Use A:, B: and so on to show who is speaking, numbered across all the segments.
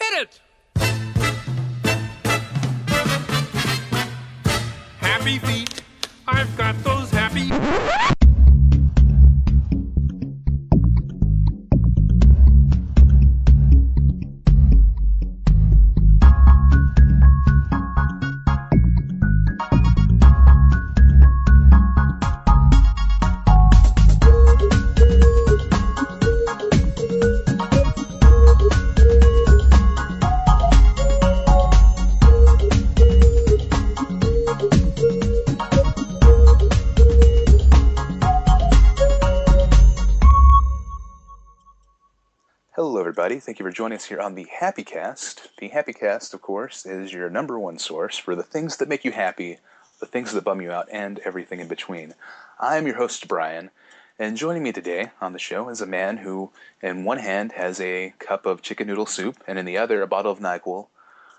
A: minute. Happy feet. I've got those happy.
B: Hello, everybody. Thank you for joining us here on the Happy Cast. The Happy Cast, of course, is your number one source for the things that make you happy, the things that bum you out, and everything in between. I'm your host, Brian, and joining me today on the show is a man who, in one hand, has a cup of chicken noodle soup, and in the other, a bottle of NyQuil.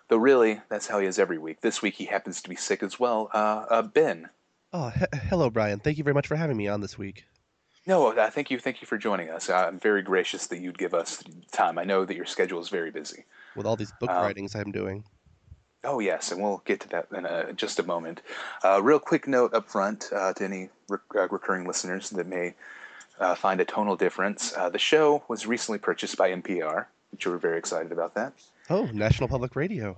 B: Though really, that's how he is every week. This week, he happens to be sick as well. Uh, uh Ben.
C: Oh, he- hello, Brian. Thank you very much for having me on this week.
B: No, uh, thank you, thank you for joining us. Uh, I'm very gracious that you'd give us time. I know that your schedule is very busy.
C: With all these book
B: Um,
C: writings I'm doing,
B: Oh, yes, and we'll get to that in uh just a moment. Uh, real quick note up front uh, to any re- uh, recurring listeners that may uh, find a tonal difference. Uh, the show was recently purchased by NPR, which we're very excited about that.
C: oh, National Public Radio.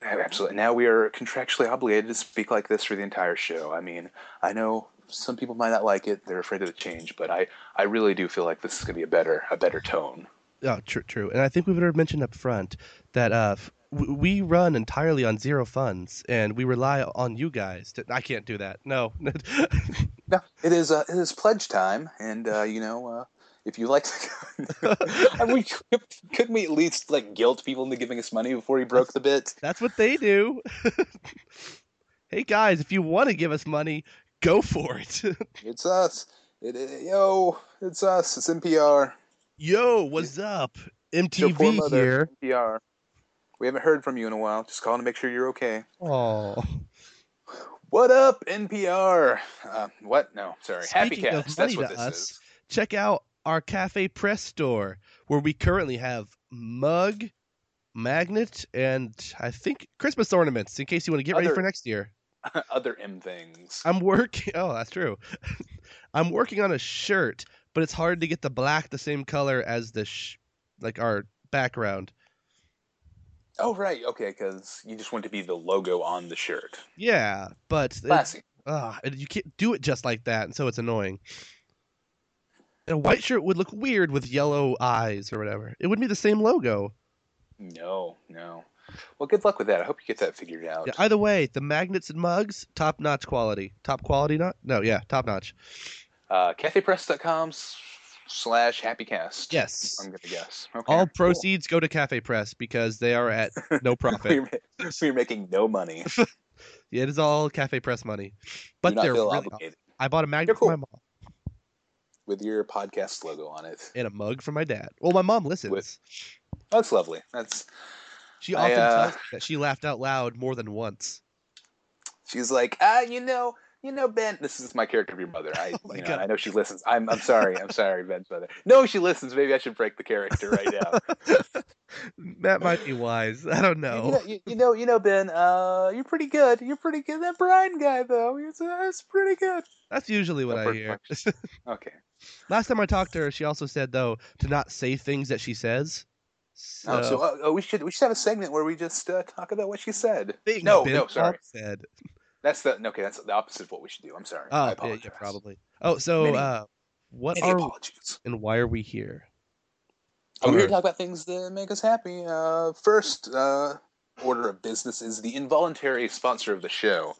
B: Absolutely. Now we are contractually obligated to speak like this for the entire show. I mean, I know some people might not like it; they're afraid of the change, but I, I really do feel like this is going to be a better, a better tone.
C: Oh, true, true. And I think we would have mentioned up front that uh, f- w- we run entirely on zero funds, and we rely on you guys. To- I can't do that. No.
B: No, it is uh, it is pledge time, and uh, you know uh, if you like, I mean, couldn't we at least like guilt people into giving us money before he broke the bit?
C: That's what they do. hey, guys, if you want to give us money, go for it.
B: It's us. It, it- yo, it's us. It's NPR.
C: Yo, what's up?
B: Your poor
C: MTV
B: mother,
C: here.
B: NPR. We haven't heard from you in a while. Just calling to make sure you're okay.
C: Oh,
B: What up, NPR? Uh, what? No, sorry. Happy
C: Speaking of
B: Cast.
C: money
B: That's what
C: to
B: this
C: us,
B: is.
C: check out our cafe press store where we currently have mug magnet and i think christmas ornaments in case you want to get ready
B: Other-
C: for next year
B: Other M things.
C: i'm working oh that's true i'm working on a shirt but it's hard to get the black the same color as the sh- like our background
B: oh right, okay, because you just want to be the logo on the shirt.
C: yeah but it-
B: Classy.
C: Ah, and you can't do it just like that, and so it's annoying. And a white shirt would look weird with yellow eyes or whatever. It would be the same logo.
B: No, no. Well, good luck with that. I hope you get that figured out.
C: Yeah, either way, the magnets and mugs, top notch quality. Top quality, not no, yeah, top notch.
B: Uh, CafePress.com s- slash HappyCast.
C: Yes.
B: I'm gonna guess. Okay.
C: All
B: cool.
C: proceeds go to Cafe Press because they are at no profit.
B: We're, ma- we're making no money.
C: Yeah, it is all Cafe Press money,
B: Do
C: but
B: not
C: they're
B: feel
C: really.
B: obligated
C: I bought a magnet
B: cool.
C: for my mom
B: with your podcast logo on it.
C: and a mug for my dad. Well, my mom listens.
B: That's lovely. That's
C: She
B: I,
C: often
B: uh,
C: tells me that she laughed out loud more than once.
B: she's like ah you know you know Ben this is my character of your mother I
C: Oh my
B: you know
C: God.
B: I know she listens I'm I'm sorry I'm sorry Ben's mother no she listens maybe I should break the character right now
C: That might be wise. I don't know.
B: You know, you, you know, you know, Ben. Uh, you're pretty good. You're pretty good. That Brian guy, though, he's, uh, he's pretty good.
C: That's usually what I
B: Upward
C: hear.
B: Okay.
C: Last time I talked to her, she also said though to not say things that she says. So,
B: Oh, so uh, uh, we should we should have a segment where we just uh, talk about what she said.
C: things
B: no,
C: Bill
B: no, sorry.
C: Bob said.
B: That's the no, okay. That's the opposite of what we should do. I'm sorry.
C: Oh,
B: I
C: yeah,
B: apologize.
C: yeah, probably. Oh, so
B: Many-
C: uh, what
B: Many
C: are
B: apologies.
C: and why are we here?
B: Oh, we're here
C: Alright.
B: to talk about things that make us happy. Uh, first uh, order of business is the involuntary sponsor of the show.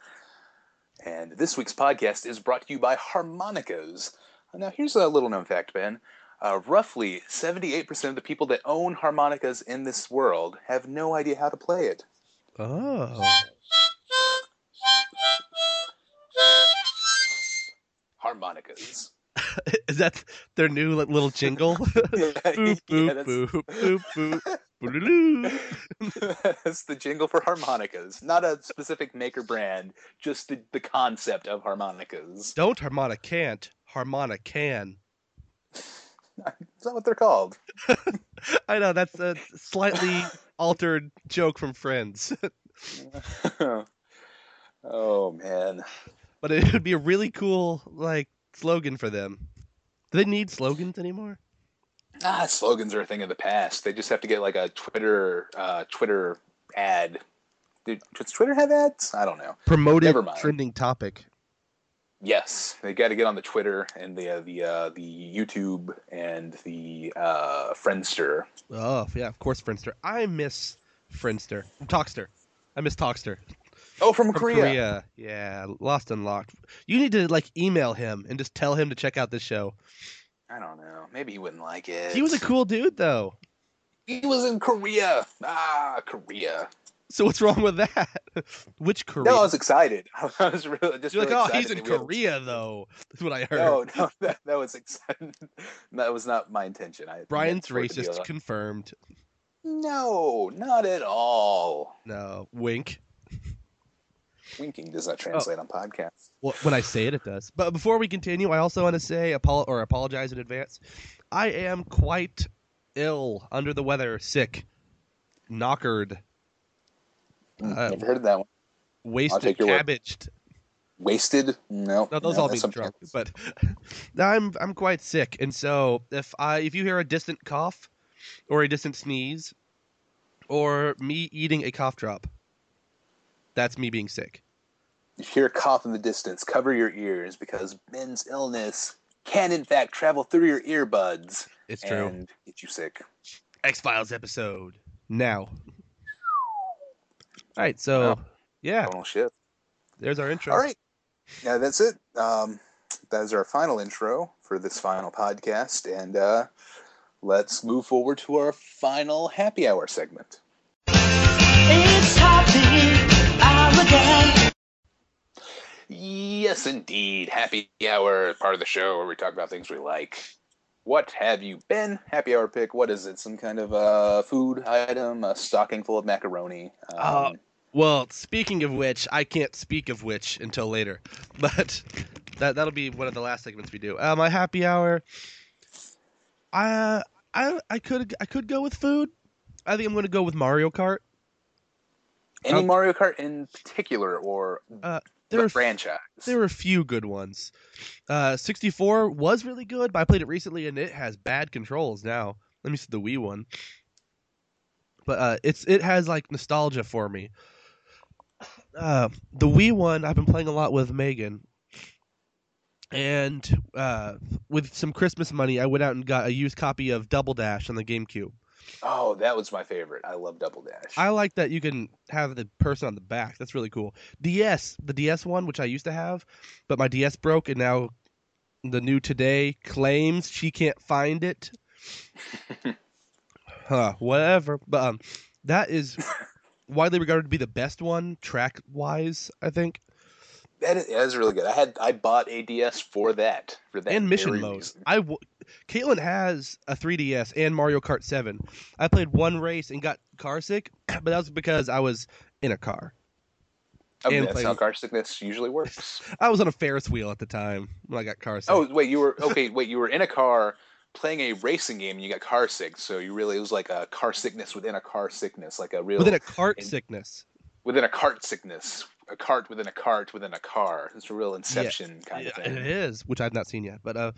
B: And this week's podcast is brought to you by Harmonicas. Now, here's a little known fact, Ben. Uh, roughly 78% of the people that own harmonicas in this world have no idea how to play it.
C: Oh,
B: Harmonicas.
C: is that their new like, little jingle?
B: Yeah,
C: boop boop
B: yeah, that's-
C: boop boop boop. boop.
B: That's the jingle for harmonicas. Not a specific maker brand, just the, the concept of harmonicas.
C: Don't harmonic can't harmonic can.
B: Is that what they're called?
C: I know that's uh, slightly altered joke from Friends.
B: oh man.
C: but it would be a really cool like slogan for them. Do they need slogans anymore?
B: Ah, slogans are a thing of the past. They just have to get like a Twitter uh, Twitter ad. Did, does Twitter have ads? I don't know.
C: Promoted
B: Never mind.
C: trending topic.
B: Yes, they got to get on the Twitter and the uh, the uh, the YouTube and the uh, Friendster.
C: Oh yeah, of course Friendster. I miss Friendster. Talkster. I miss Talkster.
B: Oh, from,
C: From
B: Korea.
C: Korea. Yeah, Lost and Locked. You need to like email him and just tell him to check out this show.
B: I don't know. Maybe he wouldn't like it.
C: He was a cool dude though.
B: he was in Korea. Ah, Korea.
C: So what's wrong with that? Which Korea?
B: No, I was excited. I was really just
C: You're like,
B: really
C: oh,
B: excited
C: he's in
B: that we had-
C: Korea though. That's what I heard.
B: No, no, that, that was excited. That was not my intention. I
C: Brian's
B: meant for it to be
C: racist
B: a-
C: confirmed.
B: No, not at all.
C: No, wink.
B: Winking does
C: Oh.
B: not translate on podcasts.
C: Well, when I say it, it does. But before we continue, I also want to say apo- or apologize in advance. I am quite ill, under the weather, sick, knockered,
B: Mm,
C: Uh,
B: Never heard of that one.
C: wasted,
B: take your word.
C: cabbaged.
B: Wasted? No.
C: No, those
B: no,
C: all
B: that's
C: mean
B: something
C: drunk.
B: else.
C: But no, I'm I'm quite sick, and so if I if you hear a distant cough, or a distant sneeze, or me eating a cough drop, that's me being sick.
B: If you hear a cough in the distance, cover your ears because Ben's illness can, in fact, travel through your earbuds
C: It's true.
B: and get you sick.
C: X Files episode now. All right, so yeah,
B: Tonal shift.
C: there's our intro.
B: All right. Yeah, that's it. Um, that is our final intro for this final podcast. And uh, let's move forward to our final happy hour segment.
D: It's happy hour again.
B: Yes, indeed. Happy hour, part of the show where we talk about things we like. What have you been? Happy hour pick. What is it? Some kind of uh, food item? A stocking full of macaroni? Um,
C: Uh, Well, speaking of which, I can't speak of which until later, but that that'll be one of the last segments we do. Uh, my happy hour. I I I could I could go with food. I think I'm going to go with Mario Kart.
B: any
C: uh,
B: Mario Kart in particular or
C: There
B: the
C: are
B: franchise?
C: there were a few good ones. Uh, 64 was really good, but I played it recently and it has bad controls now. Let me see the Wii one. But uh, it's it has like nostalgia for me. Uh, the Wii one I've been playing a lot with Megan, and uh, with some Christmas money, I went out and got a used copy of Double Dash on the GameCube.
B: Oh, that was my favorite. I love Double Dash.
C: I like that you can have the person on the back. That's really cool. DS, the DS one, which I used to have, but my DS broke, and now the new today claims she can't find it. huh, whatever. But um, that is widely regarded to be the best one track wise, I think.
B: That is, that is really good. I had I bought ADS for that for that
C: and mission
B: very
C: mode.
B: reason.
C: I w- Caitlin has a 3DS and Mario Kart 7. I played one race and got car sick, but that was because I was in a car.
B: I mean,
C: and
B: Oh, that's
C: play-
B: how car sickness usually works.
C: I was on a Ferris wheel at the time when I got car sick.
B: oh wait, you were okay. Wait, you were in a car playing a racing game and you got car sick. So you really it was like a car sickness within a car sickness, like a real
C: within a cart
B: and-
C: sickness.
B: within a cart sickness, a cart within a cart within a car. It's a real Inception kind of
C: Yeah,
B: thing.
C: it is, which I've not seen yet, but uh,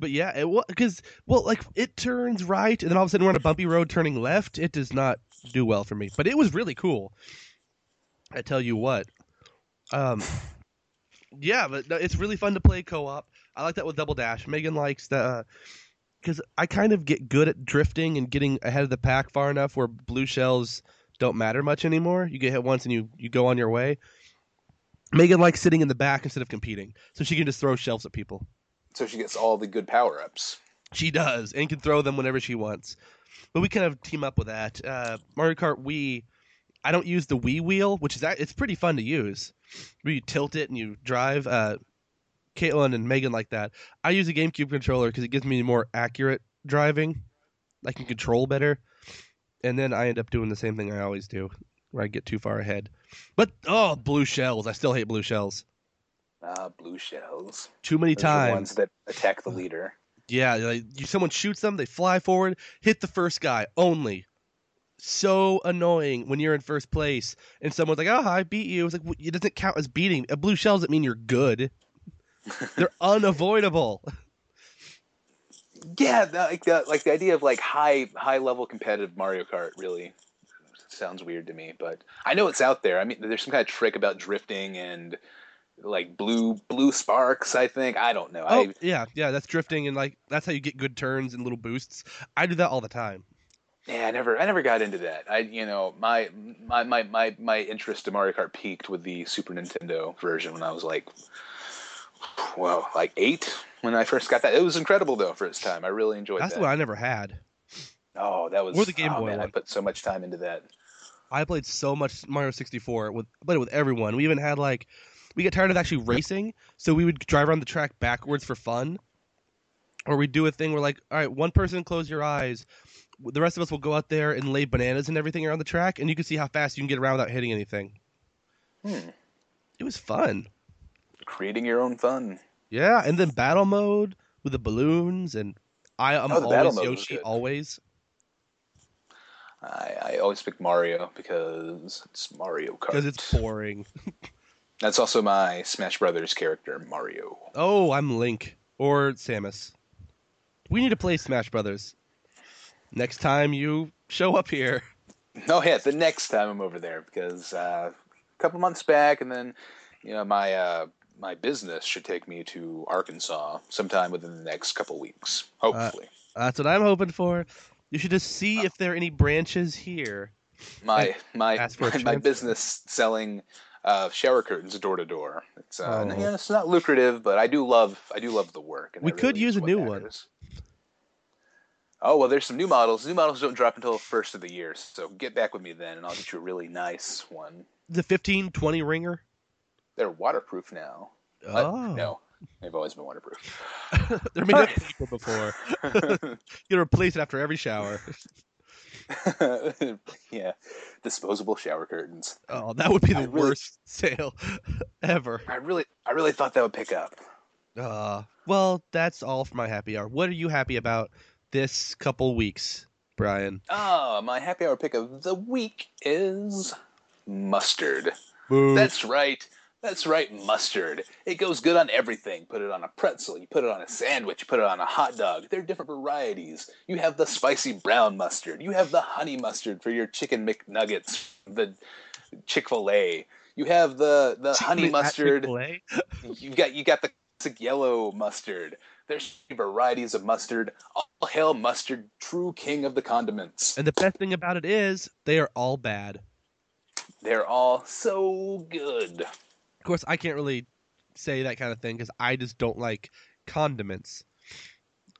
C: but yeah, it because well, like it turns right, and then all of a sudden we're on a bumpy road turning left. It does not do well for me, but it was really cool. I tell you what, um, yeah, but no, it's really fun to play co-op. I like that with Double Dash. Megan likes the. Because I kind of get good at drifting and getting ahead of the pack far enough where blue shells don't matter much anymore. You get hit once and you, you go on your way. Megan likes sitting in the back instead of competing, so she can just throw shelves at people.
B: So she gets all the good power ups.
C: She does, and can throw them whenever she wants. But we kind of team up with that. Uh, Mario Kart Wii, I don't use the Wii wheel, which is a- it's pretty fun to use. Where you tilt it and you drive. Uh, Caitlin and Megan like that. I use a GameCube controller because it gives me more accurate driving. I can control better, and then I end up doing the same thing I always do, where I get too far ahead. But oh, blue shells! I still hate blue shells.
B: Ah, blue shells.
C: Too many
B: Those are the
C: times.
B: ones that attack the leader.
C: Yeah, like you, someone shoots them, they fly forward, hit the first guy only. so annoying when you're in first place and someone's like, "Oh, I beat you." It's like w- it doesn't count as beating. A blue shell doesn't mean you're good. They're unavoidable.
B: Yeah, that, like that, like the idea of like high high level competitive Mario Kart really sounds weird to me, but I know it's out there. I mean, there's some kind of trick about drifting and like blue blue sparks. I think I don't know.
C: Oh
B: I
C: yeah, yeah, that's drifting and like that's how you get good turns and little boosts. I do that all the time.
B: yeah, I never I never got into that. I you know my my my my my interest in Mario Kart peaked with the Super Nintendo version when I was like, well, like eight when I first got that. It was incredible though for its time. I really enjoyed
C: That's
B: that.
C: what I never had.
B: Oh, that was
C: Or the Game
B: oh,
C: Boy
B: Man, I
C: one.
B: put so much time into that.
C: I played so much Mario 64 with I played it with everyone. We even had like we got tired of actually racing, so we would drive around the track backwards for fun. Or we'd do a thing where like, all right, one person close your eyes. The rest of us will go out there and lay bananas and everything around the track and you can see how fast you can get around without hitting anything.
B: Hmm.
C: It was fun.
B: Creating your own fun.
C: Yeah, and then battle mode with the balloons and I am
B: Oh, the battle
C: always
B: mode was
C: Yoshi
B: good.
C: always.
B: I, I always pick Mario because it's Mario Kart.
C: Because it's boring.
B: That's also my Smash Brothers character, Mario.
C: Oh, I'm Link or Samus. We need to play Smash Brothers. Next time you show up here.
B: No, Oh, yeah, the next time I'm over there because uh, a couple months back, and then you know my uh, my business should take me to Arkansas sometime within the next couple weeks,
C: Uh,
B: hopefully.
C: That's what I'm hoping for. You should just see if there are any branches here.
B: my my
C: ask for a
B: my, my
C: transfer.
B: business selling uh, shower curtains door to door. It's uh,
C: Oh.
B: yeah, it's not lucrative, but I do love I do love the work. And
C: We
B: that
C: could
B: really
C: use
B: is
C: a
B: what
C: new one.
B: matters. Oh well, there's some new models. New models don't drop until first of the year, so get back with me then, and I'll get you a really nice one.
C: The 15 20 ringer?
B: They're waterproof now. What?
C: Oh.
B: Uh, No, they've always been waterproof.
C: They're made up of paper before. You replace it after every shower.
B: yeah, disposable shower curtains.
C: Oh, that would be the
B: I really-
C: worst sale ever.
B: I really, I really thought that would pick up.
C: Uh, well, that's all for my happy hour. What are you happy about this couple weeks, Brian?
B: Ah, my happy hour pick of the week is mustard.
C: Boo.
B: That's right. That's right, mustard. It goes good on everything. Put it on a pretzel, you put it on a sandwich, you put it on a hot dog. There are different varieties. You have the spicy brown mustard. You have the honey mustard for your chicken McNuggets, the Chick-fil-A. You have the the honey
C: Chick-fil-A at
B: mustard
C: Chick-fil-A?
B: you got you got the classic yellow mustard. There's varieties of mustard. All hail mustard, true king of the condiments.
C: And the best thing about it is they are all bad.
B: They're all so good.
C: Of course, I can't really say that kind of thing because I just don't like condiments.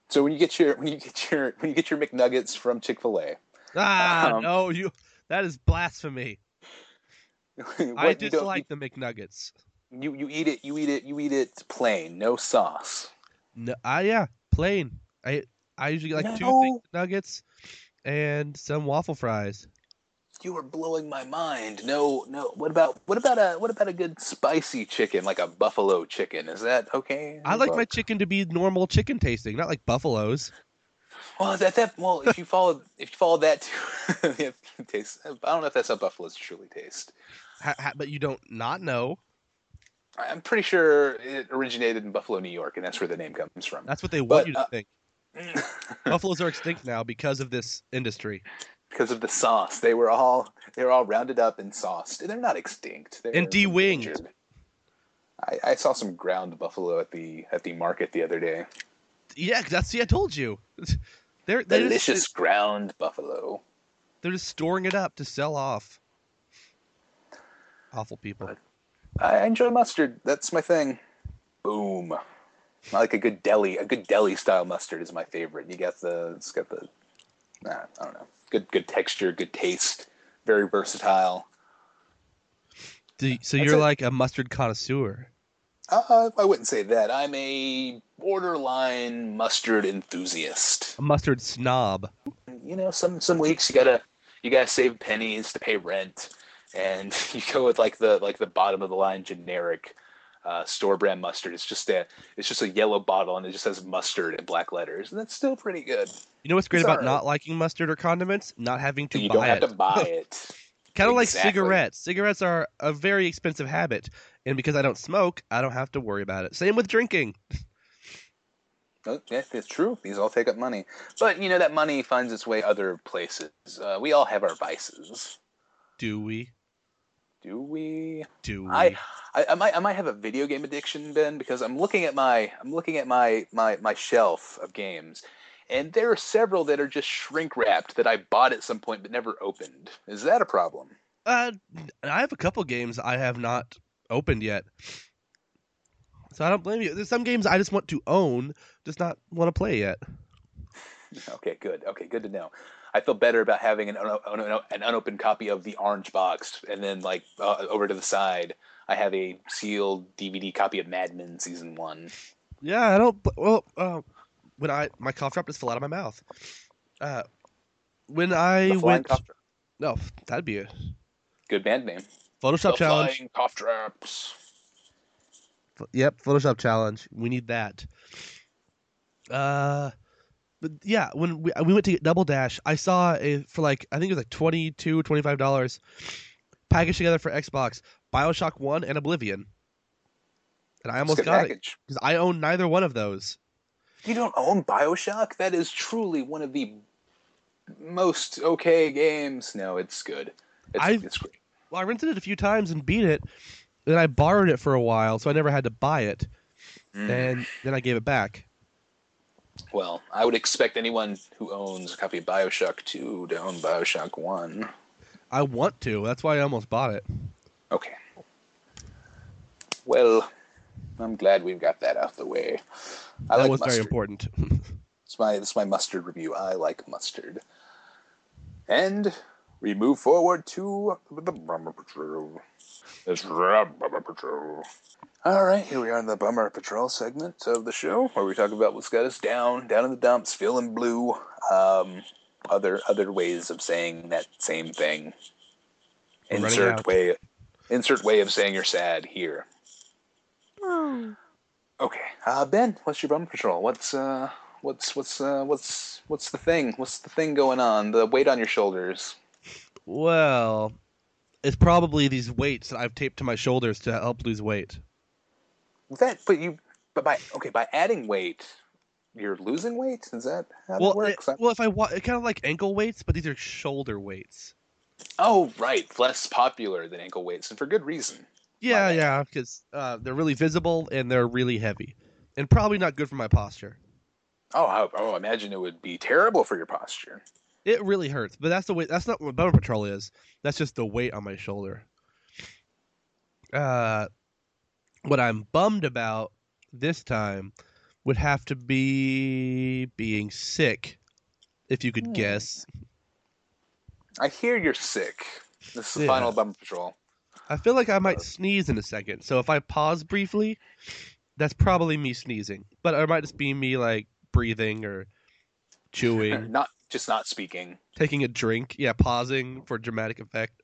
B: So when you get your when you get your when you get your McNuggets from Chick Fil A,
C: Ah,
B: Um,
C: no, you. That is blasphemy. I
B: what you don't
C: dislike the McNuggets.
B: you, you eat it you eat it you eat it plain, no sauce.
C: No, ah, yeah, plain. I I usually get like two
B: No.
C: thick nuggets and some waffle fries.
B: You are blowing my mind. No, no. What about what about a what about a good spicy chicken like a buffalo chicken? Is that okay?
C: I like my
B: Well-
C: chicken to be normal chicken tasting, not like buffalo's.
B: Well, that that well, if you follow if you follow that to it tastes, I don't know if that's how buffaloes truly taste.
C: Ha, ha, but you don't not know.
B: I- I'm pretty sure it originated in Buffalo, New York, and that's where the name comes from.
C: That's what they
B: But,
C: want you to
B: uh,
C: think. Buffaloes are extinct now because of this industry.
B: because of the sauce, they were all they were all rounded up and sauced. They're not extinct. They're
C: And de-winged.
B: endangered. I, I saw some ground buffalo at the at the market the other day.
C: Yeah, 'cause that's see, I told you. They're they're just-
B: Delicious ground buffalo.
C: They're just storing it up to sell off. Awful people.
B: I I enjoy mustard. That's my thing. Boom. I like a good deli. A good deli style mustard is my favorite. You got the it's got the nah, I don't know. Good good texture, good taste, very versatile.
C: Do you- so
B: That's
C: you're
B: it.
C: like a mustard connoisseur.
B: Uh, I wouldn't say that. I'm a borderline mustard enthusiast.
C: A mustard snob.
B: You know, some some weeks you gotta you gotta save pennies to pay rent, and you go with like the like the bottom of the line generic uh, store brand mustard. It's just a it's just a yellow bottle and it just says mustard in black letters, and that's still pretty good.
C: You know what's great
B: It's
C: about
B: alright.
C: not liking mustard or condiments? Not having to
B: you
C: buy
B: don't
C: it.
B: have to buy it.
C: kind
B: exactly.
C: of like cigarettes. Cigarettes are a very expensive habit, and because I don't smoke, I don't have to worry about it. Same with drinking.
B: Oh, yeah, it's true. These all take up money, but you know that money finds its way other places. Uh, we all have our vices,
C: Do we?
B: do we?
C: Do we?
B: I, I, I might I might have a video game addiction, Ben, because I'm looking at my I'm looking at my my my shelf of games, and there are several that are just shrink wrapped that I bought at some point but never opened. Is that a problem?
C: Uh, I have a couple games I have not opened yet, so I don't blame you. There's some games I just want to own, just not want to play yet.
B: Okay, good. Okay, good to know. I feel better about having an un- un- un- an unopened copy of the Orange Box, and then like uh, over to the side, I have a sealed DVD copy of Mad Men season one.
C: Yeah, I don't. bl- Well, uh, when I my cough drop just fell out of my mouth. Uh, when I
B: The Flying
C: went,
B: Cough Trap.
C: no, that'd be a
B: Good band name.
C: Photoshop
B: the
C: challenge.
B: Flying Cough Traps.
C: Ph- Yep, Photoshop challenge. We need that. Uh, but yeah, when we, we went to get Double Dash, I saw a for like I think it was like 22 25 dollars packaged together for Xbox, BioShock 1 and Oblivion. And
B: It's
C: I
B: a
C: almost
B: good
C: got it
B: package.
C: cuz I own neither one of those.
B: You don't own Bioshock? That is truly one of the most okay games. No, it's good. It's,
C: I've-
B: it's great.
C: Well, I rented it a few times and beat it, then I borrowed it for a while, so I never had to buy it, and then I gave it back.
B: Well, I would expect anyone who owns a copy of Bioshock 2 to own Bioshock 1.
C: I want to. That's why I almost bought it.
B: Okay. Well, I'm glad we've got that out the way. I
C: that
B: like
C: was
B: mustard.
C: very important.
B: It's my it's my mustard review. I like mustard. And we move forward to the Bummer Patrol. It's the Bummer Patrol. All right, here we are in the Bummer Patrol segment of the show, where we talk about what's got us down, down in the dumps, feeling blue. Um, other other ways of saying that same thing.
C: We're running
B: Insert
C: out.
B: way, insert way of saying you're sad here. Okay, uh, Ben, what's your Bummer Patrol? What's uh, what's what's uh, what's what's the thing? What's the thing going on? The weight on your shoulders.
C: Well, it's probably these weights that I've taped to my shoulders to help lose weight.
B: That, but you, but by okay, by adding weight, you're losing weight. Is that how
C: well,
B: that works?
C: it- well, if I wa- kind of like ankle weights, but these are shoulder weights.
B: oh, right, less popular than ankle weights, and for good reason.
C: Yeah,
B: bad.
C: yeah, because uh, they're really visible and they're really heavy, and probably not good for my posture.
B: Oh, I, oh, imagine it would be terrible for your posture.
C: It really hurts, but that's the way. That's not what bumper patrol is. That's just the weight on my shoulder. Uh, what I'm bummed about this time would have to be being sick, if you could
B: Hmm.
C: guess.
B: I hear you're sick. This is the
C: Yeah.
B: final bum patrol.
C: I feel like I might sneeze in a second, so if I pause briefly, that's probably me sneezing. But it might just be me like breathing or chewing,
B: Not just not speaking.
C: taking a drink. Yeah, pausing for dramatic effect.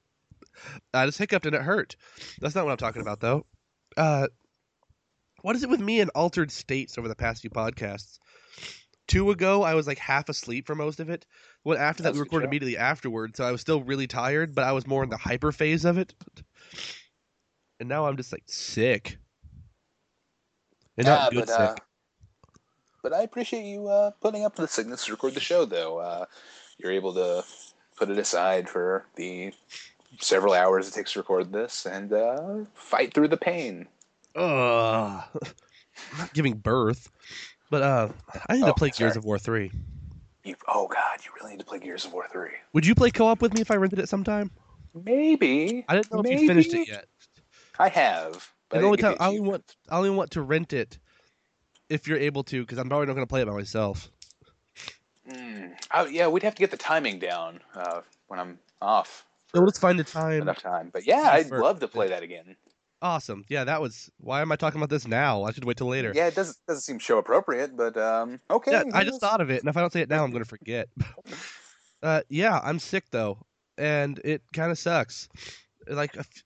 C: Uh, I just hiccuped and it hurt. That's not what I'm talking about though. Uh, what is it with me and altered states over the past few podcasts? Two ago, I was like half asleep for most of it. One after that,
B: That's
C: we
B: the
C: recorded
B: show.
C: immediately afterward, so I was still really tired, but I was more in the hyper phase of it. And now I'm just like sick. And not good
B: uh,
C: sick.
B: but I appreciate you uh, putting up with the sickness to record the show, though. Uh, you're able to put it aside for the several hours it takes to record this and uh, fight through the pain.
C: Ugh. not giving birth. But uh, I need to
B: Oh,
C: play Gears
B: sorry.
C: of War 3.
B: You, oh God, you really need to play Gears of War three.
C: Would you play co op with me if I rented it sometime?
B: Maybe
C: I didn't know if you finished it
B: Maybe.
C: yet.
B: I have. but
C: And
B: I
C: the only
B: didn't
C: time
B: get the
C: I only
B: achievement.
C: want I only want to rent it if you're able to, because I'm probably not going to play it by myself.
B: Mm. Oh, yeah, we'd have to get the timing down uh, when I'm off.
C: So
B: for
C: let's find a time.
B: enough time. But yeah,
C: Yeah,
B: I'd
C: for-
B: love to play that again.
C: uh, Awesome. Yeah, that was. Why am I talking about this now? I should wait till later.
B: Yeah, it doesn't doesn't seem show appropriate, but um, okay.
C: Yeah, I
B: yes.
C: just thought of it, and if I don't say it now, I'm going to forget. uh, yeah, I'm sick though, and it kind of sucks. Like, I f-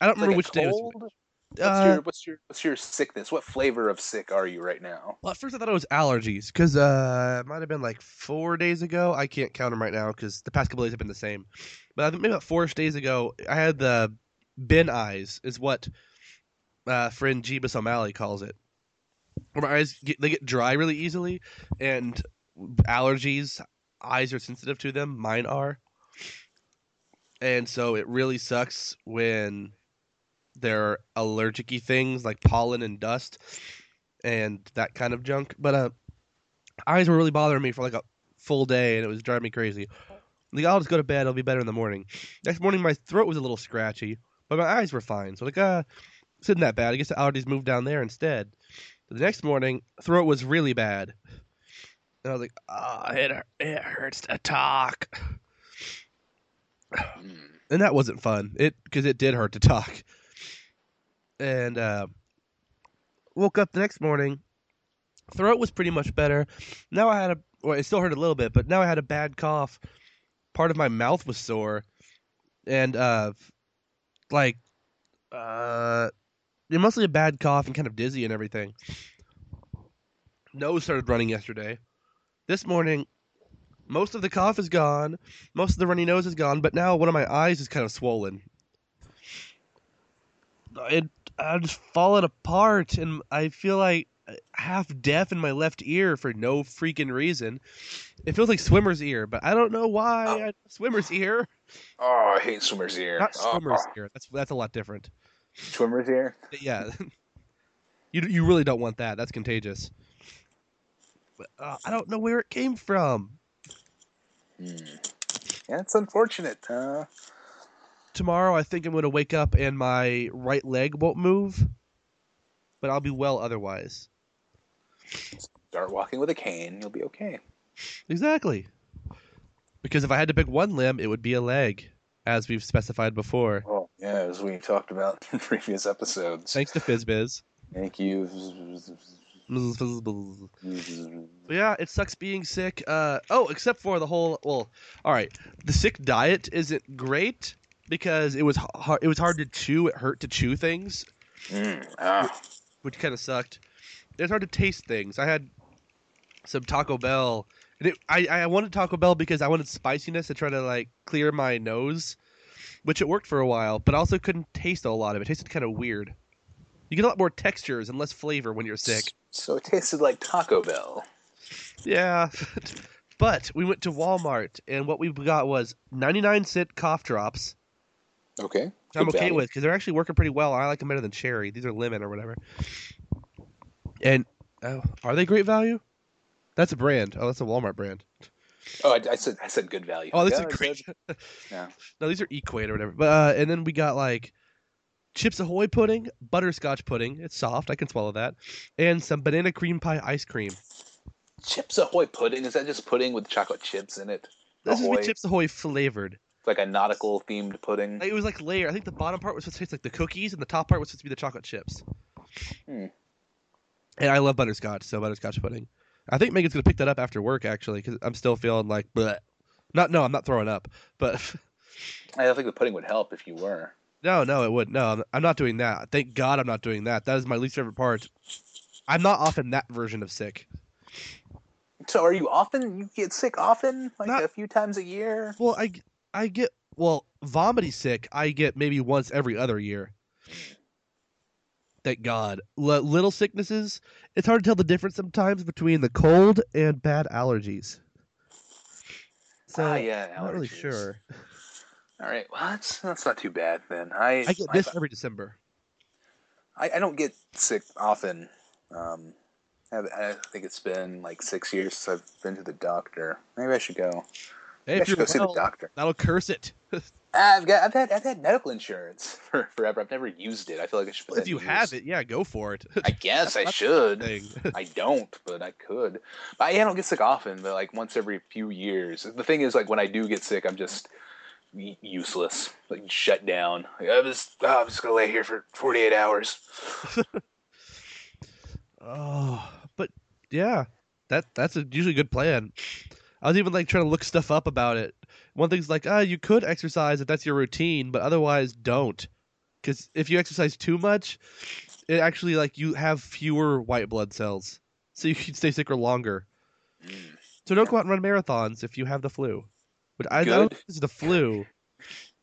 C: I don't
B: It's
C: remember
B: like a
C: which day it was.
B: cold. What's,
C: Uh,
B: your, what's your what's your sickness? What flavor of sick are you right now?
C: well, at first I thought it was allergies because uh, it might have been like four days ago. I can't count them right now because the past couple days have been the same. But I think maybe about four days ago, I had the bin eyes, is what uh, friend Jeebus O'Malley calls it. Where my eyes get, they get dry really easily, and allergies, eyes are sensitive to them. Mine are, and so it really sucks when there are allergic-y things like pollen and dust and that kind of junk. But uh, eyes were really bothering me for like a full day, and it was driving me crazy. Like I'll just go to bed; it'll be better in the morning. Next morning, my throat was a little scratchy, but my eyes were fine. So like, uh, it's not that bad. I guess the allergies moved down there instead. The next morning, throat was really bad, and I was like, ah, it it, hu- it hurts to talk,
B: Mm.
C: and that wasn't fun. It because it did hurt to talk, and uh, woke up the next morning. Throat was pretty much better. Now I had a well, it still hurt a little bit, but now I had a bad cough. Part of my mouth was sore, and uh, like uh, yeah, mostly a bad cough and kind of dizzy and everything. Nose started running yesterday. This morning, most of the cough is gone, most of the runny nose is gone, but now one of my eyes is kind of swollen. It I'm just falling apart, and I feel like half deaf in my left ear for no freaking reason. It feels like swimmer's ear, but I don't know why.
B: Oh.
C: I, swimmer's ear,
B: Oh, I hate swimmer's ear.
C: not
B: Oh,
C: swimmer's
B: oh.
C: ear. That's that's a lot different.
B: Swimmer's ear.
C: But yeah, you you really don't want that. That's contagious. But, uh, I don't know where it came from.
B: Mm. Yeah, it's unfortunate. Uh,
C: Tomorrow, I think I'm going to wake up and my right leg won't move, but I'll be well otherwise.
B: start walking with a cane. You'll be okay.
C: Exactly. Because if I had to pick one limb, it would be a leg, as we've specified before.
B: Oh, yeah, as we talked about in previous episodes.
C: Thanks to Fizbiz.
B: Thank you.
C: Bzz, bzz, bzz. But yeah, it sucks being sick. Uh, oh, except for the whole. Well, all right. The sick diet isn't great because it was hard. It was hard to chew. It hurt to chew things,
B: Mm, ah,
C: which kind of sucked. It's hard to taste things. I had some Taco Bell, and it, I I wanted Taco Bell because I wanted spiciness to try to like clear my nose, which it worked for a while, but I also couldn't taste a lot of it. It tasted kind of weird. You get a lot more textures and less flavor when you're sick.
B: So it tasted like Taco Bell.
C: Yeah. but we went to Walmart, and what we got was 99 cent cough drops.
B: Okay.
C: which I'm
B: Good
C: okay
B: value.
C: with because they're actually working pretty well. I like them better than cherry. These are lemon or whatever. And oh, are they great value? That's a brand. Oh, that's a Walmart brand.
B: Oh, I, I said I said good value.
C: Oh, this
B: Yeah, I
C: is great.
B: said- Yeah.
C: No, these are Equate or whatever. But uh, and then we got like Chips Ahoy pudding, butterscotch pudding. It's soft. I can swallow that. And some banana cream pie ice cream.
B: Chips Ahoy pudding. Is that just pudding with chocolate chips in it?
C: This is
B: Ahoy.
C: be Chips Ahoy flavored.
B: It's like a nautical themed pudding.
C: Like, It was like layer. I think the bottom part was supposed to taste like the cookies, and the top part was supposed to be the chocolate chips.
B: Hmm.
C: And I love butterscotch, so butterscotch pudding. I think Megan's gonna pick that up after work, actually, because I'm still feeling like, bleh. not no, I'm not throwing up, but
B: I don't think the pudding would help if you were.
C: no, no, it would. No, I'm, I'm not doing that. Thank God, I'm not doing that. That is my least favorite part. I'm not often that version of sick.
B: So are you often? You get sick often, like
C: Not-
B: a few times a year.
C: Well, I g- I get well vomity sick. I get maybe once every other year. Thank God. L- little sicknesses. It's hard to tell the difference sometimes between the cold and bad allergies. So
B: ah, yeah,
C: I'm not really
B: allergies.
C: sure.
B: All right, well, that's that's not too bad then. I
C: I get
B: my-
C: this every December.
B: I, I don't get sick often. Um, I, I think it's been like six years since I've been to the doctor. Maybe I should go.
C: Hey,
B: Maybe I
C: if
B: should
C: you're
B: go see the
C: well,
B: doctor.
C: that'll curse it.
B: I've got I've had I've had medical insurance for forever. I've never used it. I feel like I should. put
C: Well, if
B: that
C: you
B: to
C: have
B: use.
C: it, yeah, go for it.
B: I guess I should.
C: Thing.
B: I don't, but I could. But I, I don't get sick often, but like once every few years. The thing is, like when I do get sick, I'm just y- useless, like shut down. Like, I'm just oh, I'm just gonna lay here for 48 hours.
C: Oh, but yeah, that that's a usually good plan. I was even like trying to look stuff up about it. One thing's like, ah, you could exercise if that's your routine, but otherwise don't, because if you exercise too much, it actually like you have fewer white blood cells, so you can stay sicker longer. So don't go out and run marathons if you have the flu. Which I, I don't
B: Good.
C: think this is the flu,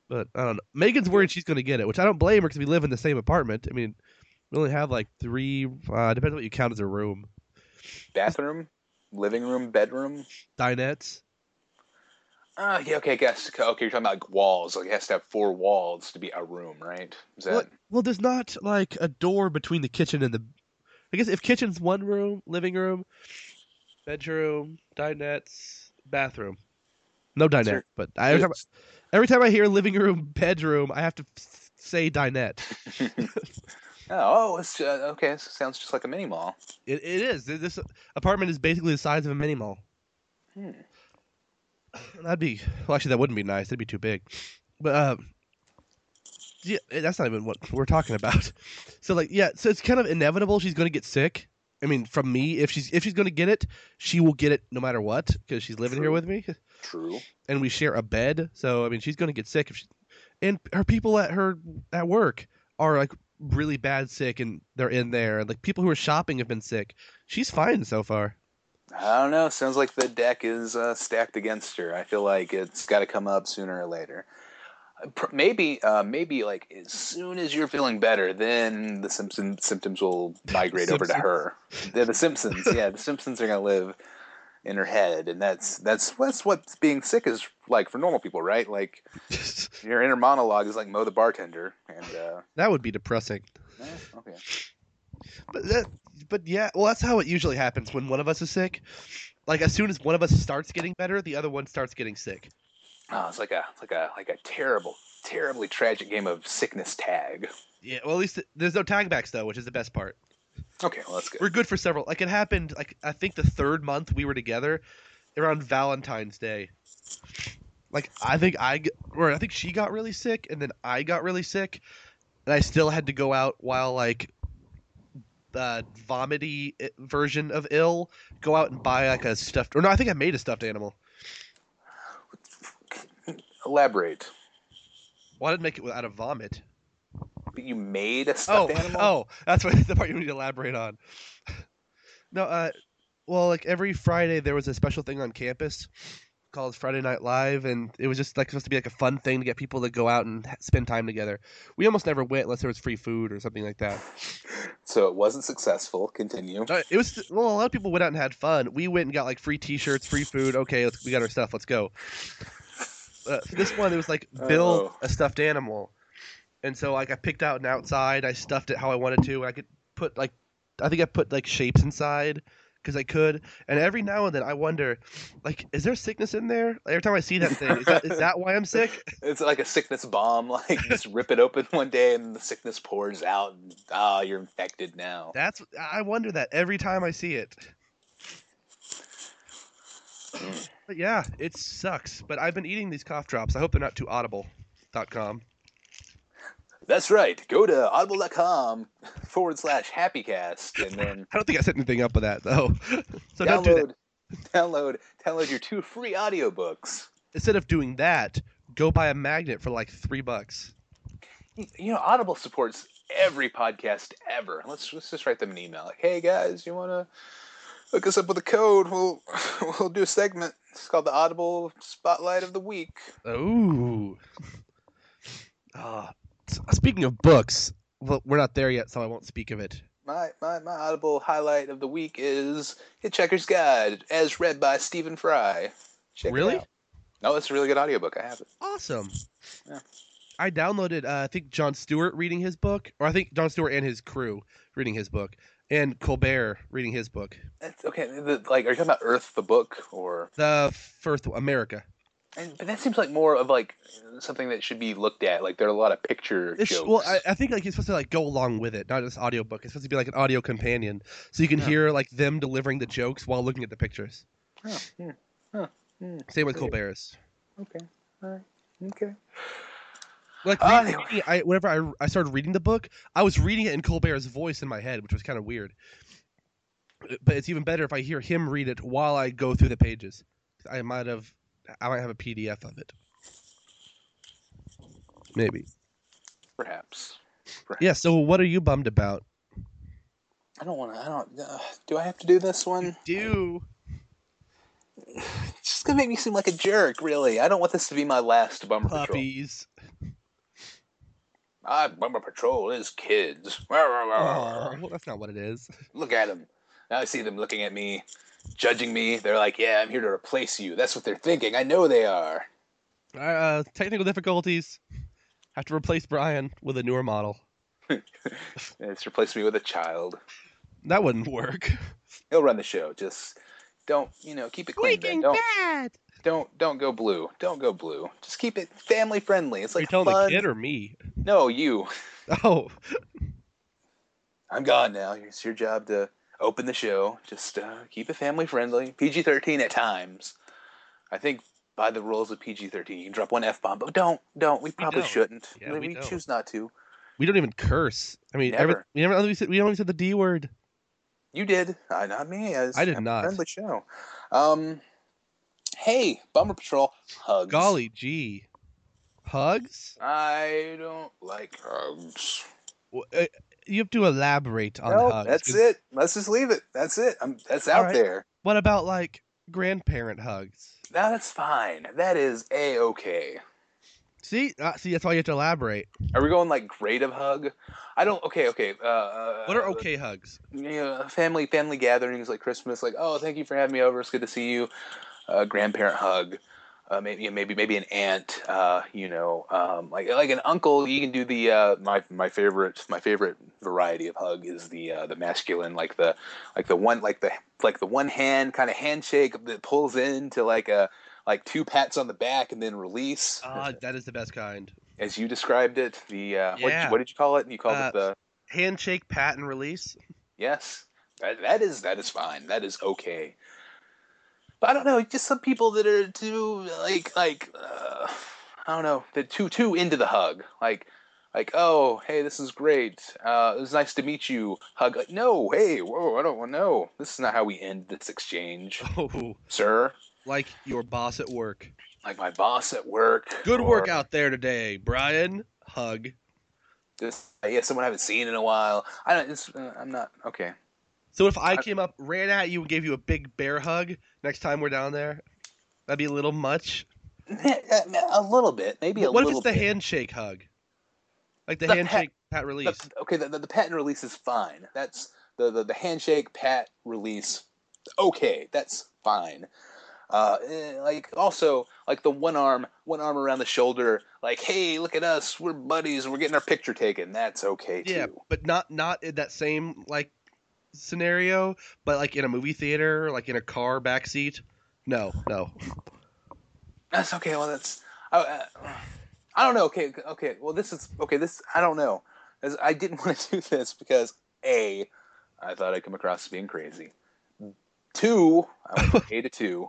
C: but I don't know. Megan's worried she's going to get it, which I don't blame her because we live in the same apartment. I mean, we only have like three. Uh, depends on what you count as a room.
B: Bathroom, living room, bedroom.
C: Dinettes.
B: Ah, yeah, okay, I guess. Okay, you're talking about like walls. Like it has to have four walls to be a room, right? Is that
C: Well, well, there's not like a door between the kitchen and the. I guess if kitchen's one room, living room, bedroom, dinettes, bathroom. No dinette,
B: Sure.
C: but I, every, time, every time I hear living room, bedroom, I have to f- say dinette.
B: Oh, oh, it's uh, okay. It sounds just like a mini mall.
C: It, it is. Th- This apartment is basically the size of a mini mall.
B: Hmm.
C: That'd be well. Actually, that wouldn't be nice. That'd be too big. But uh, yeah, eh, that's not even what we're talking about. So like, yeah. So it's kind of inevitable she's going to get sick. I mean, from me, if she's if she's going to get it, she will get it no matter what because she's living here
B: True.
C: with me
B: True.
C: and we share a bed. So I mean, she's going to get sick if she, and her people at her at work are like really bad sick, and they're in there. And like people who are shopping have been sick. She's fine so far.
B: I don't know. Sounds like the deck is uh, stacked against her. I feel like it's got to come up sooner or later. Uh, pr- Maybe, uh, maybe like as soon as you're feeling better, then the Simpson symptoms will migrate over to
C: Simpsons.
B: her. They're the Simpsons, yeah, the Simpsons are gonna live in her head, and that's that's that's what being sick is like for normal people, right? Like your inner monologue is like Mo the bartender, and uh,
C: that would be depressing.
B: eh, okay,
C: But that, but yeah, well, that's how it usually happens when one of us is sick. Like as soon as one of us starts getting better, the other one starts getting sick.
B: oh, it's like a it's like a like a terrible, terribly tragic game of sickness tag.
C: Yeah, well, at least th- there's no tag backs though, which is the best part.
B: Okay, well that's good.
C: We're good for several. Like it happened, like I think the third month we were together, around Valentine's Day. Like I think I g- or I think she got really sick, and then I got really sick, and I still had to go out while like the vomity i- version of ill go out and buy like a stuffed or no, I think I made a stuffed animal.
B: Elaborate.
C: Well, I didn't make it out of vomit.
B: But you made a
C: Oh,
B: stuffed animal?
C: oh, that's what the part you need to elaborate on. No, uh, well, like every Friday there was a special thing on campus called Friday Night Live, and it was just like supposed to be like a fun thing to get people to go out and ha- spend time together. We almost never went unless there was free food or something like that.
B: So it wasn't successful. Continue.
C: Uh, It was well, a lot of people went out and had fun. We went and got like free T-shirts, free food. Okay, let's, we got our stuff. Let's go. Uh, for this one, it was like build
B: Oh.
C: a stuffed animal, and so like I picked out an outside. I stuffed it how I wanted to, and I could put like I think I put like shapes inside because I could. And every now and then I wonder, like, is there sickness in there? Like, every time I see that thing, is that, is that why I'm sick?
B: It's like a sickness bomb. Like just rip it open one day and the sickness pours out. And, ah, you're infected now.
C: That's I wonder that every time I see it. But yeah, it sucks. But I've been eating these cough drops. I hope they're not too audible.com.
B: That's right. Go to audible.com forward slash happycast and then
C: I don't think I set anything up with that though. so don't do that.
B: download, download, download your two free audiobooks.
C: Instead of doing that, go buy a magnet for like three bucks.
B: You- You know, Audible supports every podcast ever. Let's let's just write them an email. Like, hey guys, you wanna hook us up with a code? We'll we'll do a segment. It's called the Audible Spotlight of the Week.
C: Ooh. Ah. s- speaking of books, well, we're not there yet, so I won't speak of it.
B: My my my Audible highlight of the week is Hitchhiker's Guide, as read by Stephen Fry. Check it
C: Really?
B: out. No, it's a really good audiobook. I have it.
C: Awesome.
B: Yeah.
C: I downloaded, uh, I think, John Stewart reading his book, or I think John Stewart and his crew reading his book, and Colbert reading his book.
B: That's, okay, the, like, are you talking about Earth the book or?
C: The first one, America.
B: And, but that seems like more of like something that should be looked at. Like there are a lot of picture
C: It's,
B: jokes.
C: well, I, I think like you're supposed to like go along with it, not just audiobook. It's supposed to be like an audio companion, so you can
B: Yeah.
C: hear like them delivering the jokes while looking at the pictures.
B: Oh, hmm.
C: Same
B: Weird.
C: with Colbert's.
B: Okay. All right. Okay.
C: Like
B: Ah,
C: reading,
B: anyway.
C: reading- I, whenever I, I started reading the book, I was reading it in Colbert's voice in my head, which was kind of weird. Uh, But it's even better if I hear him read it while I go through the pages. I might have, I might have a PDF of it. Maybe.
B: Perhaps.
C: Yeah. So what are you bummed about?
B: I don't want to. I don't. Uh, do I have to do this one?
C: Do
B: It's just gonna make me seem like a jerk. Really, I don't want this to be my last bummer patrol.
C: puppies?
B: Ah, bummer patrol is kids.
C: Aw, well, that's not what it is.
B: Look at them. Now I see them looking at me, judging me. They're like, "Yeah, I'm here to replace you." That's what they're thinking. I know they are.
C: Uh, technical difficulties. Have to replace Brian with a newer model.
B: It's replaced me with a child.
C: That wouldn't work.
B: He'll run the show. Just don't, you know, keep it clean. Ben. Don't,
C: bad.
B: don't, don't go blue. Don't go blue. Just keep it family friendly. It's
C: Are
B: like
C: you telling
B: fun.
C: the kid or me?
B: No, you.
C: Oh,
B: I'm gone now. It's your job to open the show. Just uh, keep it family friendly. PG 13 at times. I think by the rules of PG 13, you can drop one F bomb, but don't, don't. We probably
C: don't.
B: shouldn't.
C: Yeah,
B: we
C: we don't.
B: choose not to.
C: we don't even curse. I mean, every,
B: Never.
C: we never. We said- we don't even said the D word.
B: You did. Uh, not me. As
C: I did
B: a
C: not.
B: Friendly show. Um, hey, Bummer Patrol, hugs.
C: Golly gee, hugs.
B: I don't like hugs.
C: Well, uh, You have to elaborate on
B: No,
C: hugs.
B: that's
C: 'cause
B: it. Let's just leave it. That's it. I'm, that's out
C: Alright.
B: there.
C: What about like grandparent hugs?
B: No, That's fine. That is a okay.
C: See, uh, see, that's why you have to elaborate.
B: Are we going like grade of hug? I don't. Okay, okay. Uh, uh,
C: What are okay hugs?
B: You know, family family gatherings like Christmas. Like, oh, thank you for having me over. It's good to see you. Uh, grandparent hug. Uh, maybe maybe maybe an aunt. Uh, you know, um, like like an uncle. You can do the uh, my my favorite my favorite variety of hug is the uh, the masculine like the like the one like the like the one hand kind of handshake that pulls into like a like two pats on the back and then release
C: Ah, that is the best kind.
B: as you described it, the uh, what, did
C: Yeah.
B: you, what did you call it? You called
C: Uh,
B: it the
C: Handshake, pat, and release.
B: yes. That, that is that is fine. That is okay. But I don't know. Just some people that are too like like uh, I don't know. They're too too into the hug. Like like oh hey this is great. Uh, it was nice to meet you. Hug. Like, no hey whoa I don't want no. This is not how we end this exchange,
C: Oh,
B: sir.
C: like your boss at work.
B: Like my boss at work.
C: Good
B: or-
C: work out there today, Brian. Hug.
B: This yeah someone I haven't seen in a while. I don't. It's, uh, I'm not okay.
C: So if I
B: I-
C: came up, ran at you, and gave you a big bear hug next time we're down there, that'd be a little much.
B: a little bit, maybe a
C: what if
B: little
C: it's the
B: bit.
C: handshake hug? Like the,
B: The pat-
C: handshake, pat release.
B: The- okay, the, the, the patent release is fine. That's the, the, the handshake, pat release. Okay, that's fine. Uh, eh, like also like the one arm, one arm around the shoulder. Like, hey, look at us, we're buddies, we're getting our picture taken. That's okay too.
C: yeah, but not not in that same like scenario, but like in a movie theater, like in a car backseat. No, no.
B: That's okay. Well, that's I, uh, I don't know. Okay, okay. Well, this is okay. This I don't know. As I didn't want to do this because a, I thought I'd come across as being crazy. Two, I went from A to two.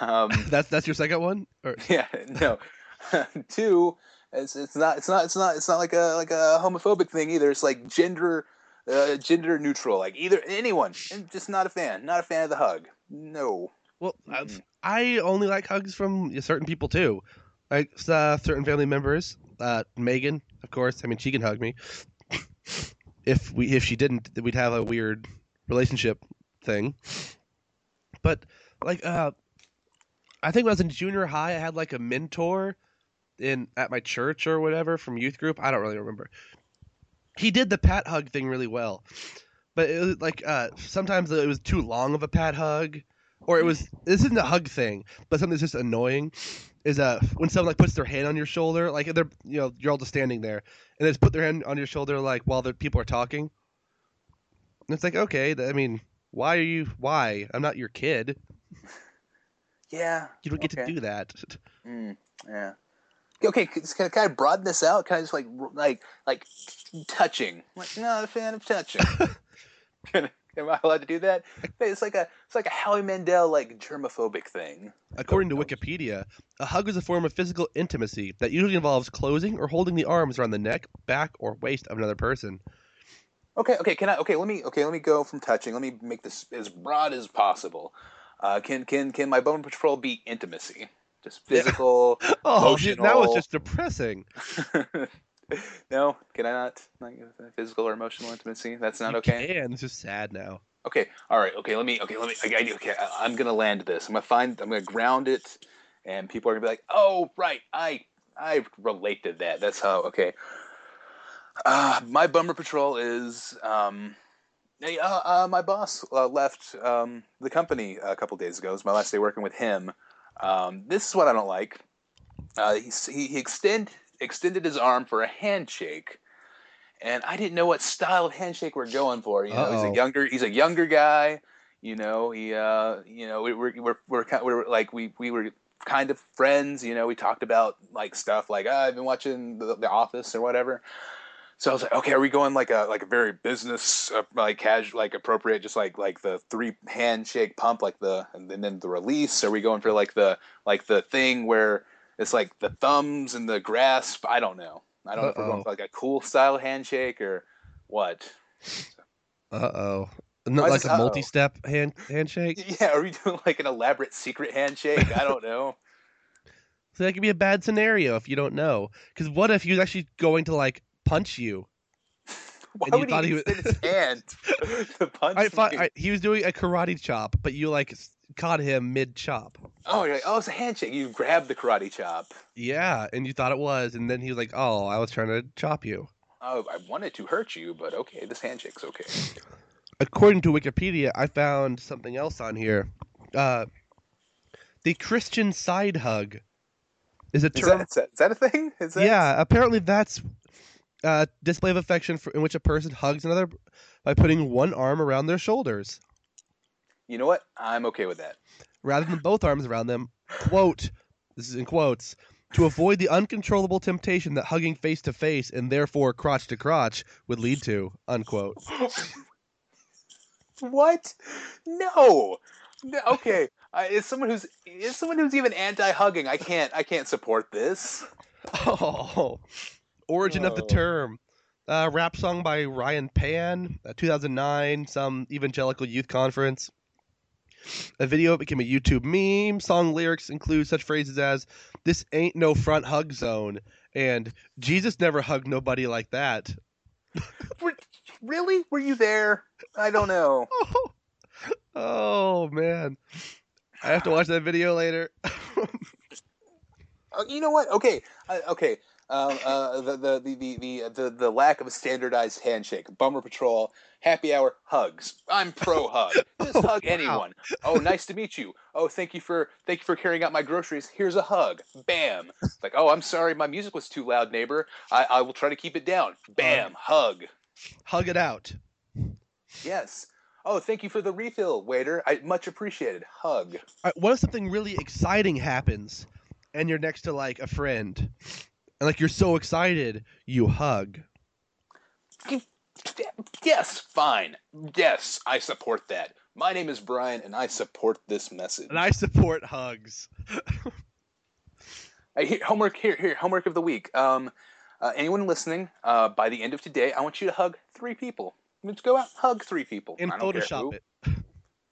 B: Um,
C: That's that's your second one. Or,
B: yeah, no. Two, it's, it's not it's not it's not it's not like a like a homophobic thing either. It's like gender uh, gender neutral. Like either anyone. I'm just not a fan. Not a fan of the hug. No.
C: well, I-
B: Mm.
C: I only like hugs from certain people too, like uh, certain family members. Uh, Megan, of course. I mean, she can hug me. if we if she didn't, then we'd have a weird relationship thing. But like, uh, I think when I was in junior high, I had like a mentor in at my church or whatever from youth group. I don't really remember. He did the pat hug thing really well, but it was like uh, sometimes it was too long of a pat hug, or it was this isn't a hug thing, but something that's just annoying is uh when someone like puts their hand on your shoulder, like they're you know you're all just standing there, and they just put their hand on your shoulder like while the people are talking. And it's like okay, th- I mean, why are you? Why I'm not your kid.
B: Yeah.
C: You don't get
B: Okay.
C: to do that.
B: Mm, yeah. Okay, c- just kind of broaden this out. Kind of just like r- like like touching. I'm like not a fan of touching. Am I allowed to do that? It's like a it's like a Howie Mandel like germophobic thing.
C: According to Wikipedia, a hug is a form of physical intimacy that usually involves closing or holding the arms around the neck, back, or waist of another person.
B: Okay, okay, can I? Okay, let me. Okay, let me go from touching. Let me make this as broad as possible. Uh, can can can my bone patrol be intimacy? Just physical.
C: Oh, dude, that was
B: Emotional.
C: just depressing.
B: No, can I not? Not give that physical or emotional intimacy? That's not
C: You
B: okay.
C: can, it's just sad now.
B: Okay, all right. Okay, let me. Okay, let me. I, I, okay, I, I'm gonna land this. I'm gonna find. I'm gonna ground it, and people are gonna be like, "Oh, right. I I relate to that. That's how." Okay. Uh, my bummer patrol is. Um, hey, uh, uh, my boss uh, left um, the company a couple days ago. It was my last day working with him. Um, this is what I don't like. Uh, he s- he, he extend, extended his arm for a handshake, and I didn't know what style of handshake we're going for. You know, he's
C: Uh-oh.
B: a younger he's a younger guy. You know, he uh, you know we, we're we're we're, kind, we're like we we were kind of friends. You know, we talked about like stuff like "Ah, I've been watching the, the Office or whatever. So I was like, okay, are we going like a like a very business uh, like casual like appropriate, just like like the three handshake pump, like the and then the release? Are we going for like the like the thing where it's like the thumbs and the grasp? I don't know. I don't know if we're going
C: Uh-oh.
B: for like a cool style handshake or what.
C: Uh oh. Not
B: Why is
C: like
B: this
C: a
B: uh-oh?
C: multi-step hand handshake.
B: Yeah, are we doing like an elaborate secret handshake? I don't know.
C: So that could be a bad scenario if you don't know. Because what if he was actually going to like punch you?
B: Why
C: And you
B: would
C: thought
B: he
C: he was-
B: extend his hand to punch
C: I thought
B: me?
C: I, he was doing a karate chop, but you like s- caught him mid chop.
B: Oh, you're like, oh, it's a handshake. You grab the karate chop.
C: Yeah, and you thought it was, and then he was like, "Oh, I was trying to chop you."
B: Oh, I wanted to hurt you, but okay, this handshake's okay.
C: According to Wikipedia, I found something else on here. Uh, the Christian side hug is a
B: Is
C: term
B: that, is, that, is that a thing? Is that,
C: Yeah, apparently that's a display of affection for, in which a person hugs another by putting one arm around their shoulders
B: You know what? I'm okay with that.
C: rather than both arms around them. Quote, this is in quotes, to avoid the uncontrollable temptation that hugging face to face and therefore crotch to crotch would lead to. Unquote.
B: What? No. no okay. I is someone who's is someone who's even anti-hugging. I can't. I can't support this.
C: Oh, origin of the
B: Oh.
C: term. Uh, rap song by Ryan Pan, uh, 2009, some evangelical youth conference. A video became a YouTube meme. Song lyrics include such phrases as "This ain't no front hug zone" and "Jesus never hugged nobody like that."
B: Were, really? Were you there? I don't know.
C: Oh, oh man, I have to watch that video later.
B: Uh, you know what? Okay. Uh, okay. Um, uh, the, the, the, the, the, the, the lack of a standardized handshake, bummer patrol, happy hour, hugs. I'm pro hug. Just
C: Oh,
B: hug
C: wow.
B: anyone. Oh, nice to meet you. Oh, thank you for thank you for carrying out my groceries. Here's a hug. Bam. Like, oh, I'm sorry, my music was too loud, neighbor. I, I will try to keep it down. Bam. Hug.
C: hug it out.
B: Yes. Oh, thank you for the refill, waiter. I much appreciated. Hug.
C: Alright, what if something really exciting happens and you're next to like a friend and like you're so excited you hug
B: Yes, fine. Yes, I support that. My name is Brian, and I support this message.
C: and i support hugs
B: Hey, here, homework here, here, homework of the week. Um, uh, anyone listening, uh, by the end of today, I want you to hug three people. Let's go out, hug three people.
C: and
B: I don't care who.
C: photoshop it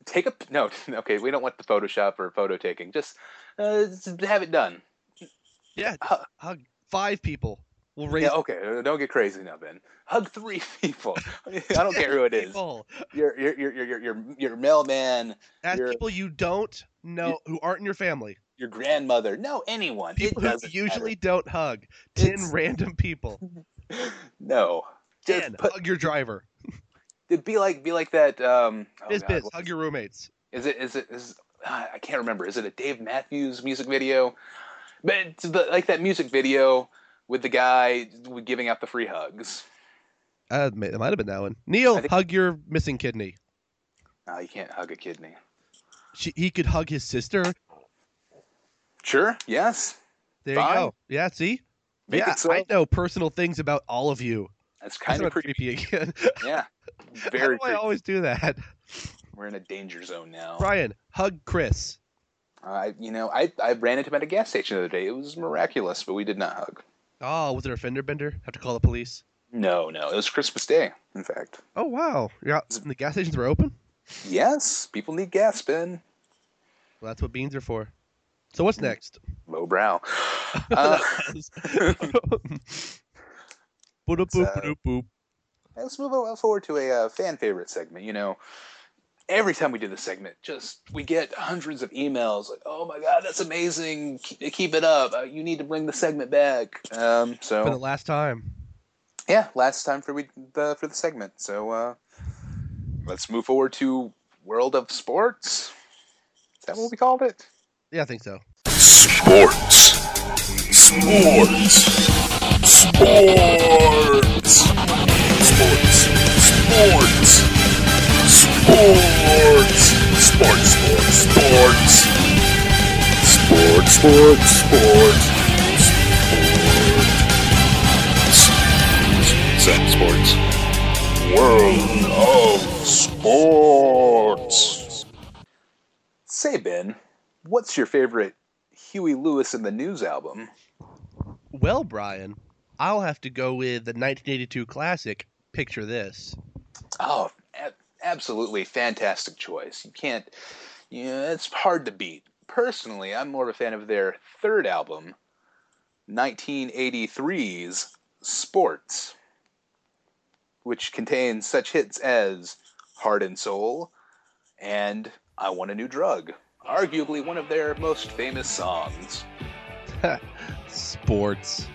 B: Take a no. Okay, we don't want the Photoshop or photo taking. Just, uh, just have it done.
C: yeah
B: Hu-
C: hug five people we'll raise
B: Yeah, okay, uh, don't get crazy now, Ben. Hug three people. I don't care who it is.
C: people
B: Your your your your your your, your mailman,
C: ask
B: You're-
C: people you don't know who aren't in your family
B: your grandmother. No, anyone. It
C: people who
B: doesn't
C: usually don't hug 10
B: It's-
C: random people
B: matter. no. Just
C: 10
B: put,
C: hug your driver
B: it'd be like be like that. Um, oh
C: biz
B: God,
C: biz
B: what-
C: hug your roommates
B: Is it is it is ah, I can't remember. Is it a Dave Matthews music video? But it's the, like that music video with the guy giving out the free hugs.
C: uh, may- it might have been that one neil
B: I think-
C: hug your missing kidney
B: No, Ah, you can't hug a kidney.
C: she, he could hug his sister
B: Sure. Yes.
C: there
B: Fine.
C: you go yeah see
B: Make
C: yeah,
B: it so.
C: I know personal things about all of you.
B: That's
C: That's
B: kind
C: not
B: of creepy.
C: creepy again.
B: Yeah.
C: How do
B: Very.
C: I
B: Creepy. Oh.
C: always do that?
B: We're in a danger zone now.
C: Brian, hug Chris.
B: I, you know, I I ran into him at a gas station the other day. It was miraculous, but we did not hug.
C: Oh, was it a fender bender? Have to call the police.
B: No, no, it was Christmas Day. In fact,
C: Oh wow, you're out. The gas stations were open.
B: yes, people need gas, Ben.
C: Well, that's what beans are for. So what's next?
B: Low brow. Uh,
C: Boop, boop, boop, boop.
B: Hey, Let's move on forward to a uh, fan favorite segment. You know, every time we do this segment, just we get hundreds of emails like, "Oh my god, that's amazing! Keep, keep it up! Uh, you need to bring the segment back." Um,
C: For the
B: so
C: last time.
B: yeah, last time for we the for the segment. So uh, let's move forward to world of sports. Is that what we called it?
C: Yeah, I think so.
E: Sports. Sports. Sports. Sports. Sports. Sports. Sports. Sports. Sports. Sports. Sports. Sports. Sports. Zen Sports. World of Sports.
B: Say, Ben, what's your favorite Huey Lewis in the News album?
C: Well, Brian, I'll have to go with the 1982 classic. Picture this.
B: Oh, a- absolutely fantastic choice. You can't, you know, it's hard to beat. Personally, I'm more of a fan of their third album, 1983's Sports, which contains such hits as Heart and Soul and I Want a New Drug, arguably one of their most famous songs.
C: Sports.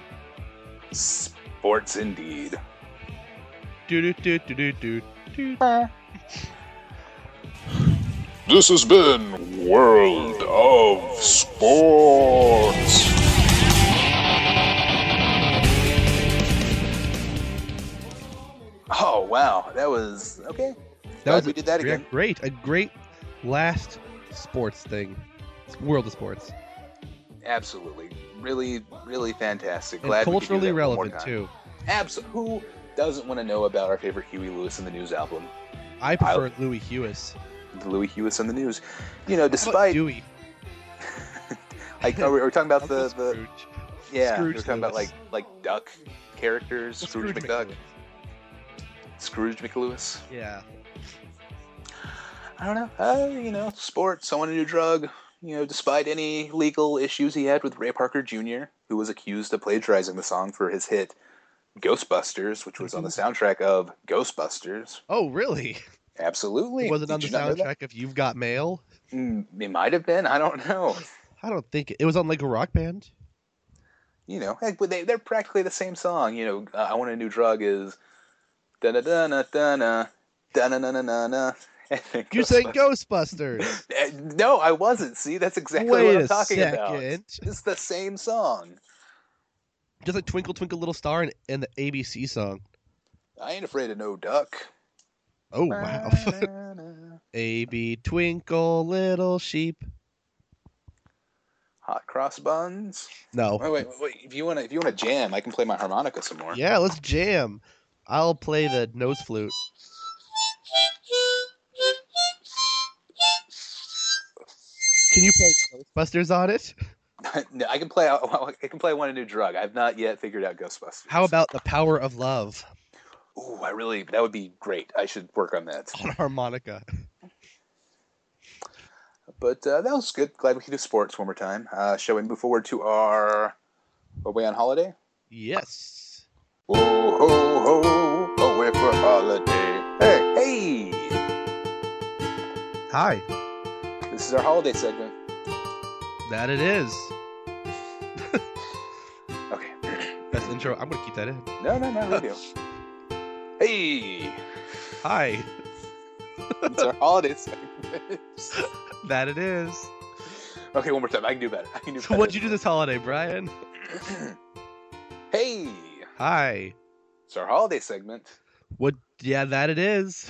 B: Sports indeed.
C: Do do do do do do.
E: This has been World of Sports.
B: Oh, wow. That was okay. Glad we did that
C: yeah,
B: again.
C: Great, a great last sports thing. World of sports.
B: Absolutely. Really, really fantastic.
C: And
B: Glad we could do
C: culturally
B: that one more
C: relevant
B: time.
C: too.
B: Abs- who doesn't want to know about our favorite Huey Lewis in the News album,
C: I prefer Louis Hewis.
B: the Louis Hewis in the News? You know,
C: How about
B: despite
C: Dewey.
B: like, are we, are we talking about
C: Uncle
B: the, the
C: Scrooge.
B: yeah,
C: Scrooge
B: we're talking about
C: Lewis.
B: like like duck characters,
C: Well,
B: Scrooge, McDuck,
C: McDuck.
B: Scrooge McLewis.
C: Yeah.
B: I don't know. Uh, you know, sports. Someone a new drug. You know, despite any legal issues he had with Ray Parker Jr., who was accused of plagiarizing the song for his hit Ghostbusters, which was on the
C: Mm-hmm.
B: soundtrack of Ghostbusters.
C: Oh, really?
B: Absolutely.
C: Was it on the
B: Did you not know that?
C: soundtrack of You've Got Mail?
B: Mm, It might have been. I don't know.
C: I don't think it, it was on like a rock band.
B: You know, heck, but they, they're practically the same song. You know, uh, I Want a New Drug is. Da da da na da na. Da na na na na na.
C: You're saying Ghostbusters.
B: No, I wasn't. See, that's exactly
C: Wait
B: what I'm
C: a
B: talking about.
C: second.
B: It's the same song.
C: Just like Twinkle Twinkle Little Star and, and the ABC song.
B: I ain't afraid of no duck.
C: Oh wow. A B Twinkle Little Sheep.
B: Hot cross buns.
C: No.
B: Wait, wait, wait. If you wanna, if you wanna jam, I can play my harmonica some more.
C: Yeah, let's jam. I'll play the nose flute. Can you play Ghostbusters on it?
B: no, I can play. I can play. I want a new drug. I've not yet figured out Ghostbusters.
C: How about the power of love
B: Ooh, I really that would be great. I should work on that.
C: on harmonica?
B: But uh, that was good. Glad we could do sports one more time. Uh, shall we move forward to our away on holiday?
C: Yes.
B: Whoa, ho, ho, away for holiday. Hey, hey!
C: Hi.
B: This is our holiday segment.
C: That it is.
B: Okay.
C: That's the intro. I'm gonna keep that in.
B: No, no, no, we do. Hey,
C: Hi.
B: it's our holiday segment.
C: That it is.
B: okay, one more time. I can do better. I can do
C: So
B: better.
C: what'd you do this holiday, Brian?
B: hey,
C: Hi.
B: it's our holiday segment.
C: What? Yeah, that it is.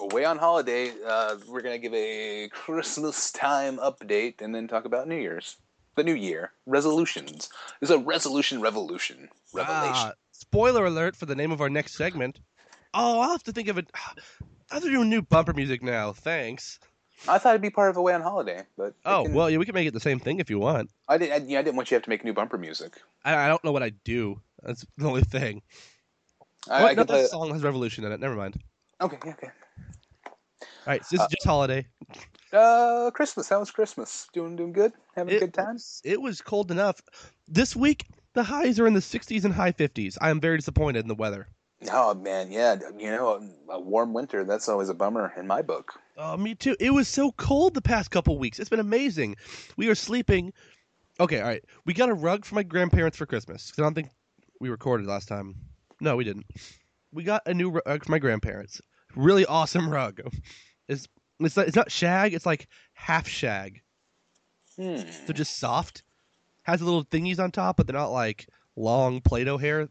B: Away on holiday, uh, we're gonna give a Christmas time update and then talk about New Year's. The New Year resolutions is a resolution revolution revelation.
C: Ah, spoiler alert for the name of our next segment. Oh, I'll have to think of it. I have to do new bumper music now. Thanks.
B: I thought it'd be part of Away on Holiday, but I
C: Ah. Oh
B: can-
C: well, yeah, we can make it the same thing if you want.
B: I didn't. I, yeah, I didn't want you to have to make new bumper music.
C: I, I don't know what I do. That's the only thing.
B: I,
C: Oh,
B: I
C: no,
B: can play.
C: that song has revolution in it. Never mind.
B: Okay, yeah, okay.
C: All right, so this is just holiday.
B: Uh, Christmas. How was Christmas? Doing doing good. Having a
C: It
B: good time.
C: It was cold enough. This week, The highs are in the 60s and high 50s. I am very disappointed in the weather.
B: Oh man, yeah, you know, a warm winter that's always a bummer in my book.
C: Oh, me too. It was so cold the past couple weeks. It's been amazing. We are sleeping. Okay, all right. We got a rug from my grandparents for Christmas. 'cause I don't think we recorded last time. No, we didn't. We got a new rug from my grandparents. Really awesome rug. It's it's not, it's not shag. It's like half shag.
B: Hmm.
C: So just soft. Has the little thingies on top, but they're not like long Play-Doh hair.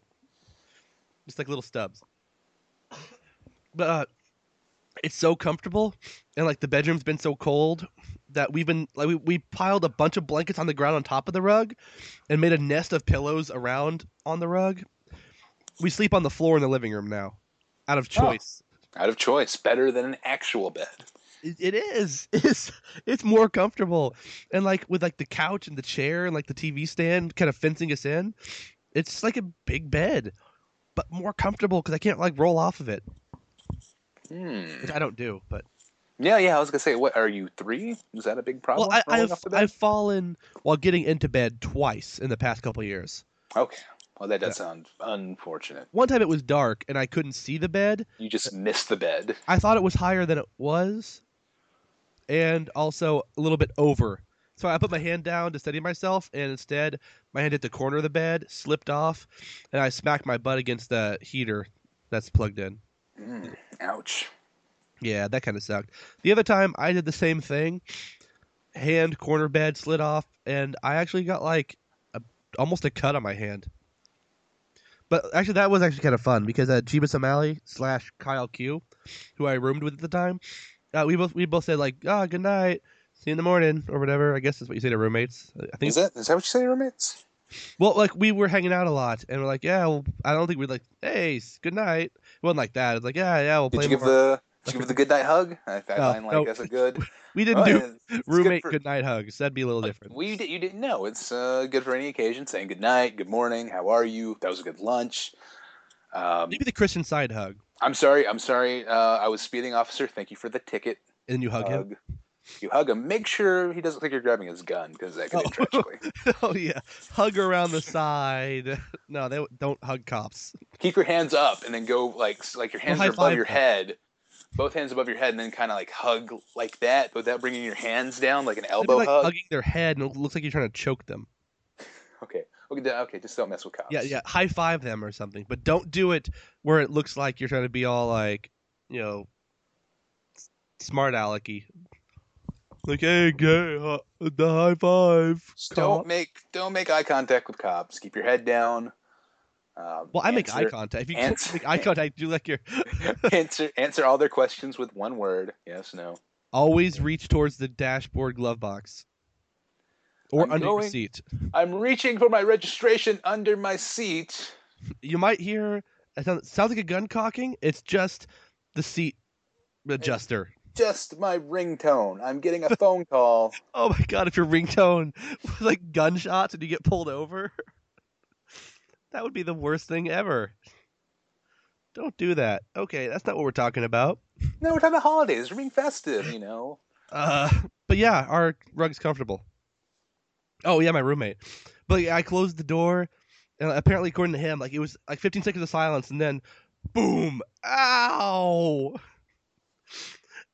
C: Just like little stubs. But uh, it's so comfortable, and like the bedroom's been so cold that we've been like we, we piled a bunch of blankets on the ground on top of the rug, and made a nest of pillows around on the rug. We sleep on the floor in the living room now, out of choice.
B: Out of choice, better than an actual bed.
C: It, it is. It's it's more comfortable, and like with like the couch and the chair and like the TV stand kind of fencing us in, it's like a big bed, but more comfortable because I can't like roll off of it,
B: Hmm.
C: which I don't do. But
B: Yeah, yeah. I was gonna say, what are you three? Is that a big problem?
C: well, I,
B: rolling
C: I've
B: off the bed?
C: I've fallen while getting into bed twice in the past couple years.
B: Okay. Well, that does sound unfortunate.
C: One time it was dark and I couldn't see the bed.
B: You just missed the bed.
C: I thought it was higher than it was, and also a little bit over. So I put my hand down to steady myself, and instead my hand hit the corner of the bed, slipped off, and I smacked my butt against the heater that's plugged in.
B: Hmm. Ouch.
C: Yeah, that kind of sucked. The other time I did the same thing, hand corner bed slid off, and I actually got like a, almost a cut on my hand. But actually, that was actually kind of fun because uh, Jeebus O'Malley slash Kyle Q, who I roomed with at the time, uh, we both we both said like, ah, good night, see you in the morning or whatever. I guess that's what you say to roommates. I think
B: Is that is that what you say, roommates?
C: well, like we were hanging out a lot, and we're like, yeah, well, I don't think we're like, hey, s- good night. It wasn't like that. It's like, yeah, yeah, we'll
B: Did
C: play
B: you give
C: more."
B: the did you give the good night hug? I, I
C: No,
B: find like
C: no.
B: that's a good
C: we
B: Oh,
C: didn't do
B: yeah, it's good
C: roommate
B: for-
C: good night hugs. That'd be a little different.
B: Well, you, did, you didn't know. It's uh, good for any occasion. Saying good night, good morning, how are you? That was a good lunch. Um,
C: Maybe the Christian side hug,
B: I'm sorry. I'm sorry. Uh, I was speeding, officer. Thank you for the ticket.
C: and then you hug him.
B: You hug him. Make sure he doesn't think you're grabbing his gun because that could
C: Oh.
B: end tragically.
C: oh yeah, hug around the side. No, they don't hug cops.
B: Keep your hands up and then go like s- like your hands
C: high
B: are above
C: five
B: your
C: them.
B: head, both hands above your head, and then kind of like hug like that without bringing your hands down, like an
C: It'd be
B: elbow
C: like
B: hug.
C: hugging their head, and it looks like you're trying to choke them.
B: Okay. Okay. d- Okay. Just don't mess with cops.
C: Yeah, yeah, high five them or something, but don't do it where it looks like you're trying to be all like, you know, s- smart alecky. Like, hey, gay, hu- the high five.
B: Don't
C: cop."
B: make don't make eye contact with cops. Keep your head down. Um,
C: Well, I make eye
B: answer-
C: contact. If you
B: answer-
C: make eye contact, do like you're
B: answer answer all their questions with one word. Yes, no.
C: always reach towards the dashboard glove box or
B: I'm
C: under your
B: going-
C: seat.
B: I'm reaching for my registration under my seat.
C: you might hear it sounds, sounds like a gun cocking. It's just the seat adjuster.
B: Just my ringtone. I'm getting a phone call.
C: Oh my god! If your ringtone was like gunshots and you get pulled over, that would be the worst thing ever. Don't do that. Okay, that's not what we're talking about.
B: No, we're talking about holidays. We're being festive, you know.
C: Uh, but yeah, our rug's comfortable. Oh yeah, my roommate. But yeah, I closed the door, and apparently, according to him, like it was like 15 seconds of silence, and then, boom! Ow!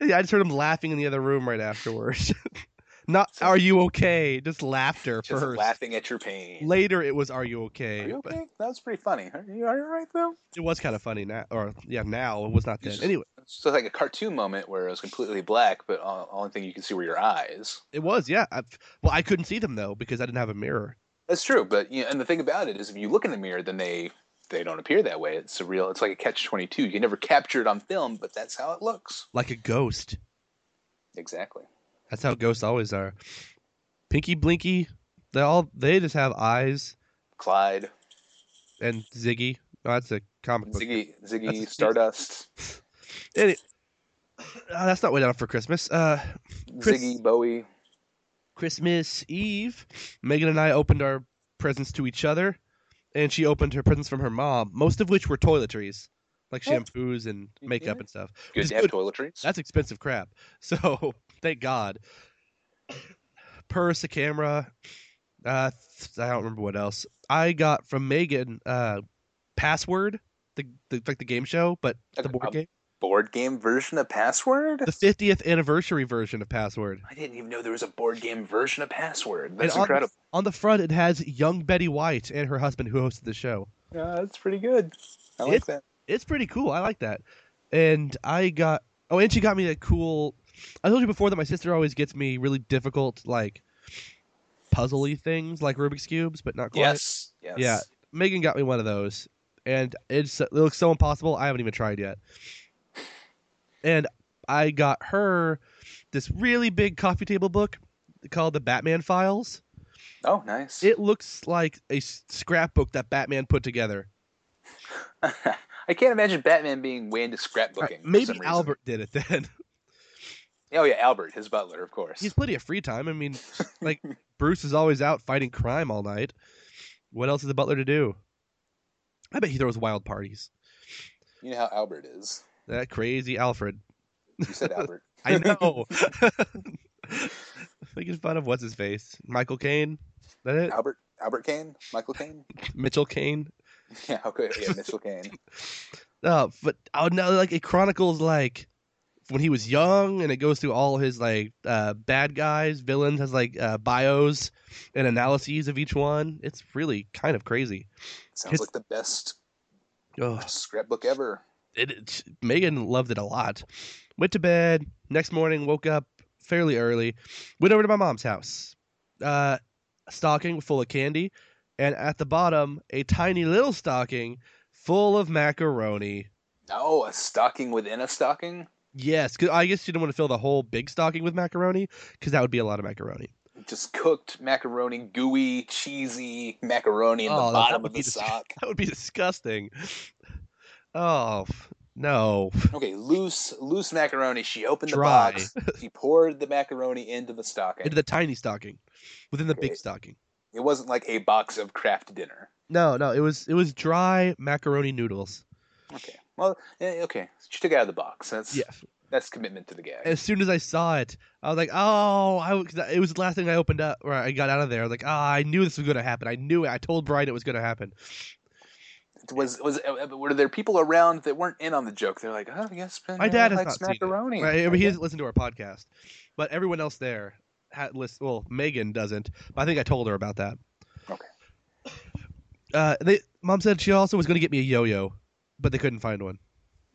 C: Yeah, I just heard him laughing in the other room right afterwards. Not "Are you okay?" Just laughter
B: Just
C: first.
B: laughing at your pain.
C: Later, it was "Are you okay?"
B: Are you
C: but
B: okay? That was pretty funny. Are you, are you all right though?
C: It was kind of funny now, or yeah, now it was not
B: You
C: then.
B: just-
C: Anyway,
B: It's just like a cartoon moment where it was completely black, but all, only thing you can see were your eyes.
C: it was yeah. i well, I couldn't see them though because I didn't have a mirror.
B: That's true, but you know, and the thing about it is, if you look in the mirror, then they they don't appear that way. It's surreal. It's like a catch twenty two. You can never capture it on film, but that's how it looks.
C: Like a ghost.
B: Exactly.
C: That's how ghosts always are. Pinky Blinky, they all they just have eyes
B: Clyde,
C: and Ziggy. Oh, that's a comic book.
B: Ziggy,
C: That's
B: Ziggy
C: a-
B: Stardust,
C: Any- Ah, that's not way down for Christmas. Uh, Chris-
B: Ziggy Bowie.
C: Christmas Eve, Megan and I opened our presents to each other, and she opened her presents from her mom, most of which were toiletries, like
B: Oh.
C: shampoos and makeup and stuff.
B: Good
C: It's
B: to have
C: good.
B: toiletries.
C: That's expensive crap. So thank God. Purse, a camera, Uh, th- I don't remember what else. I got from Megan uh, Password, the, the like the game show, but the
B: Okay,
C: board
B: um,
C: game,
B: Board game version of Password?
C: the 50th anniversary version of Password.
B: I didn't even know there was a board game version of Password. That's
C: And on the-
B: incredible.
C: On the front, it has young Betty White and her husband who hosted the show.
B: Yeah, that's pretty good. I like
C: It's-
B: that.
C: It's pretty cool. I like that. And I got oh, and she got me a cool. I told you before that my sister always gets me really difficult like puzzly things like Rubik's cubes, but not quite.
B: Yes. Yes.
C: Yeah, Megan got me one of those, and it's it looks so impossible. I haven't even tried yet. And I got her this really big coffee table book called the Batman Files.
B: Oh, nice.
C: It looks like a s- scrapbook that Batman put together.
B: I can't imagine Batman being way into
C: Uh,
B: scrapbooking. for some
C: Maybe
B: reason.
C: Albert did it then.
B: Oh yeah, Albert, his butler, of course.
C: He's plenty of free time. I mean, like Bruce is always out fighting crime all night. What else is the butler to do? I bet he throws wild parties.
B: You know how Albert is.
C: That crazy Alfred.
B: You said Albert.
C: I know. Making fun of what's his face, Michael Caine. That it?
B: Albert. Albert Kane, Michael Kane.
C: Mitchell Caine.
B: Yeah, okay, yeah, Mitchell Kane.
C: Uh, but oh no, like it chronicles like when he was young, and it goes through all his like uh, bad guys, villains, has like uh, bios and analyses of each one. It's really kind of crazy.
B: Sounds like the best
C: Oh,
B: scrapbook ever.
C: it, it- Megan loved it a lot. Went to bed next morning, woke up fairly early, went over to my mom's house. Uh, a stocking full of candy, and at the bottom, a tiny little stocking full of macaroni.
B: Oh, a stocking within a stocking.
C: Yes, 'cause I guess she didn't want to fill the whole big stocking with macaroni because that would be a lot of macaroni.
B: Just cooked macaroni, gooey, cheesy macaroni in
C: Oh,
B: the
C: that- that
B: bottom
C: would
B: of the
C: be dis-
B: sock.
C: That would be disgusting. Oh f- no!
B: Okay, loose, loose macaroni. She opened
C: Dry.
B: the box. She poured the macaroni into the stocking.
C: Into the tiny stocking, within the big
B: Okay.
C: stocking.
B: It wasn't like a box of Kraft dinner.
C: No, no, it was it was dry macaroni noodles.
B: Okay. Well, eh, okay. She took it out of the box. That's
C: Yeah,
B: that's commitment to the gag.
C: as soon as I saw it, I was like, "Oh!" I was- 'cause it was the last thing I opened up, or I got out of there. I was like, "Ah, I knew this was going to happen. I knew it. I told Brian it was going to happen."
B: was was uh, uh, were there people around that weren't in on the joke? They're like, oh yes, Ben
C: My
B: really
C: dad has
B: likes
C: not seen it.
B: macaroni.
C: Right?
B: I
C: He
B: guess-
C: doesn't listen to our podcast, but everyone else there, had list, well, Megan doesn't. But I think I told her about that.
B: Okay.
C: Uh, they, mom said she also was going to get me a yo-yo, but they couldn't find one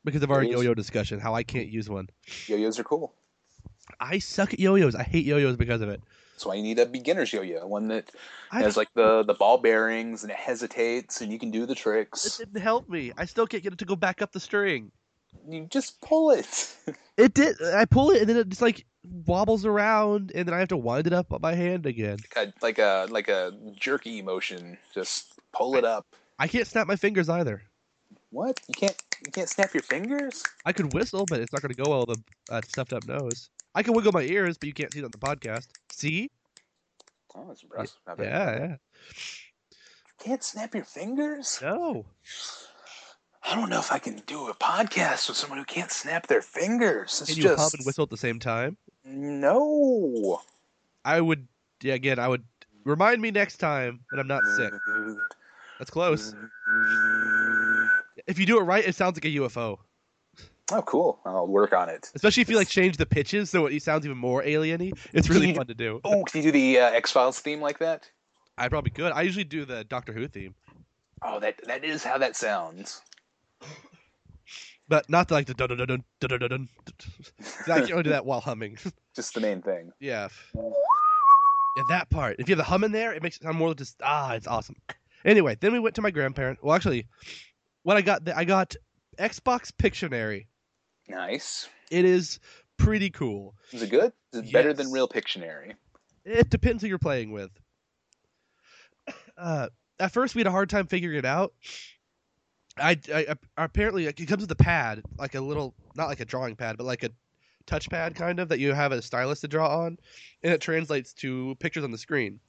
C: because of our
B: Yo-yos?
C: yo-yo discussion. How I can't use one.
B: Yo-yos are cool.
C: I suck at yo-yos. I hate yo-yos because of it.
B: That's why you need a beginner's yo-yo, one that
C: I
B: has like the the ball bearings and it hesitates and you can do the
C: It
B: tricks.
C: didn't help me. I still can't get it to go back up the string.
B: You just pull it.
C: It did. I pull it and then it just like wobbles around, and then I have to wind it up by hand again.
B: Kind of like a like a jerky motion. Just pull it up.
C: I can't snap my fingers either.
B: What? You can't you can't snap your fingers?
C: I could whistle, but it's not going to go well with a uh, stuffed up nose. I can wiggle my ears, but you can't see it on the podcast. See?
B: Oh, that's impressive. Not bad.
C: Yeah,
B: You can't snap your fingers?
C: yeah. No.
B: I don't know if I can do a podcast with someone who can't snap their fingers. It's
C: Can you
B: just
C: hum and whistle at the same time?
B: No.
C: I would. Yeah, again, I would. Remind me next time that I'm not sick. That's close. If you do it right, it sounds like a UFO.
B: Oh, cool. I'll work on it.
C: Especially if you like change the pitches so it sounds even more alieny. It's really
B: You-
C: fun to do.
B: Oh, can you do the uh, X Files theme like that?
C: I probably could. I usually do the Doctor Who theme,
B: Oh, that that is how that sounds.
C: but not the, like the dun dun dun dun dun dun dun. I can't really do that while humming.
B: Just the main thing.
C: Yeah. Yeah, that part. If you have the hum in there, it makes it sound more just ah, it's awesome. Anyway, then we went to my grandparent. Well, actually, what I got, I got Xbox Pictionary.
B: Nice.
C: It is pretty cool.
B: Is it good? Is it better than
C: Yes.
B: real Pictionary?
C: It depends who you're playing with. Uh, at first, we had a hard time figuring it out. I, I- I- apparently like, it comes with a pad, like a little, not like a drawing pad, but like a touchpad kind of that you have a stylus to draw on, and it translates to pictures on the screen.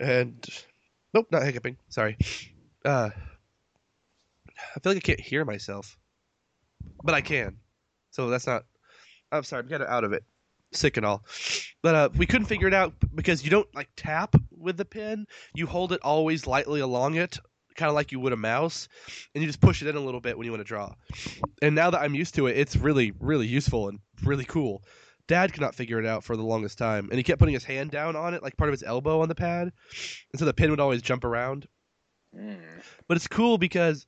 C: And nope, not hiccuping. Sorry. Uh, I feel like I can't hear myself, but I can. So that's not. I'm sorry. I'm kind of out of it. sick and all. But uh, we couldn't figure it out because you don't like tap with the pen. You hold it always lightly along it, kind of like you would a mouse, and you just push it in a little bit when you want to draw. And now that I'm used to it, it's really, really useful and really cool. Dad could not figure it out for the longest time, and he kept putting his hand down on it, like part of his elbow on the pad, and so the pen would always jump around
B: Mm.
C: but it's cool because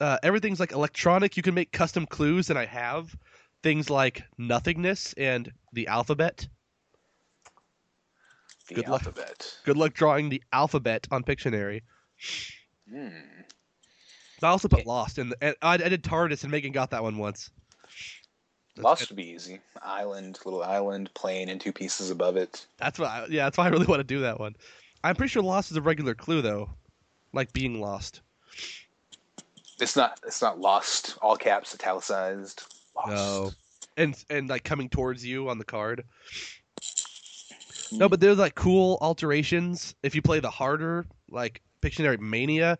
C: uh, everything's like electronic. You can make custom clues, and I have things like nothingness and the alphabet.
B: The
C: Good luck.
B: alphabet.
C: Good luck drawing the alphabet on Pictionary.
B: Mm.
C: I also put lost, in the, and I, I did TARDIS, and Megan got that one once. That's-
B: Lost would be easy. Island, little island, plane, and two pieces above it.
C: That's why, I, yeah, that's why I really want to do that one. I'm pretty sure lost is a regular clue though, like being lost.
B: It's not. It's not lost. All caps, italicized. Lost.
C: No. And and like coming towards you on the card. No, but there's like cool alterations if you play the harder like Pictionary Mania,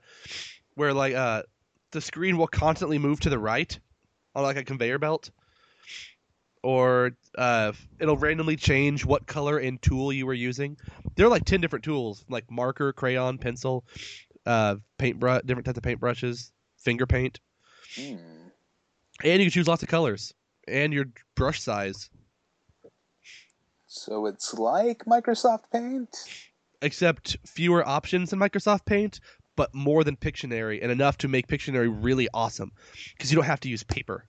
C: where like uh the screen will constantly move to the right on like a conveyor belt, or uh it'll randomly change what color and tool you were using. There are like ten different tools like marker, crayon, pencil, uh paintbrush, different types of paintbrushes, finger paint.
B: Mm.
C: And you can choose lots of colors. And your brush size.
B: So it's like Microsoft Paint.
C: Except fewer options than Microsoft Paint, but more than Pictionary, and enough to make Pictionary really awesome. Because you don't have to use paper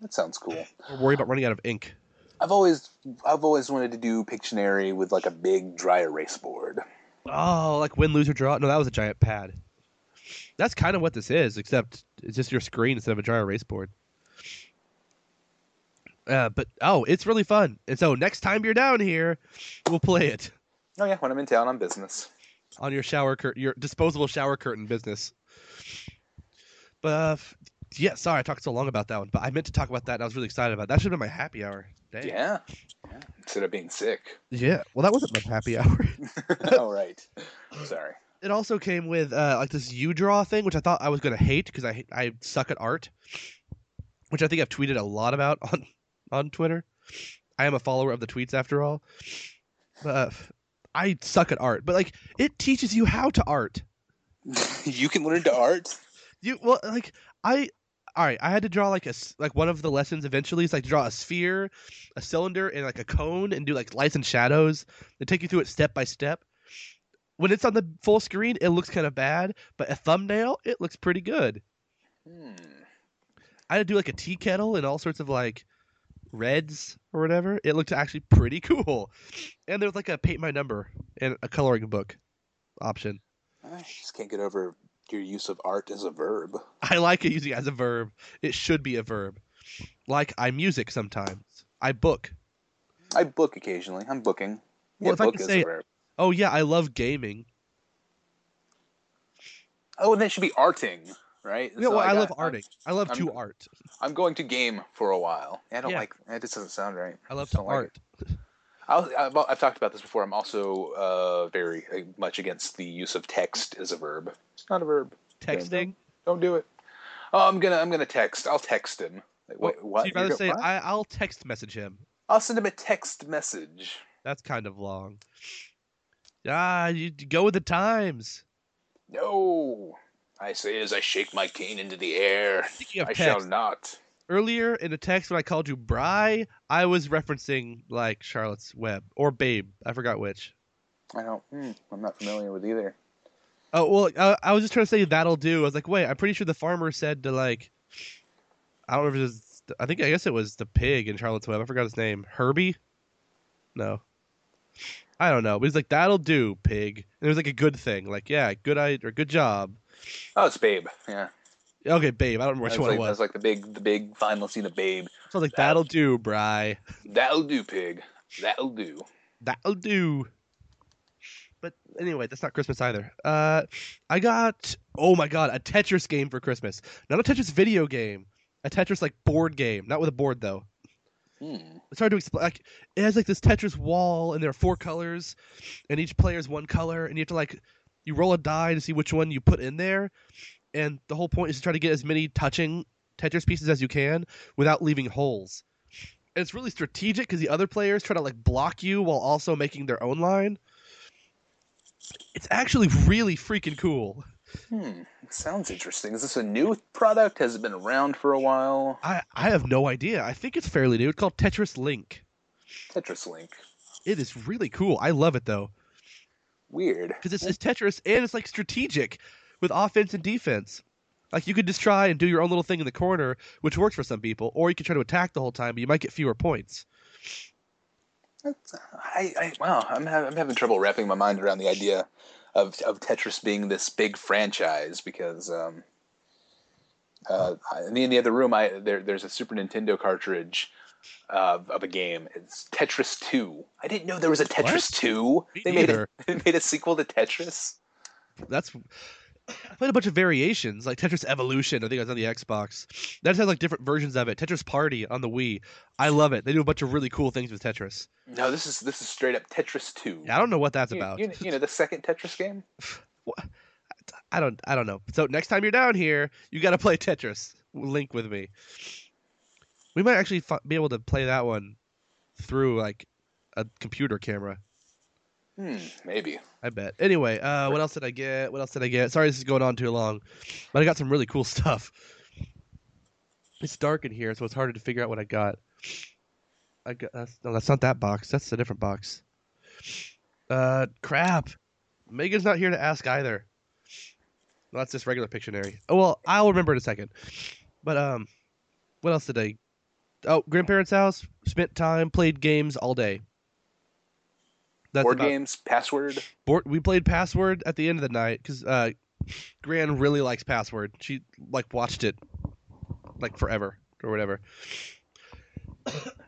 B: That sounds cool.
C: or worry about running out of ink.
B: I've always, I've always wanted to do Pictionary with like a big dry erase board.
C: Oh, like win, lose, or draw. No, that was a giant pad. That's kind of what this is, except it's just your screen instead of a dry erase board. Uh, but oh, it's really fun. And so next time you're down here, we'll play it
B: Oh yeah, when I'm in town on business.
C: on your shower cur- your disposable shower curtain business. But uh, f- yeah, sorry I talked so long about that one, but I meant to talk about that and I was really excited about it. that. Should have been my happy hour. Dang.
B: Yeah. yeah. Instead of being sick.
C: Yeah. Well, that wasn't my happy hour.
B: All right. Sorry.
C: it also came with uh, like this you draw thing, which I thought I was gonna hate because I hate- I suck at art, which I think I've tweeted a lot about on on Twitter. I am a follower of the tweets after all. But uh, f- I suck at art, but like it teaches you how to art.
B: you can learn to art.
C: You well, like I, all right. I had to draw like a s- like one of the lessons eventually is like draw a sphere, a cylinder, and like a cone, and do like lights and shadows. They take you through it step by step. When it's on the full screen, it looks kind of bad, but a thumbnail, it looks pretty good.
B: Hmm.
C: I had to do like a tea kettle and all sorts of like reds or whatever. It looked actually pretty cool. And there was like a paint my number and a coloring book option.
B: I just can't get over your use of art as a verb.
C: I like it using it as a verb. It should be a verb. Like I music sometimes. I book.
B: I book occasionally. I'm booking.
C: Well, if I
B: book
C: could
B: is
C: say-
B: a verb.
C: Oh yeah, I love gaming.
B: Oh, and that should be arting, right?
C: Yeah,
B: So
C: well, I,
B: got-
C: love arting. I love
B: I'm-
C: to art.
B: I'm, I'm going to game for a while. I don't
C: Yeah.
B: like. That just doesn't sound right.
C: I love
B: just
C: to
B: don't like
C: art.
B: I'll, I've, I've talked about this before. I'm also uh, very uh, much against the use of text as a verb. It's not a verb.
C: Texting.
B: Don't do it. Oh, I'm gonna I'm gonna text. I'll text him. Like,
C: What-
B: wait, what?
C: So you'd rather
B: You're
C: say
B: gonna- what?
C: I, I'll text message him.
B: I'll send him a text message.
C: That's kind of long. Ah, you you go with the times.
B: No, I say as I shake my cane into the air.
C: Speaking of
B: I
C: text,
B: shall not.
C: earlier in the text when I called you Bry, I was referencing like Charlotte's Web or Babe. I forgot which.
B: I don't. Hmm, I'm not familiar with either.
C: Oh well, I, I was just trying to say that'll do. I was like, wait, I'm pretty sure the farmer said to like, I don't remember. If it was, I think I guess it was the pig in Charlotte's Web. I forgot his name. Herbie? No, I don't know. But he's like, that'll do, pig. And it was like a good thing. Like, yeah, good I or good job.
B: Oh, it's Babe. Yeah,
C: Okay, babe. I don't remember
B: that's
C: which one
B: like,
C: it was.
B: that's like the big the big final scene of Babe.
C: so I was like, that'll do, Bry.
B: That'll do, pig. That'll do.
C: That'll do. But anyway, that's not Christmas either. Uh, I got oh my god, a Tetris game for Christmas. Not a Tetris video game, a Tetris like board game. Not with a board though.
B: Hmm.
C: It's hard to explain. Like, it has like this Tetris wall, and there are four colors, and each player is one color, and you have to like you roll a die to see which one you put in there, and the whole point is to try to get as many touching Tetris pieces as you can without leaving holes. And it's really strategic because the other players try to like block you while also making their own line. It's actually really freaking cool.
B: Hmm. Sounds interesting. Is this a new product? Has it been around for a while?
C: I I have no idea. I think it's fairly new. It's called Tetris Link.
B: Tetris Link.
C: It is really cool. I love it though
B: Weird.
C: because it's, it's Tetris and it's like strategic with offense and defense. Like you could just try and do your own little thing in the corner, which works for some people, or you could try to attack the whole time, but you might get fewer points.
B: That's, uh, I, I wow. I'm ha- I'm having trouble wrapping my mind around the idea of of Tetris being this big franchise because um, uh, I- in the- in the other room, I there there's a Super Nintendo cartridge. Of, of a game, it's Tetris Two. I didn't know there was a Tetris
C: What?
B: Two.
C: Me
B: They made a,
C: neither.
B: they made a sequel to Tetris.
C: That's I played a bunch of variations, like Tetris Evolution. I think it was on the Xbox. That just has like different versions of it. Tetris Party on the Wii. I love it. They do a bunch of really cool things with Tetris.
B: No, this is this is straight up Tetris Two.
C: I don't know what that's
B: You-
C: about.
B: You, you know the second Tetris game.
C: I don't I don't know. So next time you're down here, you got to play Tetris. Link with me. We might actually fi- be able to play that one through like a computer camera.
B: Hmm, maybe.
C: I bet. Anyway, uh, what else did I get? What else did I get? Sorry, this is going on too long, but I got some really cool stuff. It's dark in here, so it's harder to figure out what I got. I got that's, no, that's not that box. That's a different box. Uh, crap. Megan's not here to ask either. Well, that's just regular Pictionary. Oh well, I'll remember in a second. But um, what else did I? Oh, grandparents' house. Spent time, played games all day. That's
B: Board
C: about-
B: games, password.
C: board we played password at the end of the night because uh gran really likes password she like watched it like forever or whatever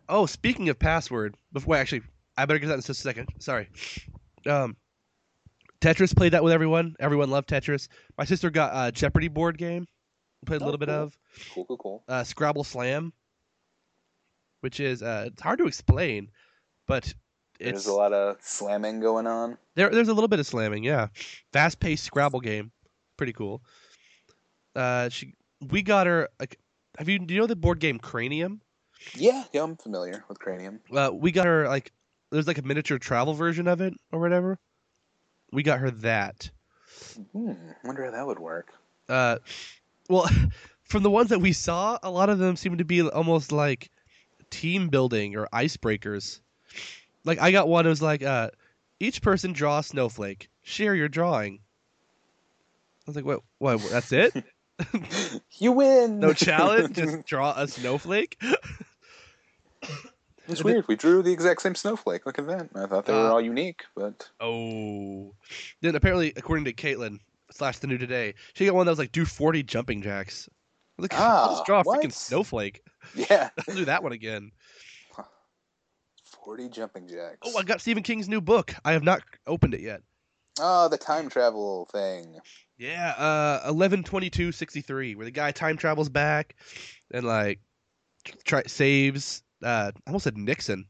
C: oh speaking of password before wait, actually i better get that in just a second sorry um tetris played that with everyone everyone loved tetris my sister got uh jeopardy board game we played a
B: Oh,
C: little bit
B: cool.
C: of
B: Cool, cool, cool.
C: uh, Scrabble Slam, which is uh, it's hard to explain, but it's
B: There's a lot of slamming going on.
C: there, there's a little bit of slamming, yeah. Fast paced Scrabble game, pretty cool. Uh, she we got her like, have you do you know the board game Cranium?
B: Yeah, yeah, I'm familiar with Cranium.
C: Uh, we got her like there's like a miniature travel version of it or whatever. We got her that.
B: Hmm, wonder how that would work.
C: uh, well, from the ones that we saw, a lot of them seemed to be almost like team building or icebreakers. Like I got one. It was like uh, each person draw a snowflake. Share your drawing. I was like, what? What? That's it?
B: You win.
C: No challenge. Just draw a snowflake.
B: it's weird. We drew the exact same snowflake. Look at that. I thought they were
C: Uh,
B: all unique, but
C: Oh. Then apparently, according to Caitlin slash the new today, she got one that was like do forty jumping jacks. I was like, I'll
B: Ah,
C: just draw a
B: what?
C: freaking snowflake.
B: yeah,
C: I'll do that one again.
B: forty jumping jacks.
C: Oh, I got Stephen King's new book. I have not opened it yet.
B: Oh, the time travel thing.
C: Yeah, uh, eleven twenty two sixty three, where the guy time travels back and like try saves. Uh, I almost said Nixon.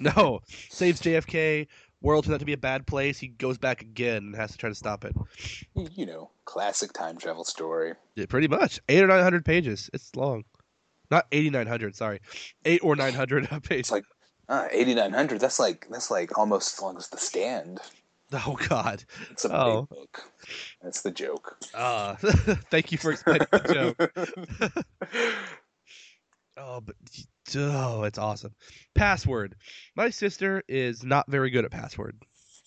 C: No, saves JFK. World turns out to be a bad place. He goes back again and has to try to stop it.
B: You you know, classic time travel story.
C: Yeah, pretty much eight or nine hundred pages. It's long, not eighty nine hundred. Sorry, eight or nine hundred pages.
B: like- Uh, eighty nine hundred. That's like that's like almost as long as the stand.
C: oh God.
B: It's a
C: Oh.
B: big book. That's the joke.
C: Uh, thank you for explaining the joke. Oh, but oh, it's awesome. Password. My sister is not very good at password.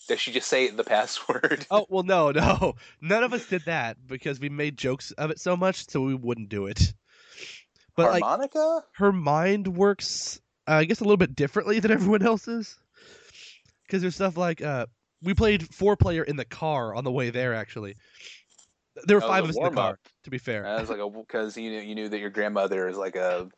B: Does she just say the password?
C: Oh well, no, no, none of us did that because we made jokes of it so much, so we wouldn't do it. But like
B: Harmonica?
C: her mind works, uh, I guess, a little bit differently than everyone else's. Because there's stuff like uh, we played four player in the car on the way there. Actually, there were
B: Oh,
C: five
B: the
C: of us in the car.
B: warm-up.
C: To be fair,
B: I was like, because you knew you knew that your grandmother is like a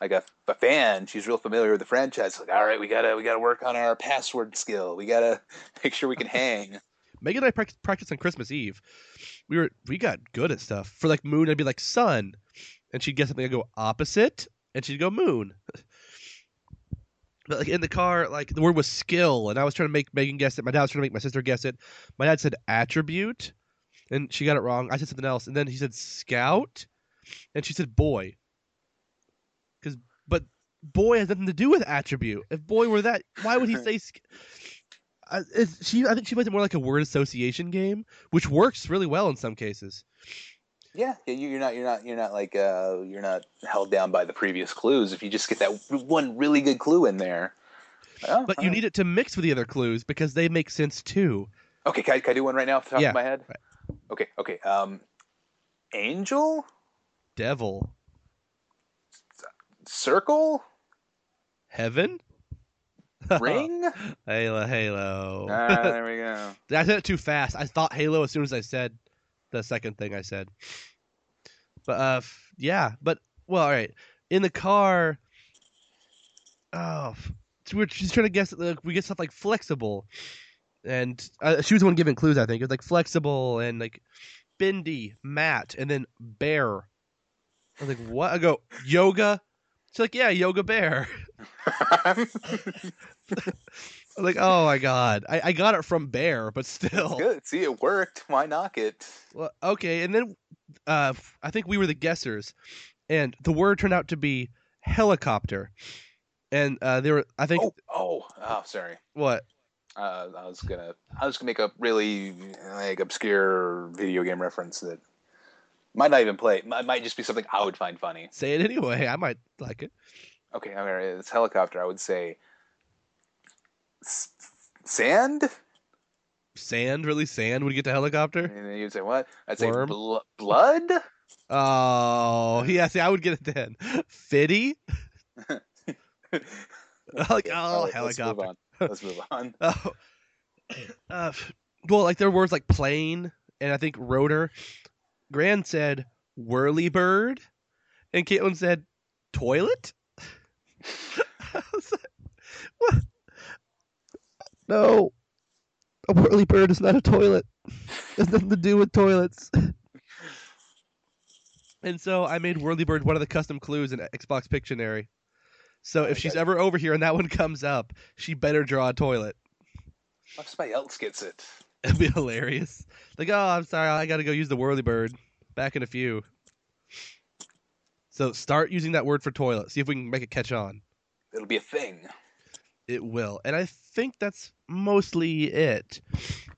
B: like a, a fan. She's real familiar with the franchise. Like, all right, we gotta we gotta work on our password skill. We gotta make sure we can hang.
C: Megan and I prac- practiced on Christmas Eve. We were we got good at stuff. For like moon, I'd be like sun, and she'd get something. I'd go opposite, and she'd go moon. But like in the car, like the word was skill, and I was trying to make Megan guess it. My dad was trying to make my sister guess it. My dad said attribute, and she got it wrong. I said something else, and then he said scout, and she said boy. Because but boy has nothing to do with attribute. If boy were that, why would he say? Sk- I, it's, she, I think she plays it more like a word association game, which works really well in some cases.
B: Yeah, yeah, you- you're not, you're not, you're not like, uh, you're not held down by the previous clues. If you just get that one really good clue in there, Oh,
C: But you
B: alright.
C: need it to mix with the other clues because they make sense too.
B: Okay, can I, can I do one right now off the top
C: Yeah,
B: of my head? Okay, okay. Um, angel,
C: Devil,
B: circle,
C: heaven,
B: ring.
C: Oh. Halo, Halo.
B: ah, there we go.
C: I said it too fast. I thought Halo as soon as I said the second thing I said. But uh, f- yeah. But well, all right. In the car. Oh, f- so we're just trying to guess. Like, we get stuff like flexible, and uh, she was the one giving clues. I think it was like flexible and like bendy, matte, and then bear. I was like, what? I go yoga. She's like, yeah, yoga bear. I'm like, oh my god, I, I got it from bear, but still.
B: Good. See, it worked. Why knock it?
C: Well, okay, and then uh, f- I think we were the guessers, and the word turned out to be helicopter, and uh, there were I think
B: Oh, oh, oh, sorry.
C: what
B: Uh, I was gonna, I was gonna make a really like obscure video game reference that might not even play. Might, might just be something I would find funny.
C: say it anyway. I might like it.
B: Okay, all right. It's helicopter. I would say s- sand.
C: Sand, really? Sand would get to helicopter?
B: And then you'd say what? I'd say
C: Worm.
B: bl- blood.
C: Oh, yeah. See, I would get it then. Fitty, like
B: All
C: oh,
B: right, let's move
C: helicopter.
B: on. Let's move on.
C: Oh. Uh, f- well, like there were words like plane and I think rotor. Gran said whirly bird, and Caitlin said toilet. I was like, what? No, a whirly bird is not a toilet. It has nothing to do with toilets. and so I made whirly bird one of the custom clues in Xbox Pictionary. So if
B: my
C: she's
B: God.
C: ever over here and that one comes up, she better draw a toilet.
B: What if somebody else gets it?
C: It'd be hilarious. Like, oh, I'm sorry, I gotta go use the whirly bird. Back in a few. So start using that word for toilet. See if we can make it catch on.
B: It'll be a thing.
C: It will. And I think that's mostly it.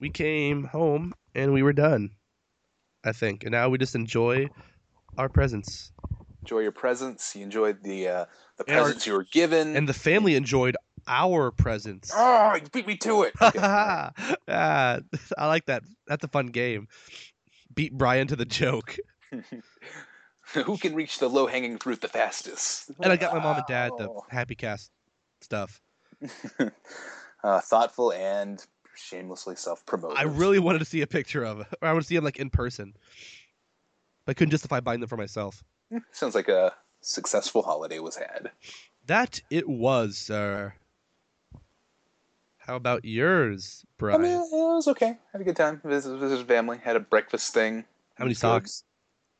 C: We came home and we were done. I think. And now we just enjoy our presence.
B: Enjoy your presents. You enjoyed the uh, the
C: And our-
B: presents you were given.
C: And the family enjoyed our presence.
B: oh, you beat me to it. Okay, all right.
C: ah, I like that. That's a fun game. Beat Brian to the joke.
B: Who can reach the low hanging fruit the fastest?
C: And I got my mom and dad the
B: Wow.
C: Happy Cast stuff.
B: uh, thoughtful and shamelessly self promoting.
C: I really wanted to see a picture of, or I want to see them like in person. But I couldn't justify buying them for myself.
B: sounds like a successful holiday was had.
C: That it was, sir. How about yours, Brian?
B: I mean, it was okay. Had a good time. Visited, visited family. Had a breakfast thing.
C: How many
B: Good.
C: socks?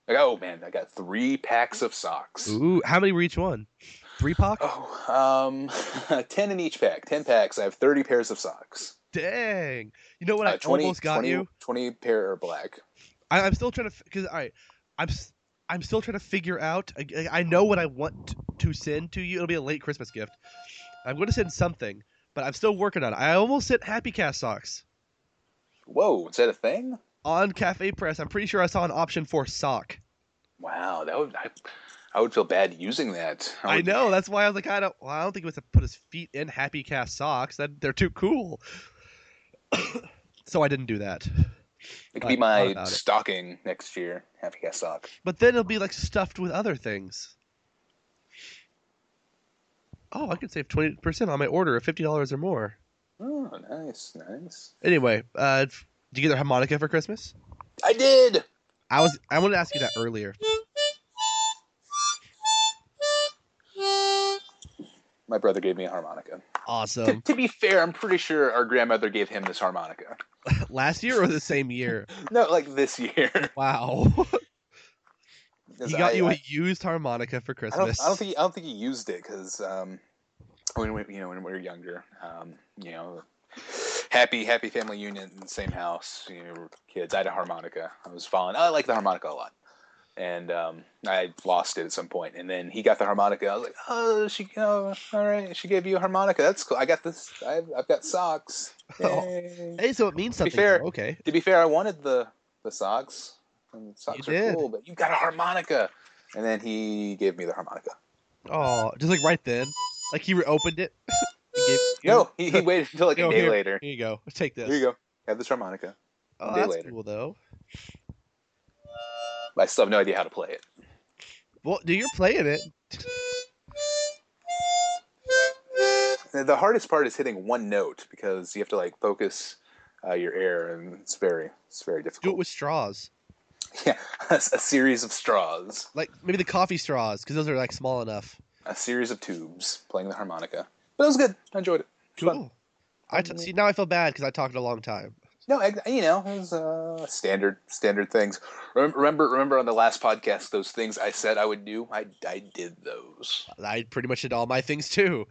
B: Like, oh man, I got three packs of socks.
C: Ooh, how many were each one? Three pack?
B: Oh, um, ten in each pack. Ten packs. I have thirty pairs of socks.
C: Dang! You know what?
B: Uh,
C: I almost got
B: 20
C: you.
B: 20 pair are black.
C: I, I'm still trying to because all right, I'm s- I'm still trying to figure out. I, I- I know what I want to send to you. It'll be a late Christmas gift. I'm going to send something, but I'm still working on it. I almost sent Happy Cast socks
B: Whoa, is that a thing?
C: on Cafe Press. I'm pretty sure I saw an option for sock.
B: Wow, that would I, I would feel bad using that.
C: I
B: would-
C: know that's why I was like, I don't. Well, I don't think he wants to put his feet in Happy Cast socks. That they're too cool. so I didn't do that.
B: It could be
C: I thought
B: my
C: about it.
B: stocking next year. Happy cat sock.
C: But then it'll be like stuffed with other things. Oh, I could save twenty percent on my order of fifty dollars or more.
B: Oh, nice, nice.
C: Anyway, uh, f- did you get a harmonica for Christmas?
B: I did.
C: I was I wanted to ask you that earlier.
B: My brother gave me a harmonica. To,
C: Awesome.
B: to be fair, I'm pretty sure our grandmother gave him this harmonica.
C: Last year or the same year?
B: No, like this year.
C: Wow.
B: 'Cause
C: he got
B: I-
C: you
B: I-
C: a used harmonica for
B: I don't,
C: Christmas.
B: I don't think I don't think he used it because um, when we, you know when we were younger, um, you know, happy happy family unit in the same house. You know, we were kids. I had a harmonica. I was following. I like the harmonica a lot. and um, I lost it at some point. And then he got the harmonica. I was like, "Oh, she, oh, all right, she gave you a harmonica. That's cool. I got this. I've, I've got socks."
C: Oh.
B: Yay.
C: Hey, so it means
B: be
C: something.
B: fair-
C: though. Okay.
B: To be fair, I wanted the the socks. And socks
C: You
B: are
C: did.
B: cool, but you got a harmonica. And then he gave me the harmonica.
C: Oh, just like right then, like he reopened it. He gave-
B: No, he, he waited until like
C: Yo,
B: a day later.
C: Mm-hmm. Here you go. Take this.
B: Here you go. Have this harmonica.
C: Oh,
B: Day
C: that's
B: later.
C: cool though.
B: But I still have no idea how to play it.
C: Well, dude, you're playing it.
B: The- The hardest part is hitting one note because you have to like focus uh, your air, and it's very it's very
C: Do it
B: difficult.
C: with straws,
B: yeah, a series of straws,
C: like maybe the coffee straws, because those are like small enough.
B: a series of tubes, playing the harmonica. But it was good. I enjoyed it. Fun.
C: Cool. I t- see now. I feel bad because I talked a long time.
B: No, I, you know, it was uh, standard standard things. Rem- Remember, remember on the last podcast, those things I said I would do, I, I did those.
C: I pretty much did all my things too.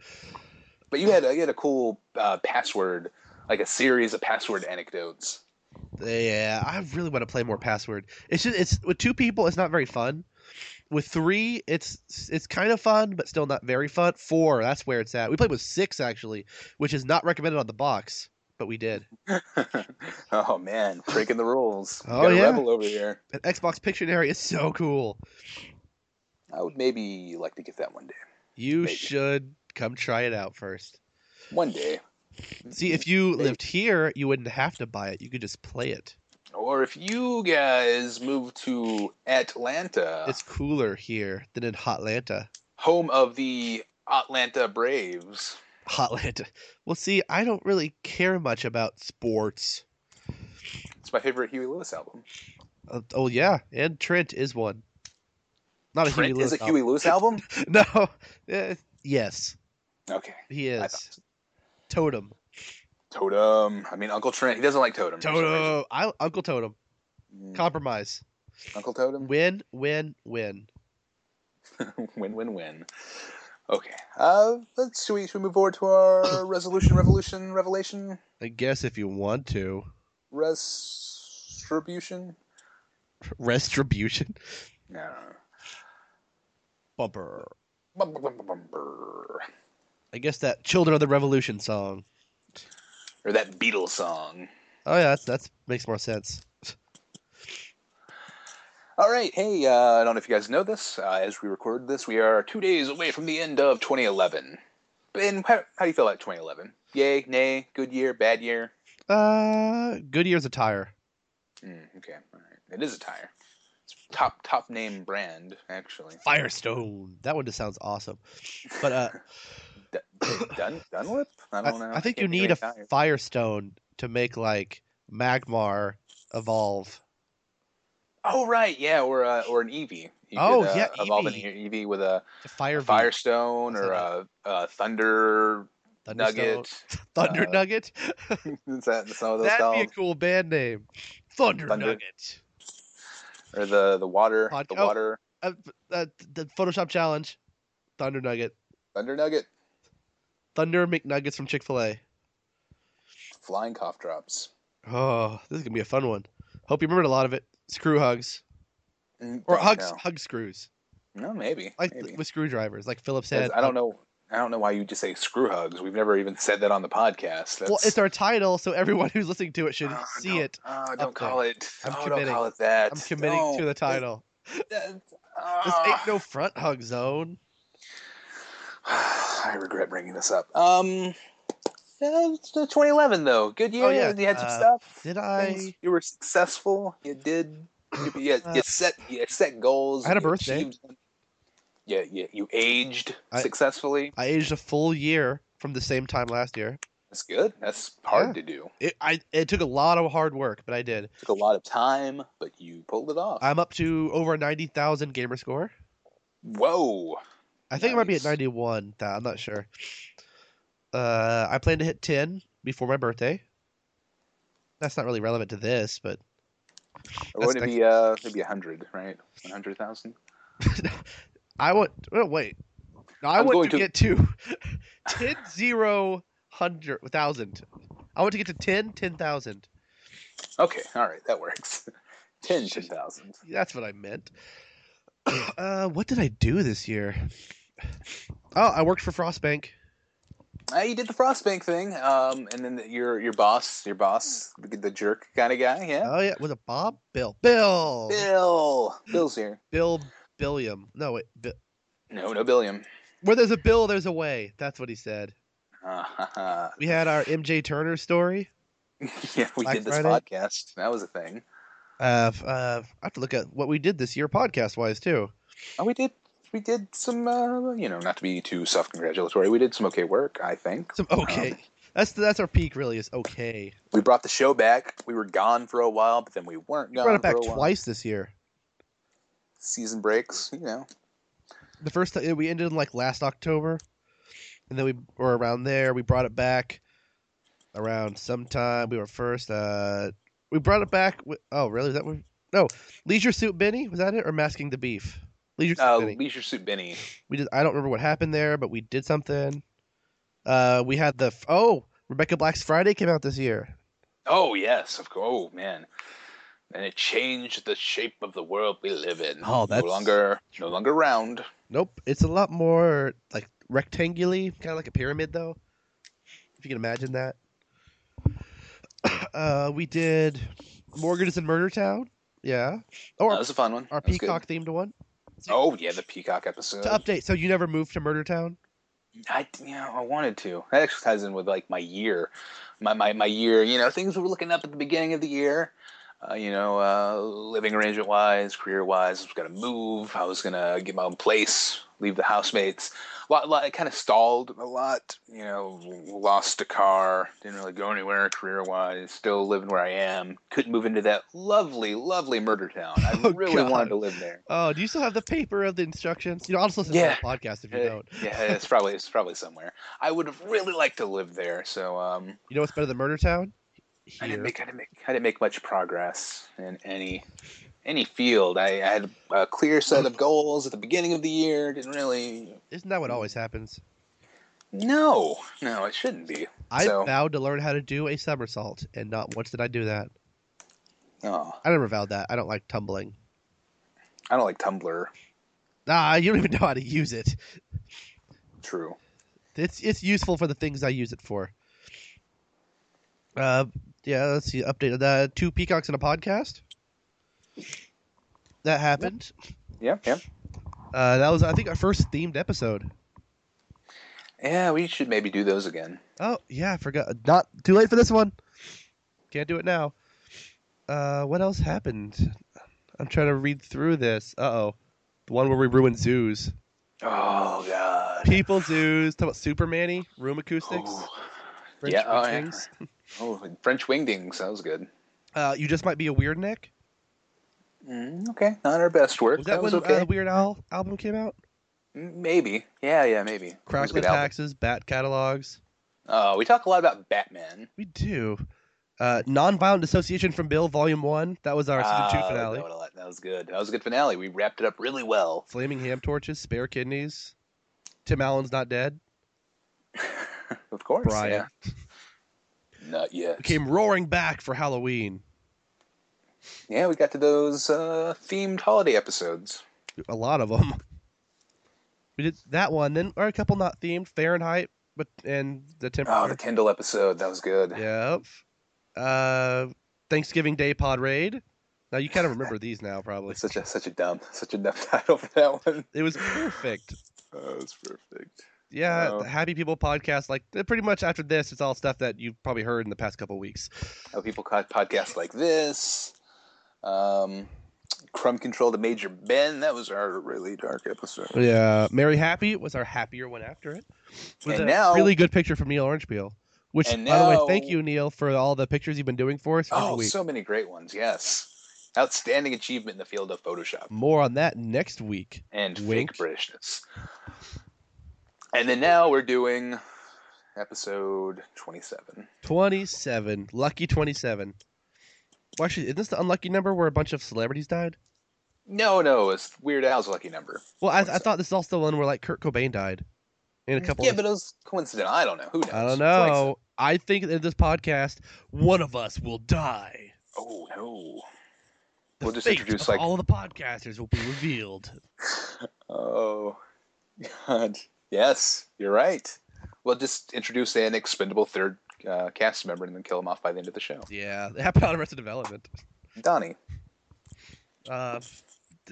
B: But you had you had a cool uh, password, like a series of password anecdotes.
C: Yeah, uh, I really want to play more password. It's just it's with two people, it's not very fun. With three, it's it's kind of fun, but still not very fun. Four, that's where it's at. We played with six actually, which is not recommended on the box, but we did.
B: oh man, breaking the rules. We
C: Oh,
B: got a
C: yeah.
B: rebel over here.
C: And Xbox Pictionary is so cool.
B: I would maybe like to get that one day.
C: You
B: Maybe.
C: should come try it out first.
B: One day,
C: See, if you
B: Maybe.
C: lived here, you wouldn't have to buy it. You could just play it.
B: or if you guys move to Atlanta,
C: It's cooler here than in Hotlanta.
B: home of the Atlanta Braves.
C: Hotlanta. Well, see, I don't really care much about sports.
B: It's my favorite Huey Lewis album.
C: Uh, oh yeah, and Trent is one. Not a
B: Trent
C: Huey
B: is
C: Lewis.
B: a Huey Lewis album?
C: album. No. Eh, yes,
B: Okay.
C: he
B: I
C: is.
B: thought-
C: Totem.
B: Totem. I mean, Uncle Trent. He doesn't like Totem. for some reason.
C: Totem. I, Uncle Totem.
B: Mm,
C: Compromise.
B: Uncle Totem.
C: Win, win, win.
B: win, win, win. Okay. Uh, let's should we, should we move forward to our resolution, revolution, revelation,
C: I guess if you want to.
B: restribution?
C: Restribution.
B: No.
C: Bumper.
B: Bum, bum, bum, bum, bum, brr.
C: I guess that Children of the Revolution song.
B: Or that Beatles song.
C: Oh yeah, that's that's makes more sense.
B: All right. Hey, uh, I don't know if you guys know this. Uh, as we record this, we are two days away from the end of 2011. Ben, how, how do you feel about 2011? Yay, nay, good year, bad year?
C: Uh, Goodyear's a tire.
B: Mm, okay, all right. It is a tire. It's top top name brand actually.
C: Firestone. That one just sounds awesome. But uh,
B: Dun- Dun Dunlop? I
C: I,
B: don't know.
C: I think you
B: Can't do
C: need a
B: any tires.
C: Firestone to make like Magmar evolve.
B: Oh right, yeah, or uh, or an EV. You
C: Oh,
B: could, uh,
C: yeah,
B: evolve an
C: EV.
B: EV with a
C: To fire
B: Firestone or
C: That's
B: a, a Thunder
C: Thunderstone-
B: Nugget.
C: Thunder
B: uh,
C: Nugget.
B: Is that some of those
C: That'd be a
B: called?
C: cool band name. Thunder,
B: Thunder-
C: Nugget.
B: Or the the water,
C: Pod-
B: the
C: oh.
B: water
C: Uh, uh, the Photoshop challenge. Thunder Nugget.
B: Thunder Nugget,
C: Thunder McNuggets from Chick Fil A.
B: flying cough drops.
C: Oh, this is gonna be a fun one. Hope you remembered a lot of it. Screw hugs
B: Mm,
C: or
B: don't
C: hugs,
B: know.
C: hug screws,
B: No, maybe.
C: like
B: maybe.
C: with screwdrivers, like Philip
B: 'Cause
C: said.
B: I don't know. I don't know why you just say screw hugs. We've never even said that on the podcast. That's...
C: Well, it's our title, so everyone who's listening to it should
B: Ah,
C: see
B: don't-
C: it.
B: ah, don't
C: up there.
B: call it.
C: I'm
B: oh,
C: committing.
B: Don't call it that.
C: I'm committing to the title. This
B: ah.
C: ain't no front hug zone.
B: ah. I regret bringing this up. Um, yeah, it's, uh, 2011 though, good year.
C: yeah,
B: You had some
C: uh,
B: stuff.
C: Did
B: Things-
C: I?
B: You were successful. You did. You, you, had- you set. You set goals.
C: Uh, I had a
B: you
C: birthday.
B: achieved them. Yeah, yeah. You aged
C: I-
B: successfully.
C: I aged a full year from the same time last year.
B: That's good. That's hard
C: Yeah.
B: to do.
C: It, I it took a lot of hard work, but I did.
B: Took a lot of time, but you pulled it off.
C: I'm up to over ninety thousand gamer score.
B: Whoa.
C: I think it might be at
B: Nice.
C: ninety one. I'm not sure. Uh, I plan to hit ten before my birthday. That's not really relevant to this, but
B: Or would it
C: That's
B: be uh maybe a hundred, right? One hundred thousand?
C: I want. Oh, wait. No, I
B: I'm going
C: want to,
B: to-
C: get to 10, 0, 100, 1,000. I want to get to 10, 10,000.
B: Okay, all right, that works. Ten, ten thousand.
C: That's what I meant. Uh, what did I do this year? Oh, I worked for Frostbank.
B: Uh, you did the Frostbank thing, um, and then the, your your boss, your boss, the, the jerk kind of guy, yeah.
C: Oh yeah, was it Bob? Bill? Bill?
B: Bill, Bill's here.
C: Bill? Billiam? No wait. Bi-
B: No, no, Billiam.
C: Where there's a bill, there's a way. That's what he said.
B: Ah, ha, ha.
C: We had our MJ Turner story.
B: yeah, we
C: Black
B: did this
C: Friday?
B: podcast. That was a thing.
C: Uh, f- uh, I have to look at what we did this year, podcast wise too.
B: Oh, we did. We did some, uh, you know, not to be too self-congratulatory. We did some okay work, I think.
C: Some okay. that's that's our peak, really. Is okay.
B: We brought the show back. We were gone for a while, but then we weren't gone.
C: Brought it back
B: for a while.
C: twice this year.
B: Season breaks, you know.
C: The first time we ended in like last October, and then we were around there. We brought it back around sometime. We were first. Uh, we brought it back. With, oh, really? Is that what? No, Leisure Suit Benny was that it or Masking the Beef? Leisure Suit
B: Uh,
C: Benny.
B: Leisure Suit Benny.
C: We did. I don't remember what happened there, but we did something. Uh, we had the f- oh Rebecca Black's Friday came out this year.
B: Oh yes, of course. Oh man, and it changed the shape of the world we live in.
C: Oh, that's-
B: no longer no longer round.
C: Nope, it's a lot more like rectangularly, kind of like a pyramid though. If you can imagine that. Uh, we did Morgan is in Murder Town. Yeah. Oh,
B: That
C: our,
B: was a fun one.
C: our
B: That was good.
C: peacock themed one.
B: Oh yeah, the peacock episode.
C: To update, so you never moved to Murder Town?
B: I you know, I wanted to. That actually ties in with like my year, my my my year. You know, things we were looking up at the beginning of the year. Uh, you know, uh, living arrangement wise, career wise, I was gonna move. I was gonna get my own place, leave the housemates. A lot, lot it kind of stalled a lot. You know, lost a car, didn't really go anywhere career wise. Still living where I am. Couldn't move into that lovely, lovely murder town. I
C: Oh,
B: really
C: God.
B: wanted to live there.
C: Oh, do you still have the paper of the instructions? You know, I'll just listen
B: Yeah.
C: to the podcast if you
B: Yeah,
C: don't.
B: Eh, yeah, it's probably it's probably somewhere. I would have really liked to live there. So um,
C: You know what's better than Murder Town?
B: I
C: Here.
B: didn't make I didn't make I didn't make much progress in any any field. I, I had a clear set of goals at the beginning of the year. Didn't really.
C: Isn't that what always happens?
B: No, no, it shouldn't be.
C: I
B: So-
C: vowed to learn how to do a somersault, and not once did I do that.
B: Oh,
C: I never vowed that. I don't like tumbling.
B: I don't like Tumblr.
C: Ah, you don't even know how to use it.
B: True.
C: It's it's useful for the things I use it for. Uh, yeah. Let's see. Update on that. Two peacocks in a podcast. That happened.
B: Yeah, yeah,
C: Uh, that was I think our first themed episode.
B: yeah. We should maybe do those again.
C: Oh yeah, I forgot. Not too late for this one. Can't do it now. Uh, what else happened? I'm trying to read through this. Uh oh, the one where we ruined zoos,
B: Oh God.
C: people zoos. Talk about Supermanny, room acoustics,
B: Oh,
C: French
B: Yeah, oh, yeah.
C: things.
B: oh, French wingdings. That was good.
C: Uh, you just might be a weird neck.
B: Mm, okay, not our best work.
C: Was
B: that
C: that,
B: was
C: when
B: okay.
C: uh, Weird Owl album came out?
B: Mm, Maybe. Yeah, yeah, maybe. It was a
C: Crackle
B: good album.
C: taxes, bat catalogs.
B: Uh, we talk a lot about Batman.
C: We do. Uh, Nonviolent Dissociation from Bill, Volume One. That was our season two
B: Ah,
C: finale.
B: That, would've- that was good. That was a good finale. We wrapped it up really well.
C: Flaming ham torches, spare kidneys. Tim Allen's not dead.
B: Of course.
C: Brian.
B: Yeah. Not yet.
C: came roaring back for Halloween.
B: Yeah, we got to those uh, themed holiday episodes.
C: A lot of them. We did that one, then or a couple not themed Fahrenheit, but and the
B: Oh, the
C: temperature.
B: Kindle episode. That was good.
C: Yep. Uh, Thanksgiving Day pod raid. Now you kind of remember these now, probably.
B: Such a such a dumb such a dumb title for that one.
C: It was perfect.
B: Oh, it's perfect.
C: Yeah,
B: Oh.
C: the Happy People podcast. Like they're pretty much after this, it's all stuff that you've probably heard in the past couple weeks.
B: How people caught podcasts like this. Um, Crumb Control to Major Ben. That was our really dark episode.
C: Yeah, Mary Happy was our happier one after it. With
B: And
C: a
B: now-
C: really good picture from Neil Orange Peel. Which,
B: And
C: by the
B: now-
C: way, thank you, Neil, for all the pictures you've been doing for us every
B: Oh,
C: week.
B: so many great ones. Yes. Outstanding achievement in the field of Photoshop.
C: More on that next week.
B: and
C: Wink.
B: fake Britishness. And then now we're doing episode 27.
C: 27. Lucky 27. Well, actually, isn't this the unlucky number where a bunch of celebrities died?
B: No, no, it's Weird Al's lucky number.
C: Well, I, I
B: 27.
C: thought this is also the one where, like, Kurt Cobain died. And a couple
B: Mm. yeah,
C: of-
B: but it was coincidental. I don't know. Who knows?
C: I don't
B: It's
C: know. I think in this podcast, one of us will die.
B: like- oh, no. we'll just
C: fate
B: introduce
C: of
B: like
C: all the podcasters will be revealed.
B: oh god yes you're right we'll just introduce an expendable third uh, cast member and then kill him off by the end of the show
C: Yeah, it happened on Arrested Development.
B: donnie
C: Uh,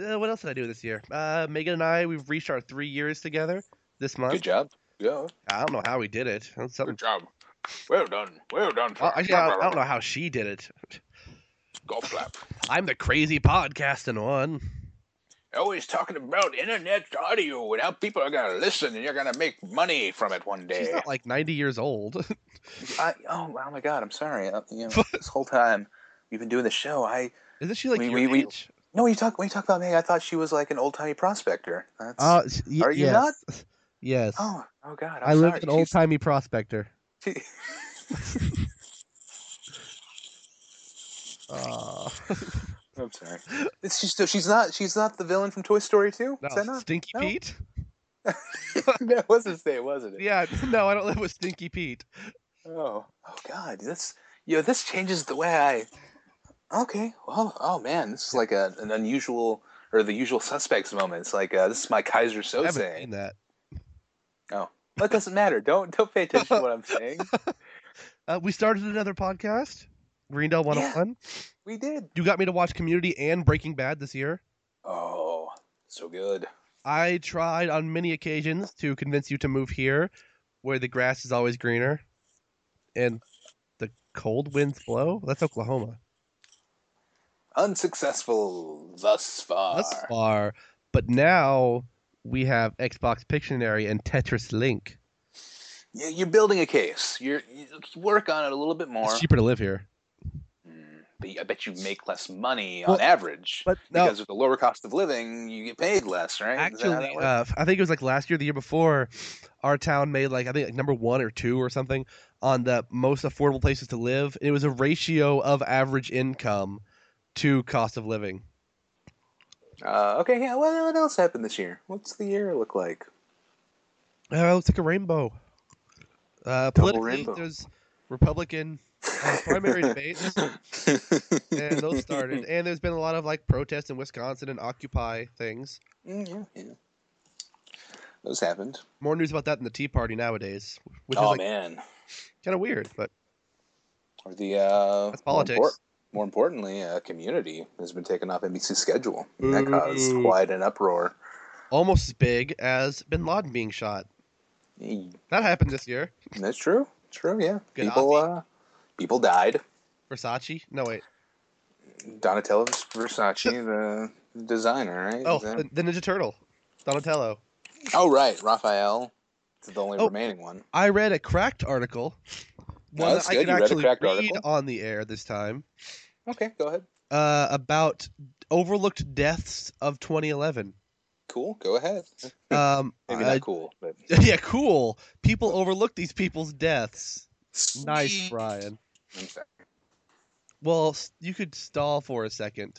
C: uh, what else did I do this year? Uh, Megan and I we've reached our three years together this month.
B: good job yeah
C: I don't know how we did it. That's something.
E: Good job. Well done. Well done.
C: Well, actually, I don't, I don't know how she did it.
E: Golf clap.
C: I'm the crazy podcasting one.
B: Oh,
E: Always talking about internet audio and how people are gonna listen and you're gonna make money from it one
C: She's
E: day.
C: not like 90 years old.
B: I, oh, oh my god i'm sorry uh, you know, this whole time we've been doing the show i
C: Isn't she like
B: We-
C: your
B: we- we-
C: age?
B: no when you talk when you talk about me i thought she was like an old-timey prospector That's,
F: Uh, s- y-
B: Are you
F: yes.
B: not?
F: Yes.
B: oh oh god I'm
F: I lived
B: sorry.
F: an old timey prospector.
B: She's-
C: Aw.
B: i'm sorry It's- she's, so she's not she's not the villain from toy story 2 is that
C: no,
B: not
C: Stinky
B: No.
C: Pete?
B: that was his name wasn't it
C: Yeah, no, I don't live with Stinky Pete.
B: Oh, oh God, this you know this changes the way I. Okay, well, oh man, this is like a, an unusual or the usual suspects moment. It's like uh, this is my Kaiser
C: I haven't
B: Soze.
C: seen that.
B: Well, it doesn't matter. Don't don't pay attention to what I'm saying.
C: Uh, we started another podcast, Greendale 101.
B: We did.
C: You got me to watch Community and Breaking Bad this year.
B: Oh, so good.
C: I tried on many occasions to convince you to move here, where the grass is always greener, and the cold winds blow. That's Oklahoma
B: Unsuccessful thus far.
C: thus far, but now we have Xbox Pictionary and Tetris Link.
B: Yeah, you're building a case. You're you work on it a little bit more.
C: It's cheaper to live here.
B: Mm, but I bet you make less money
F: Well,
B: on average
F: But
C: no.
B: because of the lower cost of living. You get paid less, right? Is that how
C: Actually,
B: that works?
C: uh, I think it was like last year, the year before, our town made like I think like number one or two or something on the most affordable places to live. It was a ratio of average income to cost of living.
B: Uh, okay, yeah. What, what else happened this year? What's the year look like?
C: Uh, it looks like a rainbow. Uh,
B: Double
C: politically,
B: rainbow.
C: there's Republican uh, primary debates, and those started. And there's been a lot of like protests in Wisconsin and Occupy things.
B: Mm, yeah, yeah. Those happened.
C: More news about that than the Tea Party nowadays, which
B: oh
C: is like,
B: man,
C: kind of weird. But
B: or the uh,
C: That's
B: more
C: politics.
B: more importantly, uh, community has been taken off NBC's schedule. And that
C: Boo.
B: caused quite an uproar.
C: almost as big as Bin Laden being shot.
B: Mm,
C: That happened this year.
B: That's true. True. Yeah.
C: Gaddafi.
B: People. Uh, people died.
C: Versace? No, wait.
B: Donatello Versace, the designer, right?
C: Oh,
B: Is that-
C: the, the Ninja Turtle. Donatello.
B: oh, right. Raphael. It's the only
C: Oh.
B: remaining one.
C: I read a cracked article.
B: No,
C: one
B: Oh, that's
C: that I
B: good.
C: could
B: You read a
C: actually
B: Cracked
C: read
B: article.
C: on the air this time
B: Okay, go ahead.
C: uh, about overlooked deaths of 2011.
B: Cool. Go ahead.
C: Um,
B: Maybe
C: uh,
B: not cool, but
C: yeah, cool. People overlook these people's deaths. Nice, Brian.
B: I'm sorry.
C: Well, s- you could stall for a second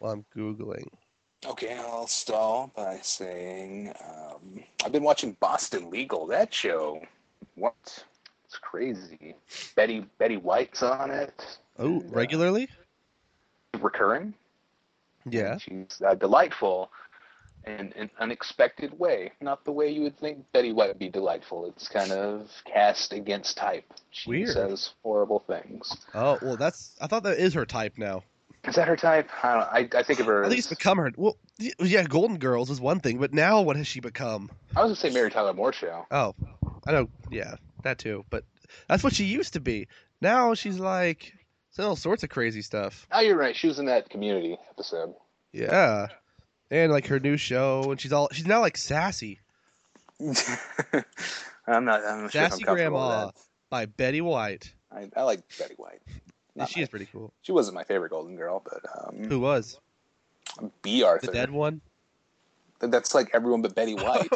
C: while I'm Googling.
B: Okay, I'll stall by saying um, I've been watching Boston Legal. That show, what? It's crazy. Betty Betty White's on it.
C: Oh,
B: and, uh,
C: regularly?
B: recurring.
C: Yeah.
B: and she's uh, delightful in an unexpected way. Not the way you would think Betty White would be delightful. It's kind of cast against type. She
C: Weird.
B: says horrible things.
C: Oh, well, that's. I thought that is her type now.
B: Is that her type? I don't. I, I think of her.
C: I think it's
B: as,
C: become her. Well, y- yeah, Golden Girls is one thing, but now what has she become?
B: I was gonna say Mary Tyler Moore show.
C: Oh, I know. Yeah, that too. But that's what she used to be. Now she's like saying all sorts of crazy stuff.
B: Oh, you're right. She was in that Community episode.
C: Yeah, and like her new show, and she's all she's now like sassy
B: I'm not. I'm not sure if I'm
C: Sassy
B: comfortable
C: grandma.
B: with
C: by Betty White.
B: that. I, I like Betty White.
C: And
B: Not
C: she
B: my-
C: is pretty cool.
B: She wasn't my favorite Golden Girl, but um,
C: Who was
B: B.
C: the
B: Arthur.
C: dead one?
B: That's like everyone but Betty White.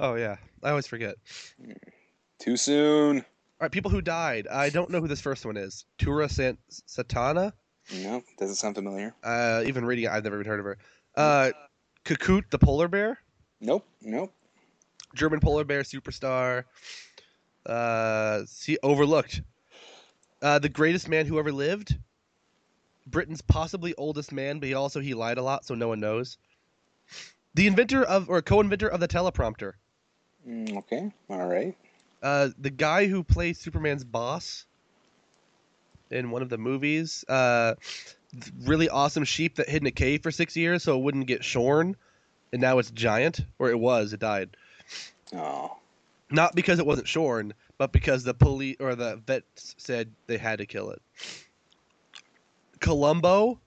C: Oh yeah, I always forget.
B: Too soon.
C: All right, people who died. I don't know who this first one is. Tura Sant- Satana.
B: No, doesn't sound familiar.
C: Uh, even reading, it, I've never even heard of her. Uh, Kakut the polar bear.
B: Nope. Nope.
C: German polar bear superstar. Uh, see, overlooked. Uh, the greatest man who ever lived. Britain's possibly oldest man, but he also he lied a lot, so no one knows. The inventor of or co-inventor of the teleprompter.
B: Mm, okay. All right.
C: Uh, the guy who plays Superman's boss in one of the movies, uh, th- really awesome sheep that hid in a cave for six years so it wouldn't get shorn, and now it's giant, or it was, it died.
B: Oh.
C: Not because it wasn't shorn, but because the police or the vets said they had to kill it. Columbo,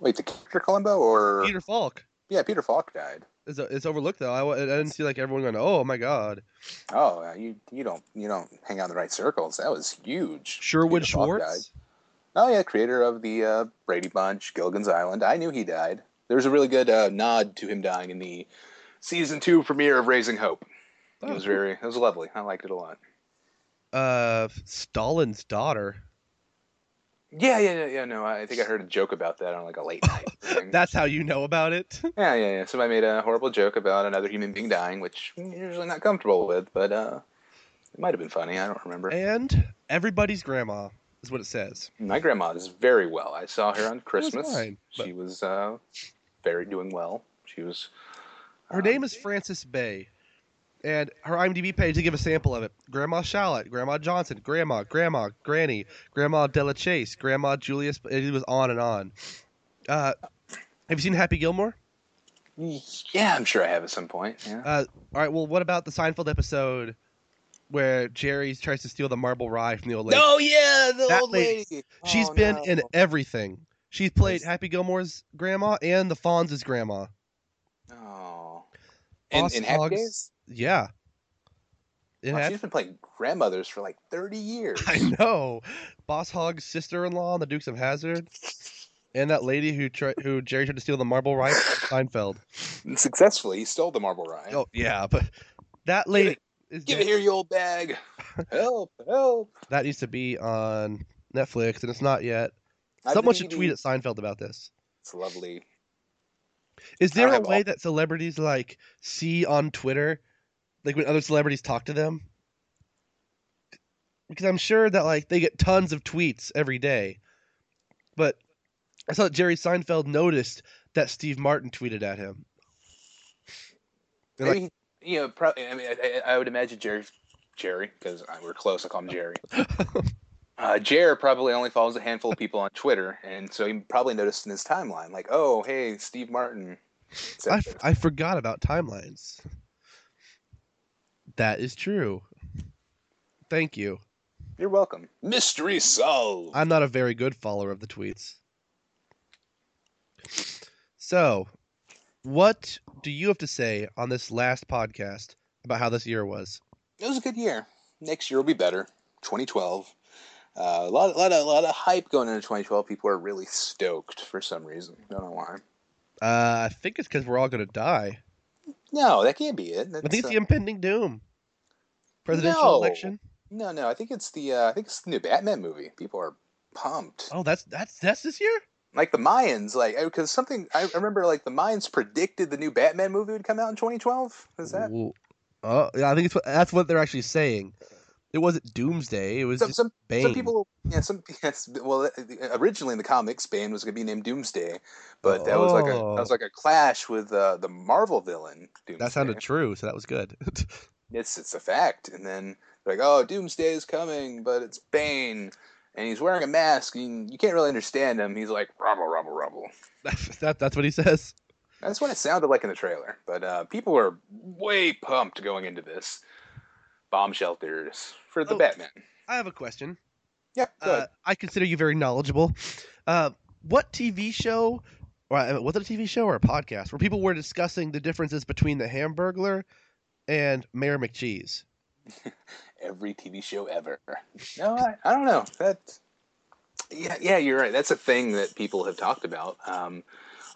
B: Wait, the character Columbo or
C: Peter Falk
B: yeah, Peter Falk died.
C: is it's overlooked though. I, wa- I didn't see like everyone going, "Oh my god."
B: Oh, uh, you you don't you don't hang out in the right circles. That was huge.
C: Sherwood
B: Peter Falk died.
C: Schwartz.
B: Oh yeah, creator of the uh, Brady Bunch, Gilligan's Island. I knew he died. There was a really good uh, nod to him dying in the season two premiere of Raising Hope. it
C: Oh,
B: was
C: cool.
B: very, it was lovely. I liked it a lot.
C: Uh, Stalin's daughter.
B: Yeah, yeah, yeah, yeah. No, I think I heard a joke about that on like a late night. thing.
C: That's how you know about it.
B: yeah, yeah, yeah. Somebody made a horrible joke about another human being dying, which I'm usually not comfortable with, but uh, it might have been funny. I don't remember.
C: and everybody's grandma is what it says.
B: My grandma is very well. I saw her on
C: was
B: Christmas.
C: mine, but-
B: She was uh, very doing well. She was.
C: Her
B: um,
C: name is Frances Bay, and her IMDb page to give a sample of it: Grandma Shallot, Grandma Johnson, Grandma, Grandma, Granny, Grandma Della Chase, Grandma Julius. It was on and on. Uh, have you seen Happy Gilmore?
B: Yeah, I'm sure I have at some point. Yeah.
C: Uh, All right. Well, what about the Seinfeld episode where Jerry tries to steal the marble rye from the old lady?
B: Oh yeah, the
C: That
B: old
C: lady.
B: lady.
C: She's
B: Oh,
C: been
B: no.
C: in everything. She's played
B: Yes.
C: Happy Gilmore's grandma and the Fonz's grandma.
B: Oh. In,
C: Boss
B: in Happy
C: Hogs.
B: Days.
C: Yeah. It
B: Wow,
C: happened.
B: she's been playing grandmothers for like 30 years.
C: I know. Boss Hog's sister-in-law on the Dukes of Hazard, and that lady who tri- who Jerry tried to steal the marble right Seinfeld.
B: Successfully, he stole the marble rye.
C: Oh yeah, but that lady is
B: Give it here, you old bag. help! Help!
C: that needs to be on Netflix, and it's not yet.
B: I've
C: Someone
B: been
C: should
B: eating-
C: tweet at Seinfeld about this.
B: It's lovely.
C: Is there
B: I
C: a
B: have
C: way
B: all-
C: that celebrities like see on Twitter, like when other celebrities talk to them? Because I'm sure that like they get tons of tweets every day, but I saw that Jerry Seinfeld noticed that Steve Martin tweeted at him. They're
B: Maybe he- you know, probably. I mean, I, I I would imagine Jerry, Jerry, because we're close. I call him Jerry. uh, Jer probably only follows a handful of people on Twitter, and so he probably noticed in his timeline, like, "Oh, hey, Steve Martin." said
C: I,
B: this.
C: f- I forgot about timelines. That is true. Thank you.
B: You're welcome.
E: Mystery solved.
C: I'm not a very good follower of the tweets. So, what do you have to say on this last podcast about how this year was?
B: It was a good year. Next year will be better. 2012. Uh, a lot, a lot, a lot of hype going into 2012. People are really stoked for some reason. Don't know why.
C: Uh, I think it's because we're all going to die.
B: No, that can't be it.
C: I think it's
B: That's, uh,
C: the impending doom. Presidential
B: No.
C: election.
B: uh, no, no. I think it's the. Uh, I think it's the new Batman movie. People are pumped.
C: Oh, that's that's that's this year.
B: like the Mayans, like because something I I remember, like the Mayans predicted the new Batman movie would come out in 2012. Is that
C: Ooh. Oh, yeah, I think it's what, that's what they're actually saying. It wasn't doomsday. It was
B: some
C: just
B: some,
C: Bane.
B: some people? Yeah, some yes. Well, uh, originally in the comics, Bane was going to be named Doomsday, but that was like a
C: Oh.
B: that was like a clash with uh, the Marvel villain. Doomsday.
C: that sounded true, so that was good.
B: It's it's a fact, and then like oh, Doomsday is coming, but it's Bane. And he's wearing a mask, and you can't really understand him. He's like rumble, rumble, rumble.
C: that's, that, that's what he says.
B: That's what it sounded like in the trailer. But uh, people were way pumped going into this. Bomb shelters for the
C: Oh.
B: Batman.
C: I have a question.
B: Yeah, go
C: uh,
B: ahead.
C: I consider you very knowledgeable. Uh, what TV show, or uh, was it a TV show or a podcast where people were discussing the differences between the Hamburglar and Mayor McCheese?
B: Every TV show ever. No, I, I don't know. That. Yeah, yeah, you're right. That's a thing that people have talked about. Um,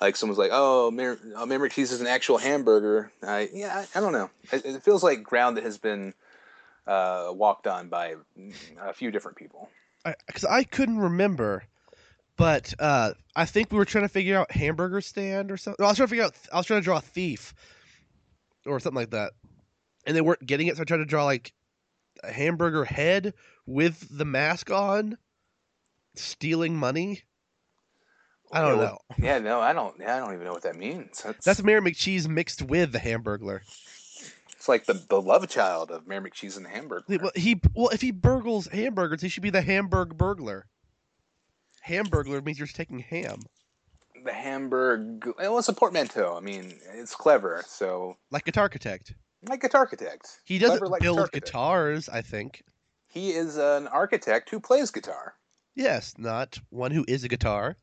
B: like someone's like, "Oh, Mayor, oh, Mayor McCheese is an actual hamburger." I, yeah, I, I don't know. It, it feels like ground that has been uh, walked on by mm, a few different people.
C: Because I, couldn't remember, but uh, I think we were trying to figure out Hamburger Stand or something. I was trying to figure out. I was trying to draw Thief, or something like that, and they weren't getting it, so I tried to draw like a hamburger head with the mask on. stealing money. I don't
B: Yeah,
C: know.
B: well- Yeah, no, I don't. Yeah, I don't even know what that means. That's,
C: That's Mayor McCheese mixed with the Hamburglar.
B: it's like the, the love child of Mayor McCheese and the Hamburger.
C: He- Well, he well, if he burgles hamburgers, he should be the Hamburg burglar. Hamburglar means you're just taking ham,
B: The Hamburg. It was a portmanteau. I mean, it's clever. So
C: like Guitar Architect.
B: like guitar architect,
C: He doesn't
B: Clever like
C: build
B: Guitar Architect.
C: guitars, I think.
B: he is an architect who plays guitar.
C: Yes, not one who is a guitar.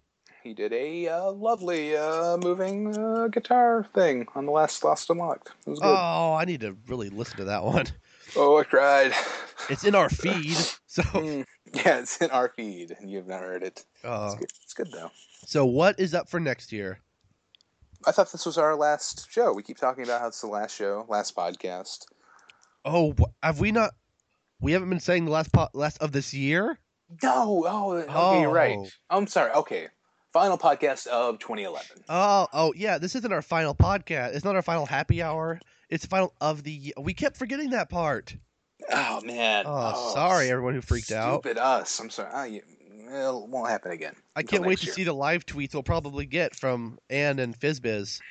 B: He did a uh, lovely uh, moving uh, guitar thing on the last Lost and Locked. It was good.
C: Oh, I need to really listen to that one.
B: oh, I cried.
C: It's in our feed, so.
B: Mm. yeah, it's in our feed, and you have not heard it.
C: Uh,
B: It's good. it's good though.
C: so what is up for next year?
B: I thought this was our last show. We keep talking about how it's the last show, last podcast.
C: Oh, wh- have we not? We haven't been saying the last po- last of this year.
B: No, oh, okay, you're right.
C: Oh.
B: I'm sorry. Okay, final podcast of 2011.
C: Oh, oh yeah, this isn't our final podcast. It's not our final happy hour. It's the final of the year. We kept forgetting that part.
B: Oh man.
C: Oh, sorry everyone who freaked out.
B: Stupid us. I'm sorry. I, it won't happen again.
C: I
B: until
C: can't wait
B: next
C: to
B: year.
C: see the live tweets we'll probably get from Ann and Fizbiz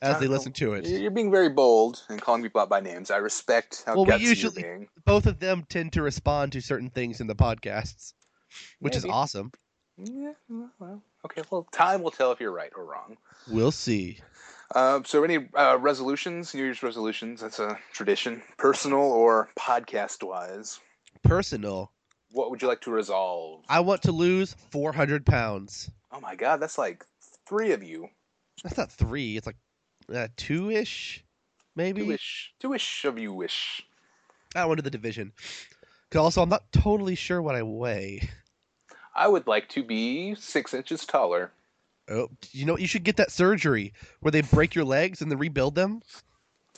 C: as
B: I
C: they
B: don't-
C: listen to it.
B: You're being very bold and calling people out by names. I respect how
C: Well, we
B: gutsy
C: usually-
B: you're being.
C: Both of them tend to respond to certain things in the podcasts, which is
B: Maybe.
C: awesome.
B: Yeah, well, okay. Well, time will tell if you're right or wrong.
C: We'll see.
B: Uh, so, any uh, resolutions? New Year's resolutions? That's a tradition, personal or podcast-wise.
C: Personal.
B: What would you like to resolve?
C: I want to lose 400 pounds.
B: Oh my God, that's like three of you.
C: That's not three. It's like uh, two ish, maybe.
B: Two-ish, two-ish of you wish.
C: I went to the division. 'Cause also, I'm not totally sure what I weigh.
B: I would like to be six inches taller.
C: Oh, you know, what? you should get that surgery where they break your legs and then rebuild them.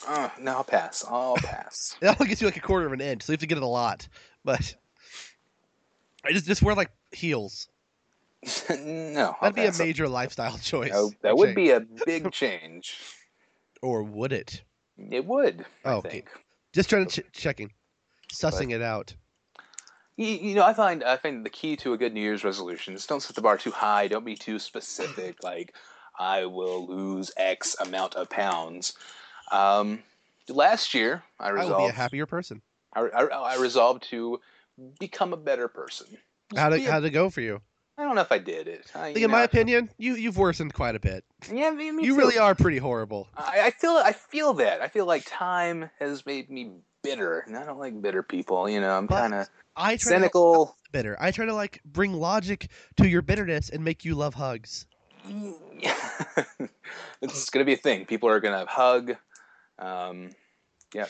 B: Uh, no, I'll pass. I'll pass.
C: It only gets you like a quarter of an inch, so you have to get it a lot. But I just just wear like heels.
B: no, I'll
C: That'd be a
B: pass.
C: major lifestyle choice.
B: No,
C: I
B: that would
C: think.
B: be a big change.
C: or would it?
B: It would. I
C: Oh, okay.
B: think.
C: Just trying to ch- checking, sussing it out.
B: You, you know, I find I find the key to a good New Year's resolution is don't set the bar too high. Don't be too specific. Like, I will lose X amount of pounds. Um, last year, I
C: I will be a
B: resolved.
C: happier person.
B: I, I, I resolved to become a better person.
C: How to
B: be a-
C: how to go for you?
B: I don't know if I did it. I,
C: I
B: you
C: think in
B: know,
C: my opinion, you you've worsened quite a bit.
B: yeah, me, me
C: You
B: too.
C: really are pretty horrible.
B: I, I feel I feel that. I feel like time has made me bitter, and I don't like bitter people. You know, I'm
C: But
B: kind of
C: I try to
B: cynical.
C: bitter. I try to like bring logic to your bitterness and make you love hugs.
B: it's going to be a thing. People are going to hug. Um, yeah,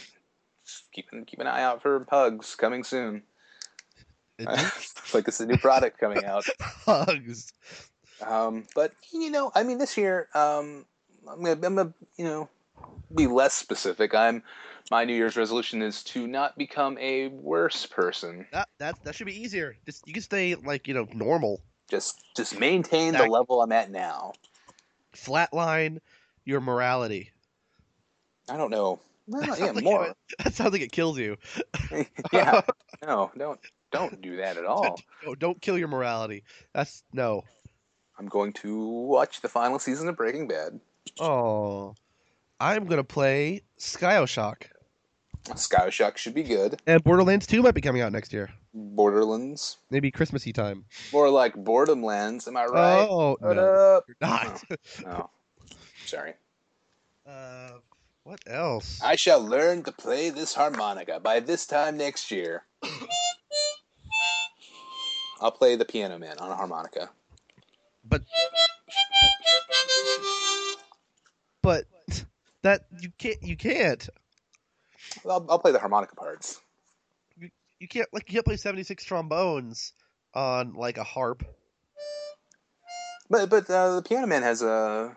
B: Just keep an, keep an eye out for hugs coming soon.
C: Mm-hmm.
B: Uh-huh. It's like it's a new product coming out.
C: hugs.
B: Um, but you know, I mean, this year um, I'm gonna, I'm gonna you know be less specific. I'm my New Year's resolution is to not become a worse person.
C: That that that should be easier. Just you can stay like you know normal,
B: Just just maintain the
C: Exact-
B: level I'm at now.
C: flatline your morality.
B: I don't know. I don't-
C: That
B: yeah,
C: sounds like
B: more.
C: it- that sounds like it kills you.
B: yeah. No, don't don't do that at all.
C: No, don't kill your morality. That's no.
B: I'm going to watch the final season of Breaking Bad.
C: Oh, I'm gonna play Skyshock,
B: Skyshock should be good.
C: and Borderlands 2 might be coming out next year.
B: Borderlands,
C: Maybe Christmassy time.
B: more like Boredomlands. Am I right?
C: Oh
B: what
C: no,
B: up?
C: you're not.
B: Oh, sorry.
C: Uh, what else?
B: I shall learn to play this harmonica by this time next year. I'll play the piano man on a harmonica.
C: But but that you can't you can't
B: I'll, I'll play the harmonica parts.
C: you can't like you can't play 76 trombones on like a harp.
B: But but uh, the piano man has a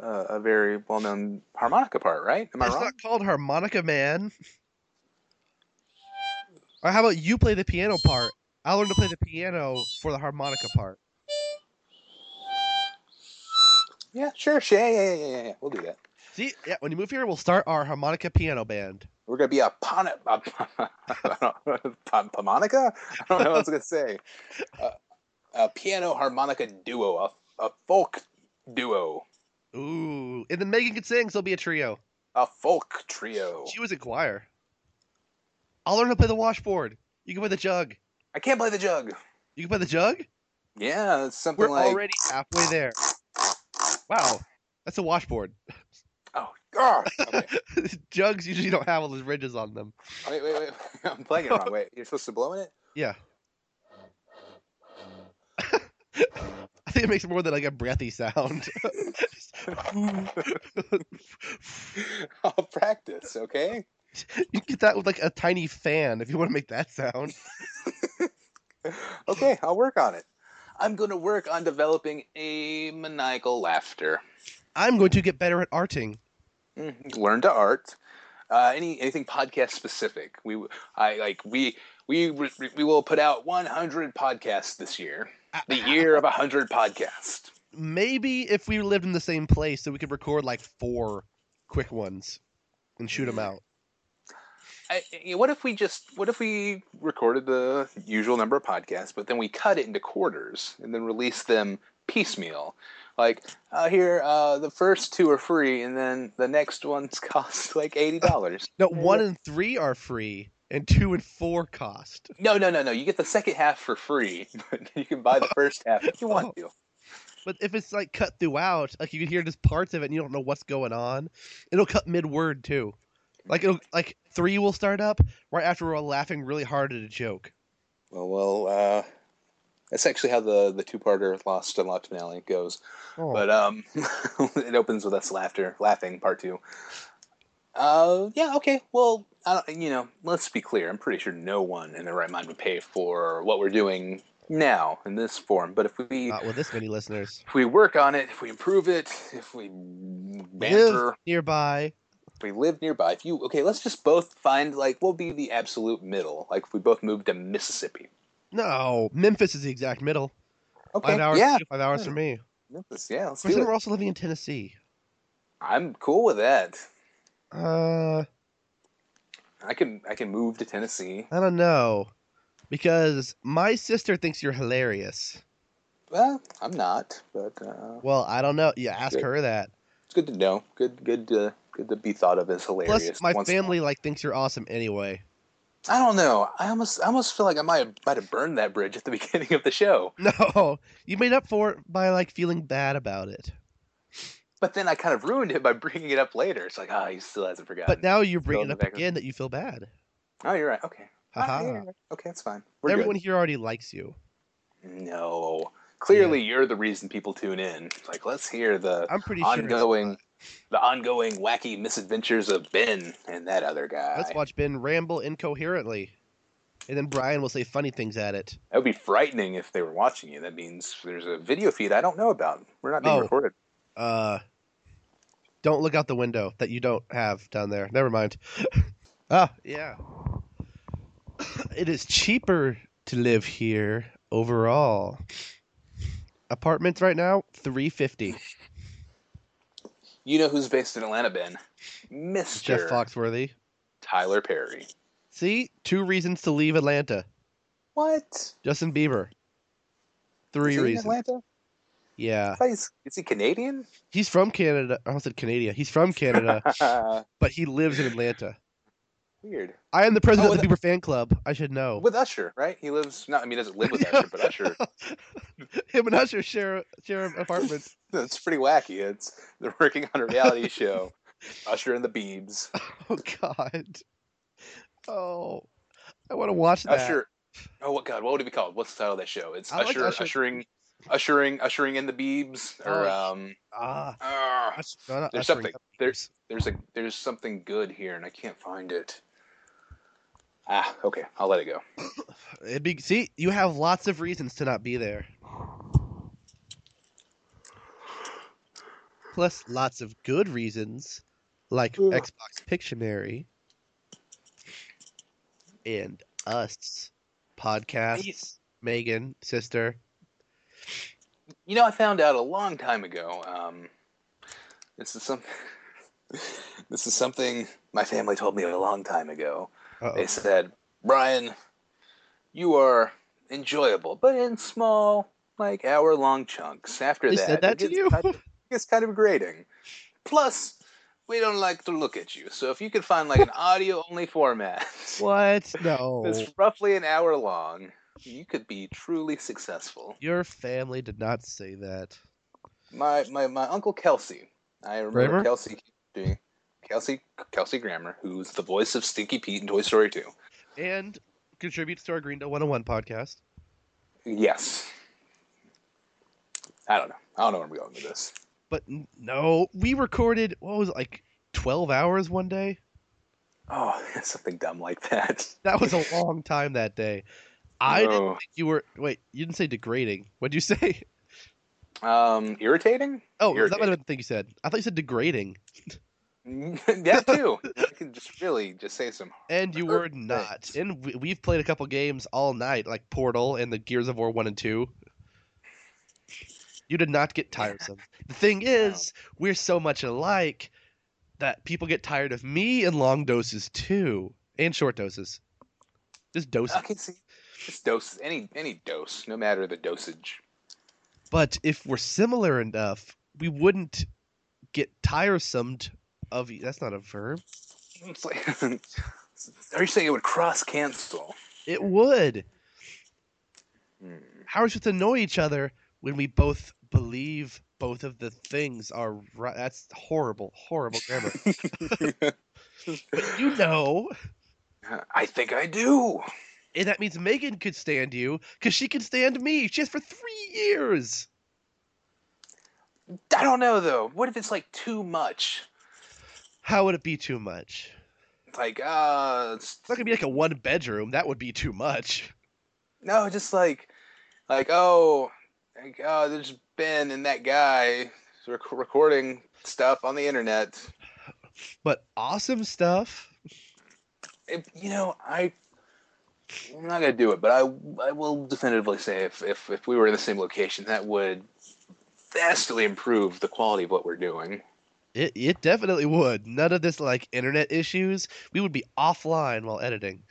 B: a, a very well known harmonica part, right? Am I
C: it's
B: wrong?
C: not called harmonica man or how about you play the piano part i'll learn to play the piano for the harmonica part
B: Yeah, sure, sure. Yeah, yeah, yeah, yeah, yeah. We'll do that.
C: see yeah when you move here we'll start our harmonica piano band
B: We're gonna be a pon a pon- I don't know, pon- pomonica? I don't know what I was gonna say. Uh, a piano harmonica duo, a, a folk duo,
C: Ooh, and then Megan can sing, so it'll be a trio.
B: a folk trio.
C: She was in choir. I'll learn how to play the washboard. You can play the jug.
B: I can't play the jug.
C: You can play the jug.
B: Yeah, it's something
C: We're
B: like
C: already halfway there. Wow, that's a washboard.
B: oh, God. Okay.
C: Jugs usually don't have all those ridges on them.
B: wait, wait, wait. I'm playing it wrong. Wait, you're supposed to blow in it.
C: Yeah. I think it makes more than like a breathy sound.
B: I'll practice, okay?
C: you get that with like a tiny fan if you want to make that sound.
B: Okay, I'll work on it. I'm going to work on developing a maniacal laughter.
C: I'm going to get better at arting.
B: Mhm. Learn to art. Uh, any anything podcast specific? We I like we we re- we will put out 100 podcasts this year. The year of 100 podcasts.
C: Maybe if we lived in the same place, so we could record like four quick ones and shoot them out.
B: I, you know, what if we just what if we recorded the usual number of podcasts, but then we cut it into quarters and then release them piecemeal? Like uh, here, uh, the first two are free, and then the next ones cost like eighty dollars.
C: No, one and three are free, and two and four cost.
B: No, no, no, no. You get the second half for free, but you can buy the first half if you want to.
C: But if it's like cut throughout, like you can hear just parts of it and you don't know what's going on, it'll cut mid word too. Like it'll like three will start up right after we're all laughing really hard at a joke.
B: Well, well, uh, that's actually how the the two parter Lost and Locked finale goes.
C: Oh.
B: But um, it opens with us laughter, laughing part two. Uh, yeah, okay. Well, I don't, you know, let's be clear. I'm pretty sure no one in their right mind would pay for what we're doing now in this form. But if we
C: Not with this many listeners.
B: if we work on it, if we improve it, if we banter,
C: Live nearby.
B: if we live nearby, if you okay, let's just both find like we'll be the absolute middle. Like if we both moved to Mississippi.
C: No, Memphis is the exact middle.
B: Okay.
C: Five hours,
B: yeah.
C: five hours from me.
B: Memphis, yeah. Let's
C: But
B: do
C: then
B: it.
C: we're also living in Tennessee.
B: I'm cool with that.
C: Uh,
B: I can I can move to Tennessee.
C: I don't know, because my sister thinks you're hilarious.
B: Well, I'm not, but uh,
C: Well, I don't know. Yeah, ask her that.
B: it's good to know. Good good to good to be thought of as hilarious.
C: Plus, my
B: once in a
C: family like thinks you're awesome anyway.
B: while. I don't know. I almost I almost feel like I might have, might have burned that bridge at the beginning of the show,
C: No, you made up for it by like feeling bad about it.
B: but then I kind of ruined it by bringing it up later. It's like ah, he still hasn't forgotten.
C: But now you're bringing
B: in
C: it
B: the back
C: up
B: of-
C: again that you feel bad.
B: oh, you're right. Okay. Ah, yeah,
C: Haha.
B: you're right. Okay, that's fine. We're
C: Everyone here already likes you.
B: good. No. Clearly, you're the reason people tune in. It's like, let's hear the
C: I'm pretty sure. it's
B: ongoing,
C: not.
B: the ongoing wacky misadventures of Ben and that other guy.
C: Let's watch Ben ramble incoherently, and then Brian will say funny things at it.
B: That would be frightening if they were watching you. That means there's a video feed I don't know about. We're not being
C: Oh.
B: recorded.
C: Uh, don't look out the window that you don't have down there. Never mind. ah, yeah. it is cheaper to live here overall. Apartments right now, three fifty.
B: You know who's based in Atlanta, Ben? Mister
C: Jeff Foxworthy.
B: Tyler Perry.
C: See, two reasons to leave Atlanta.
B: What?
C: Justin Bieber. Three
B: Is he in
C: reasons.
B: Atlanta?
C: Yeah,
B: I thought he's- Is he Canadian?
C: he's from Canada. I almost said Canada. He's from Canada, but he lives in Atlanta.
B: Weird.
C: I am the president
B: Oh,
C: of the Bieber fan club. I should know.
B: With Usher, right? He lives. Not. I mean, he doesn't live with Usher, but Usher.
C: Him and Usher share share an apartment.
B: That's pretty wacky. It's they're working on a reality show. Usher and the Beebs.
C: Oh God. Oh, I want to watch that.
B: Usher. Oh, what God? What would it be called? What's the title of that show? It's
C: I like
B: Usher,
C: Usher.
B: ushering, ushering, ushering in the Beebs, or
C: Oh.
B: um.
C: Ah,
B: ah.
C: Ush- no, not
B: There's
C: Ushering
B: something.
C: Up
B: There's
C: Beers.
B: there's a there's something good here, and I can't find it. Ah, okay. I'll let it go.
C: It'd be, see, you have lots of reasons to not be there. Plus, lots of good reasons, like
B: Ugh.
C: Xbox Pictionary and us podcasts. Megan, sister.
B: You know, I found out a long time ago. Um, this is some. this is something my family told me a long time ago.
C: Uh-oh.
B: They said, "Brian, you are enjoyable, but in small like hour long chunks. After
C: They
B: that,
C: said that
B: it
C: to
B: gets
C: you?
B: kind of- it gets kind of grating. Plus, we don't like to look at you. So if you could find like an audio only format
C: What? No.
B: that's roughly an hour long, you could be truly successful.
C: Your family did not say that.
B: My my, my uncle Kelsey. I remember
C: Grammer?
B: Kelsey doing Kelsey Kelsey Grammer, who's the voice of Stinky Pete in Toy Story 2.
C: And contributes to our Greendale 101 podcast.
B: Yes. I don't know. I don't know where I'm going with this.
C: But n- no, we recorded, what was it, like 12 hours one day?
B: Oh, something dumb like that.
C: That was a long time that day. I didn't
B: Oh.
C: think you were. Wait, you didn't say degrading. What'd you say?
B: Um, irritating?
C: Oh, that might
B: Irritating.
C: have been the thing you said. I thought you said degrading.
B: that too. I could just really just say some.
C: And you were not. And we, we've played a couple games all night, like Portal and the Gears of War 1 and 2. You did not get tiresome. The thing is, we're so much alike that people get tired of me in long doses too, and short doses. Just doses.
B: Okay, see, just dose any any dose, no matter the dosage.
C: But if we're similar enough, we wouldn't get tiresomed of you. That's not a verb.
B: It's like, are you saying it would cross cancel?
C: It would.
B: Hmm.
C: How are we supposed to know each other when we both believe both of the things are right? That's horrible, horrible grammar. but you know,
B: I think I do.
C: and that means Megan could stand you because she can stand me. She has for three years.
B: I don't know though. What if it's like too much?
C: How would it be too much?
B: It's Like, uh, it's-
C: It's not gonna be like a one bedroom. That would be too much.
B: no, just like, like, oh, like, oh, there's Ben and that guy rec- recording stuff on the internet.
C: But awesome stuff.
B: if you know i i'm not gonna do it but i i will definitively say if if, if we were in the same location that would vastly improve the quality of what we're doing
C: It, it definitely would. None of this like internet issues. We would be offline while editing,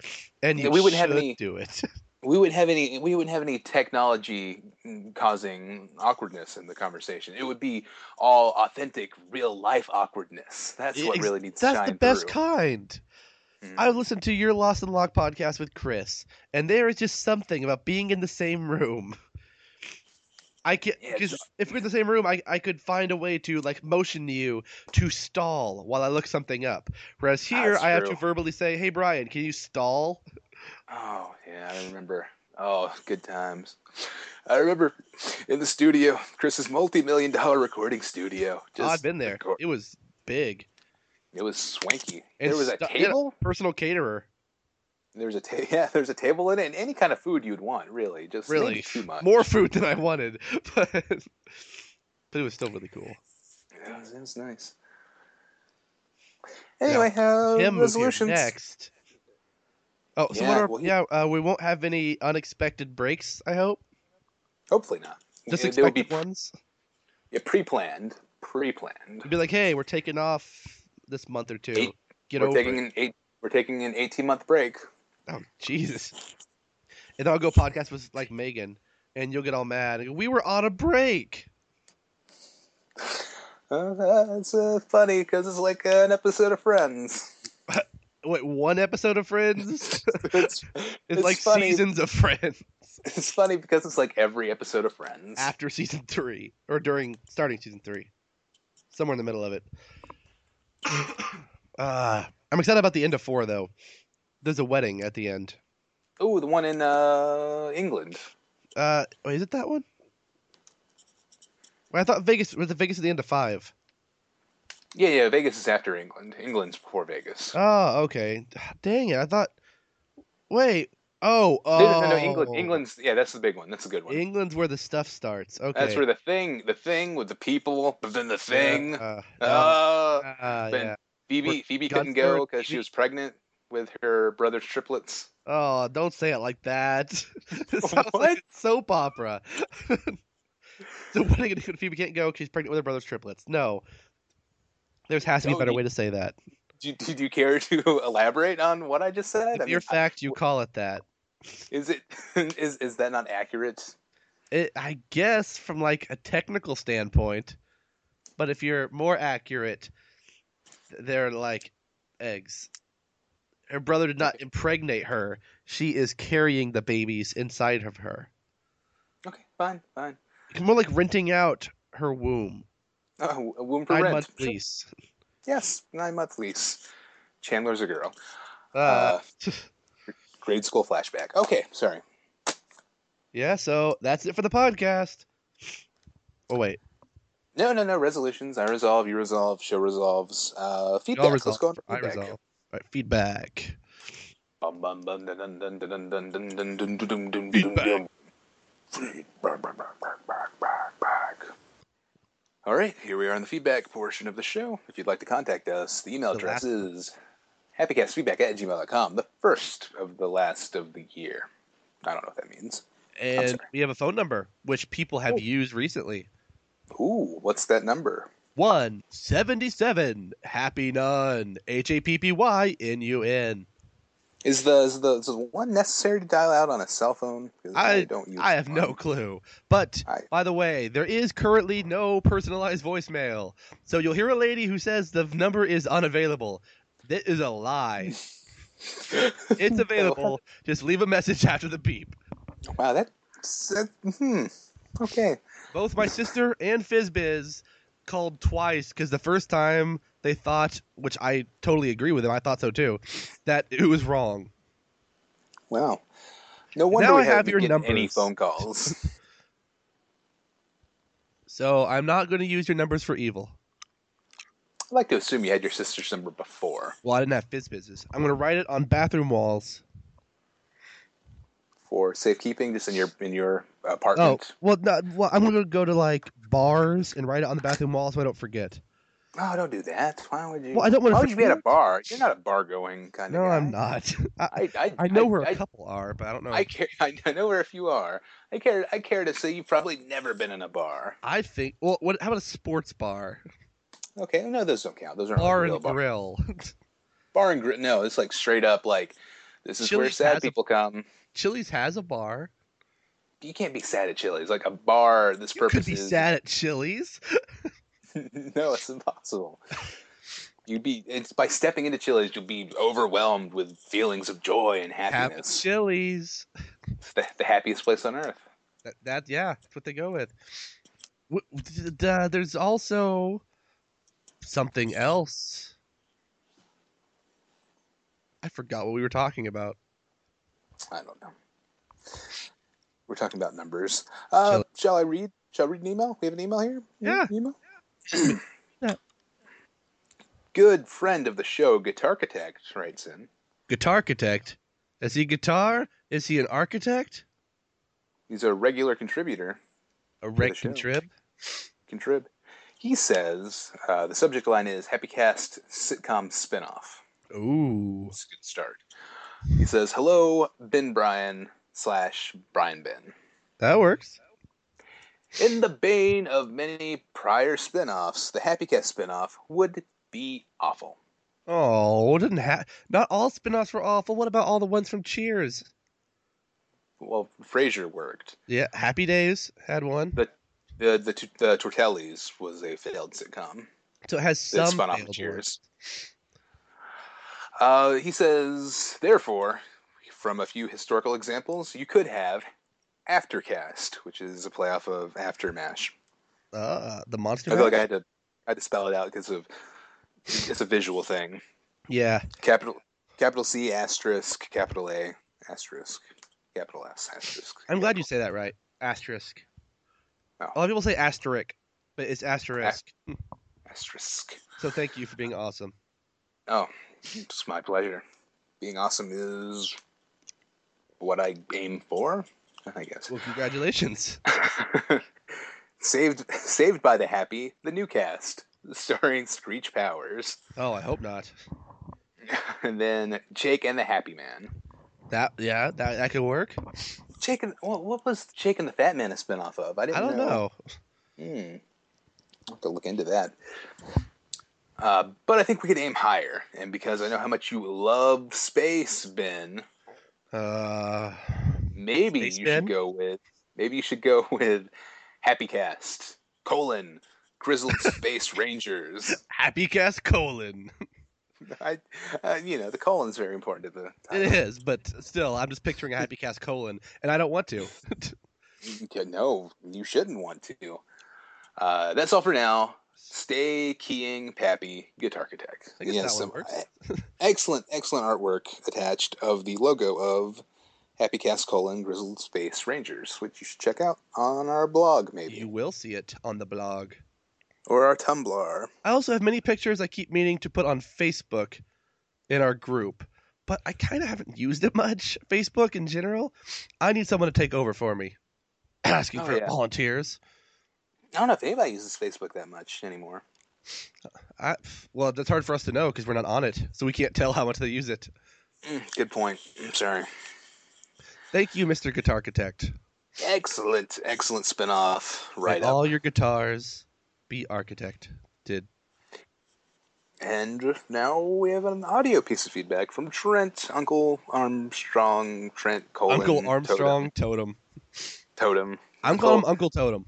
C: and you
B: Yeah, we
C: would
B: wouldn't have
C: should
B: any-
C: do it.
B: we wouldn't have any we wouldn't have any technology mm, causing awkwardness in the conversation it would be all authentic real life awkwardness that's what
C: Ex-
B: really needs to
C: That's
B: shine
C: the best
B: through.
C: kind.
B: Mhm.
C: I listened to your Lost and Locked podcast with Chris, and there is just something about being in the same room. I can
B: Yeah, it's
C: because
B: just-
C: if we're in the same room, I, I could find a way to like motion you to stall while I look something up. Whereas here,
B: Ah, That's
C: I have
B: true.
C: to verbally say, "Hey Brian, can you stall?"
B: Oh yeah, I remember. Oh, good times. I remember in the studio, Chris's multi-million dollar recording studio.
C: Oh, I've been there.
B: record-
C: It was big.
B: It was swanky.
C: And
B: there was a
C: stu- yeah,
B: table.
C: personal caterer.
B: There was a ta- yeah. There's a table in it, and any kind of food you'd want, really. Just maybe
C: Really,
B: too much.
C: more food than I wanted, but but it was still really cool.
B: It was, it was nice.
C: Yeah.
B: Anyway, uh,
C: Him was here
B: resolutions.
C: next. Oh, so what
B: Yeah,
C: are
B: well, he-
C: yeah? Uh, we won't have any unexpected breaks. I hope
B: Hopefully not.
C: just
B: It- they would
C: expected
B: be
C: ones.
B: yeah, pre-planned. Pre-planned.
C: You'd be like, hey, we're taking off this month or two.
B: Eight-
C: Get
B: we're
C: over.
B: taking
C: it.
B: an eight. We're taking an 18-month break.
C: Oh Jesus! And I'll go podcast with like Megan, and you'll get all mad. We were on a break.
B: Uh, it's uh, funny because it's like an episode of Friends.
C: Wait, one episode of Friends?
B: it's,
C: it's like
B: funny.
C: seasons of Friends
B: It's funny because it's like every episode of Friends.
C: after season three or during starting season three, somewhere in the middle of it. uh, I'm excited about the end of four though. There's a wedding at the end.
B: Oh, the one in uh, England.
C: Uh, wait, is it that one? Wait, I thought Vegas was the Vegas at the end of five.
B: Yeah, yeah. Vegas is after England. England's before Vegas.
C: Oh, okay. Dang it! I thought. Wait. Oh, oh.
B: No, no, no, no, England. England's yeah. That's the big one. That's a good one.
C: England's where the stuff starts. Okay.
B: That's where the thing, the thing with the people, but then the thing.
C: Uh,
B: Uh,
C: uh, uh,
B: then-
C: yeah.
B: Phoebe,
C: we're-
B: Phoebe couldn't
C: Gunther
B: go
C: and
B: because she
C: Phoebe-
B: was pregnant with her brother's triplets.
C: Oh, don't say it like that. It sounds
B: What?
C: like a soap opera. so what are you gonna do if Phoebe can't go? 'cause She's pregnant with her brother's triplets. No. There's has to be a
B: Oh,
C: better
B: you-
C: way to say that.
B: Do, you- do you care to elaborate on what I just said?
C: If
B: I mean,
C: you're fact, you call it that.
B: is it is is that not accurate?
C: it, I guess from like a technical standpoint, but if you're more accurate, they're like eggs. Her brother did not impregnate her. She is carrying the babies inside of her.
B: Okay, fine, fine.
C: More like renting out her womb.
B: Oh, a womb for
C: Nine
B: rent.
C: month
B: Sure.
C: lease.
B: Yes, nine month lease. Chandler's a girl.
C: Uh,
B: Grade school flashback. Okay, sorry.
C: yeah, so that's it for the podcast. Oh wait,
B: No, no, no. Resolutions. I resolve. You resolve. Show resolves. Uh, feedback.
C: y'all
B: Let's
C: resolve.
B: go on.
C: I
B: feedback.
C: resolve. All right, feedback.
B: Bum, bum, bum, dun, dun, dun, dun, dun, dun, dun, dun, dun, dun, dun, dun, dun. Feedback, back, back, back, back, back, back. All right, here we are in the feedback portion of the show. If you'd like to contact us, the email
C: The
B: address
C: last-
B: is happycastfeedback at gmail.com, the first of the last of the year. I don't know what that means.
C: And
B: sorry.
C: we have a phone number which people have
B: Oh.
C: used recently.
B: Ooh, what's that number?
C: One seventy-seven. Happy Nun. H a p p y n u n.
B: Is the is the, is the one necessary to dial out on a cell phone? 'Cause
C: I
B: don't use
C: I have
B: one.
C: no clue. But
B: I-
C: by the way, there is currently no personalized voicemail. So you'll hear a lady who says the number is unavailable. That is a lie. it's available. Just leave a message after the beep.
B: Wow, that, that hmm. Okay.
C: Both my sister and Fizbiz called twice because the first time they thought, which I totally agree with them, I thought so too, that it was wrong.
B: Wow. No wonder
C: Now
B: we
C: I have
B: haven't been
C: your
B: getting any
C: numbers.
B: phone calls.
C: So I'm not going to use your numbers for evil.
B: I'd like to assume you had your sister's number before
C: Well, I didn't have Fizbiz's. I'm going to write it on bathroom walls.
B: for safekeeping, just in your in your
C: Oh
B: apartment.
C: well, no, well, I'm gonna go to like bars and write it on the bathroom wall so I don't forget.
B: Oh. don't do that. Why would you?
C: Well, I don't wanna
B: Why would you be at a
C: forget.
B: bar? You're not a bar going kind
C: No,
B: of guy.
C: I'm not. I,
B: I I,
C: I know where
B: I,
C: a couple are, but I don't know.
B: I, I care. I know where if you are. I care. I care to say you've probably never been in a bar.
C: I think. Well, what? How about a sports bar?
B: Okay, no, those don't count. Those aren't
C: Bar
B: like real
C: and
B: bar.
C: grill.
B: Bar and grill. No, it's like straight up like this is where
C: Chili's
B: sad
C: has a-
B: people come.
C: Chili's has a bar.
B: You can't be sad at Chili's. Like a bar. This
C: You
B: purpose
C: could be
B: is
C: sad at Chili's.
B: no, it's impossible. You'd be it's by stepping into Chili's, you'll be overwhelmed with feelings of joy and
C: Happy
B: happiness.
C: Chili's.
B: It's the, the happiest place on earth.
C: That, that yeah, that's what they go with. W- d- d- uh, there's also something else. I forgot what we were talking about.
B: I don't know. We're talking about numbers. Uh,
C: Chili-
B: shall I read? Shall I read an email? We have an email here. You have an Email.
C: Yeah.
B: Good friend of the show, Guitar Architect writes in.
C: guitar architect. Is he guitar? Is he an architect?
B: He's a regular contributor.
C: A
B: the
C: rec
B: show.
C: contrib?
B: Contrib. He says uh, the subject line is Happy Cast sitcom spinoff.
C: Ooh.
B: It's a good start. He says, "Hello, Ben Brian slash Brian Ben."
C: That works.
B: In the bane of many prior spin-offs, the Happy Cat spin-off would be awful.
C: Oh, didn't ha- not all spin-offs were awful. What about all the ones from Cheers?
B: Well, Frasier worked.
C: Yeah, Happy Days had one.
B: The the, T- the Tortellis was a failed sitcom.
C: So it has
B: It
C: some
B: spun off of
C: failed
B: Cheers. Uh, he says, therefore, from a few historical examples, you could have Aftercast, which is a playoff of Aftermash.
C: ones. Uh, the Monster
B: I feel
C: Mash?
B: like I had to I had to spell it out because of it's a visual thing.
C: Yeah.
B: Capital capital C asterisk capital A asterisk capital S asterisk.
C: I'm glad you say that right. Asterisk.
B: Oh.
C: A lot of people say asterisk, but it's asterisk.
B: asterisk.
C: So thank you for being awesome.
B: Oh, it's my pleasure. Being awesome is what I aim for, I guess.
C: Well, congratulations.
B: saved saved by the happy, the new cast starring Screech Powers
C: Oh, I hope not.
B: and then Jake and the Happy Man.
C: That yeah, that that could work.
B: Jake and what, what was Jake and the Fat Man a spinoff of? I didn't
C: I don't know.
B: Hmm. I'll have to look into that. Uh, but I think we could aim higher. And because I know how much you love space, Ben,
C: Uh,
B: maybe
C: Space
B: you
C: Ben?
B: should go with Maybe you should go with Happy Cast colon Grizzled Space Rangers.
C: Happy Cast colon.
B: I, uh, you know, the colon's very important to the.
C: It is, but still, I'm just picturing a Happy Cast colon, and I don't want to.
B: Yeah, No, you shouldn't want to. Uh, that's all for now. Stay keying, Pappy, Guitar Architect.
C: I guess that one
B: some
C: works.
B: e- excellent, excellent artwork attached of the logo of Happy Cast colon Grizzled Space Rangers, which you should check out on our blog, maybe,
C: you will see it on the blog.
B: or our Tumblr.
C: I also have many pictures I keep meaning to put on Facebook in our group, but I kind of haven't used it much, Facebook in general. I need someone to take over for me. Asking
B: Oh,
C: for
B: yeah.
C: volunteers.
B: I don't know if anybody uses Facebook that much anymore.
C: I, well, that's hard for us to know because we're not on it, so we can't tell how much they use it.
B: Mm, Good point. I'm sorry.
C: Thank you, Mr. Guitar Architect.
B: Excellent, excellent spinoff.
C: May
B: Right up.
C: all your guitars be architect. Did
B: And now we have an audio piece of feedback from Trent, Uncle Armstrong, Trent Colin.
C: Uncle Armstrong
B: Totem.
C: Totem?
B: Totem.
C: I'm
B: Uncle-
C: calling him Uncle Totem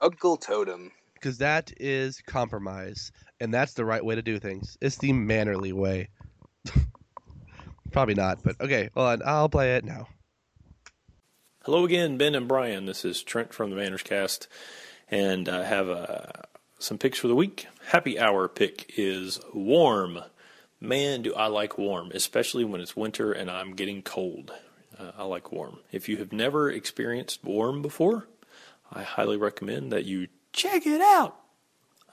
B: Uncle Totem.
C: because that is compromise, and that's the right way to do things. It's the mannerly way. Probably not, but okay. Hold on, I'll play it now.
F: Hello again, Ben and Brian. This is Trent from the Manners Cast, and I have uh, some picks for the week. Happy hour pick is warm. Man, do I like warm, especially when it's winter and I'm getting cold. Uh, I like warm. If you have never experienced warm before, I highly recommend that you check it out.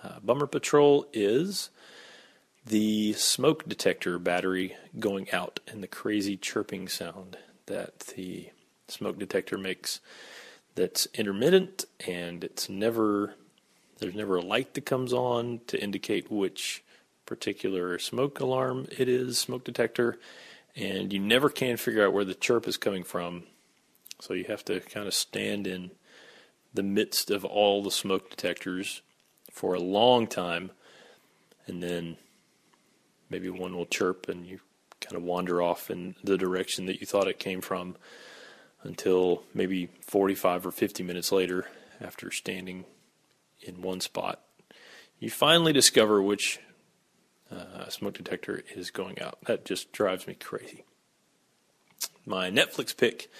F: Uh, Bummer Patrol is the smoke detector battery going out and the crazy chirping sound that the smoke detector makes that's intermittent and it's never there's never a light that comes on to indicate which particular smoke alarm it is smoke detector and you never can figure out where the chirp is coming from so you have to kind of stand in the midst of all the smoke detectors for a long time and then maybe one will chirp and you kind of wander off in the direction that you thought it came from until maybe 45 or 50 minutes later after standing in one spot you finally discover which uh, smoke detector is going out that just drives me crazy my netflix pick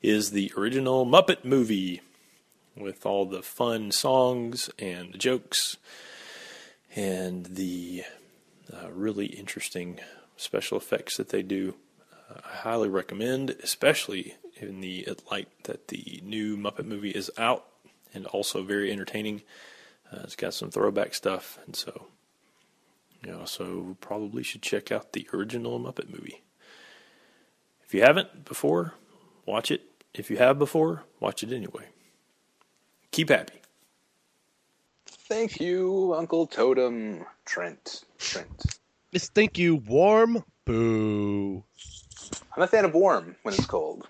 F: is the original muppet movie with all the fun songs and the jokes and the uh, really interesting special effects that they do. Uh, I highly recommend, especially in the light that the new Muppet movie is out and also very entertaining. Uh, it's got some throwback stuff, and so you also probably should check out the original Muppet movie. If you haven't before, watch it. If you have before, watch it anyway. Keep happy.
B: Thank you, Uncle Totem, Trent. Trent.
C: Just thank you, warm boo.
B: I'm a fan of warm when it's cold.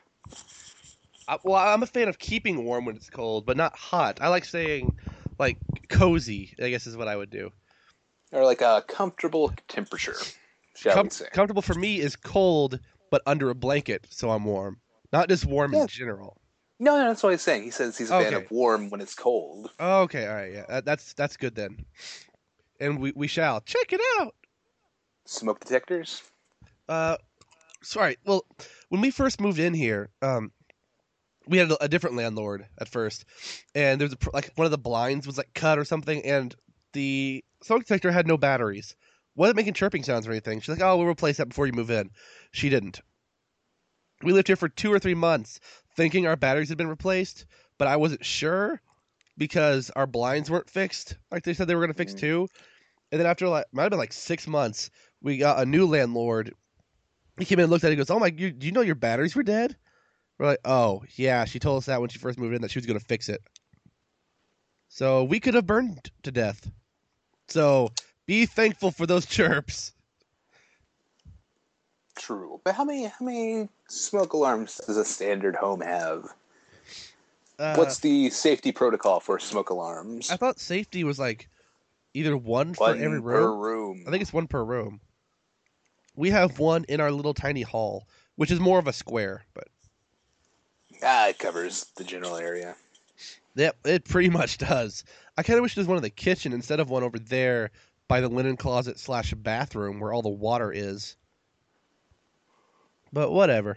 C: I, well, I'm a fan of keeping warm when it's cold, but not hot. I like saying like cozy. I guess is what I would do.
B: Or like a comfortable temperature, shall
C: Com-
B: we say.
C: comfortable for me is cold, but under a blanket, so I'm warm. Not just warm
B: Yeah.
C: in general.
B: no, no, that's what he's saying. He says he's a fan
C: Okay.
B: of warm when it's cold.
C: Oh, okay, all right, yeah, that, that's that's good then. And we we shall check it out.
B: Smoke detectors?
C: Uh, sorry. Well, when we first moved in here, um, we had a, a different landlord at first, and there's a, pr- like one of the blinds was like cut or something, and the smoke detector had no batteries. Wasn't making chirping sounds or anything. She's like, "Oh, we'll replace that before you move in." She didn't. We lived here for two or three months, thinking our batteries had been replaced, but I wasn't sure because our blinds weren't fixed, like they said they were going to fix
B: Mhm.
C: too. And then after like might have been like six months, we got a new landlord he came in and looked at it and goes, Oh my, you, do you know your batteries were dead? We're like, Oh, yeah. She told us that when she first moved in that she was going to fix it. So we could have burned to death. So be thankful for those chirps.
B: True. But how many how many smoke alarms does a standard home have?
C: Uh,
B: What's the safety protocol for smoke alarms?
C: I thought safety was like either
B: One
C: one, for every
B: per
C: room.
B: room.
C: I think it's one per room. We have one in our little tiny hall, which is more of a square, but
B: Ah, it covers the general area.
C: Yep, it pretty much does. I kind of wish there was one in the kitchen instead of one over there by the linen closet slash bathroom where all the water is. But whatever.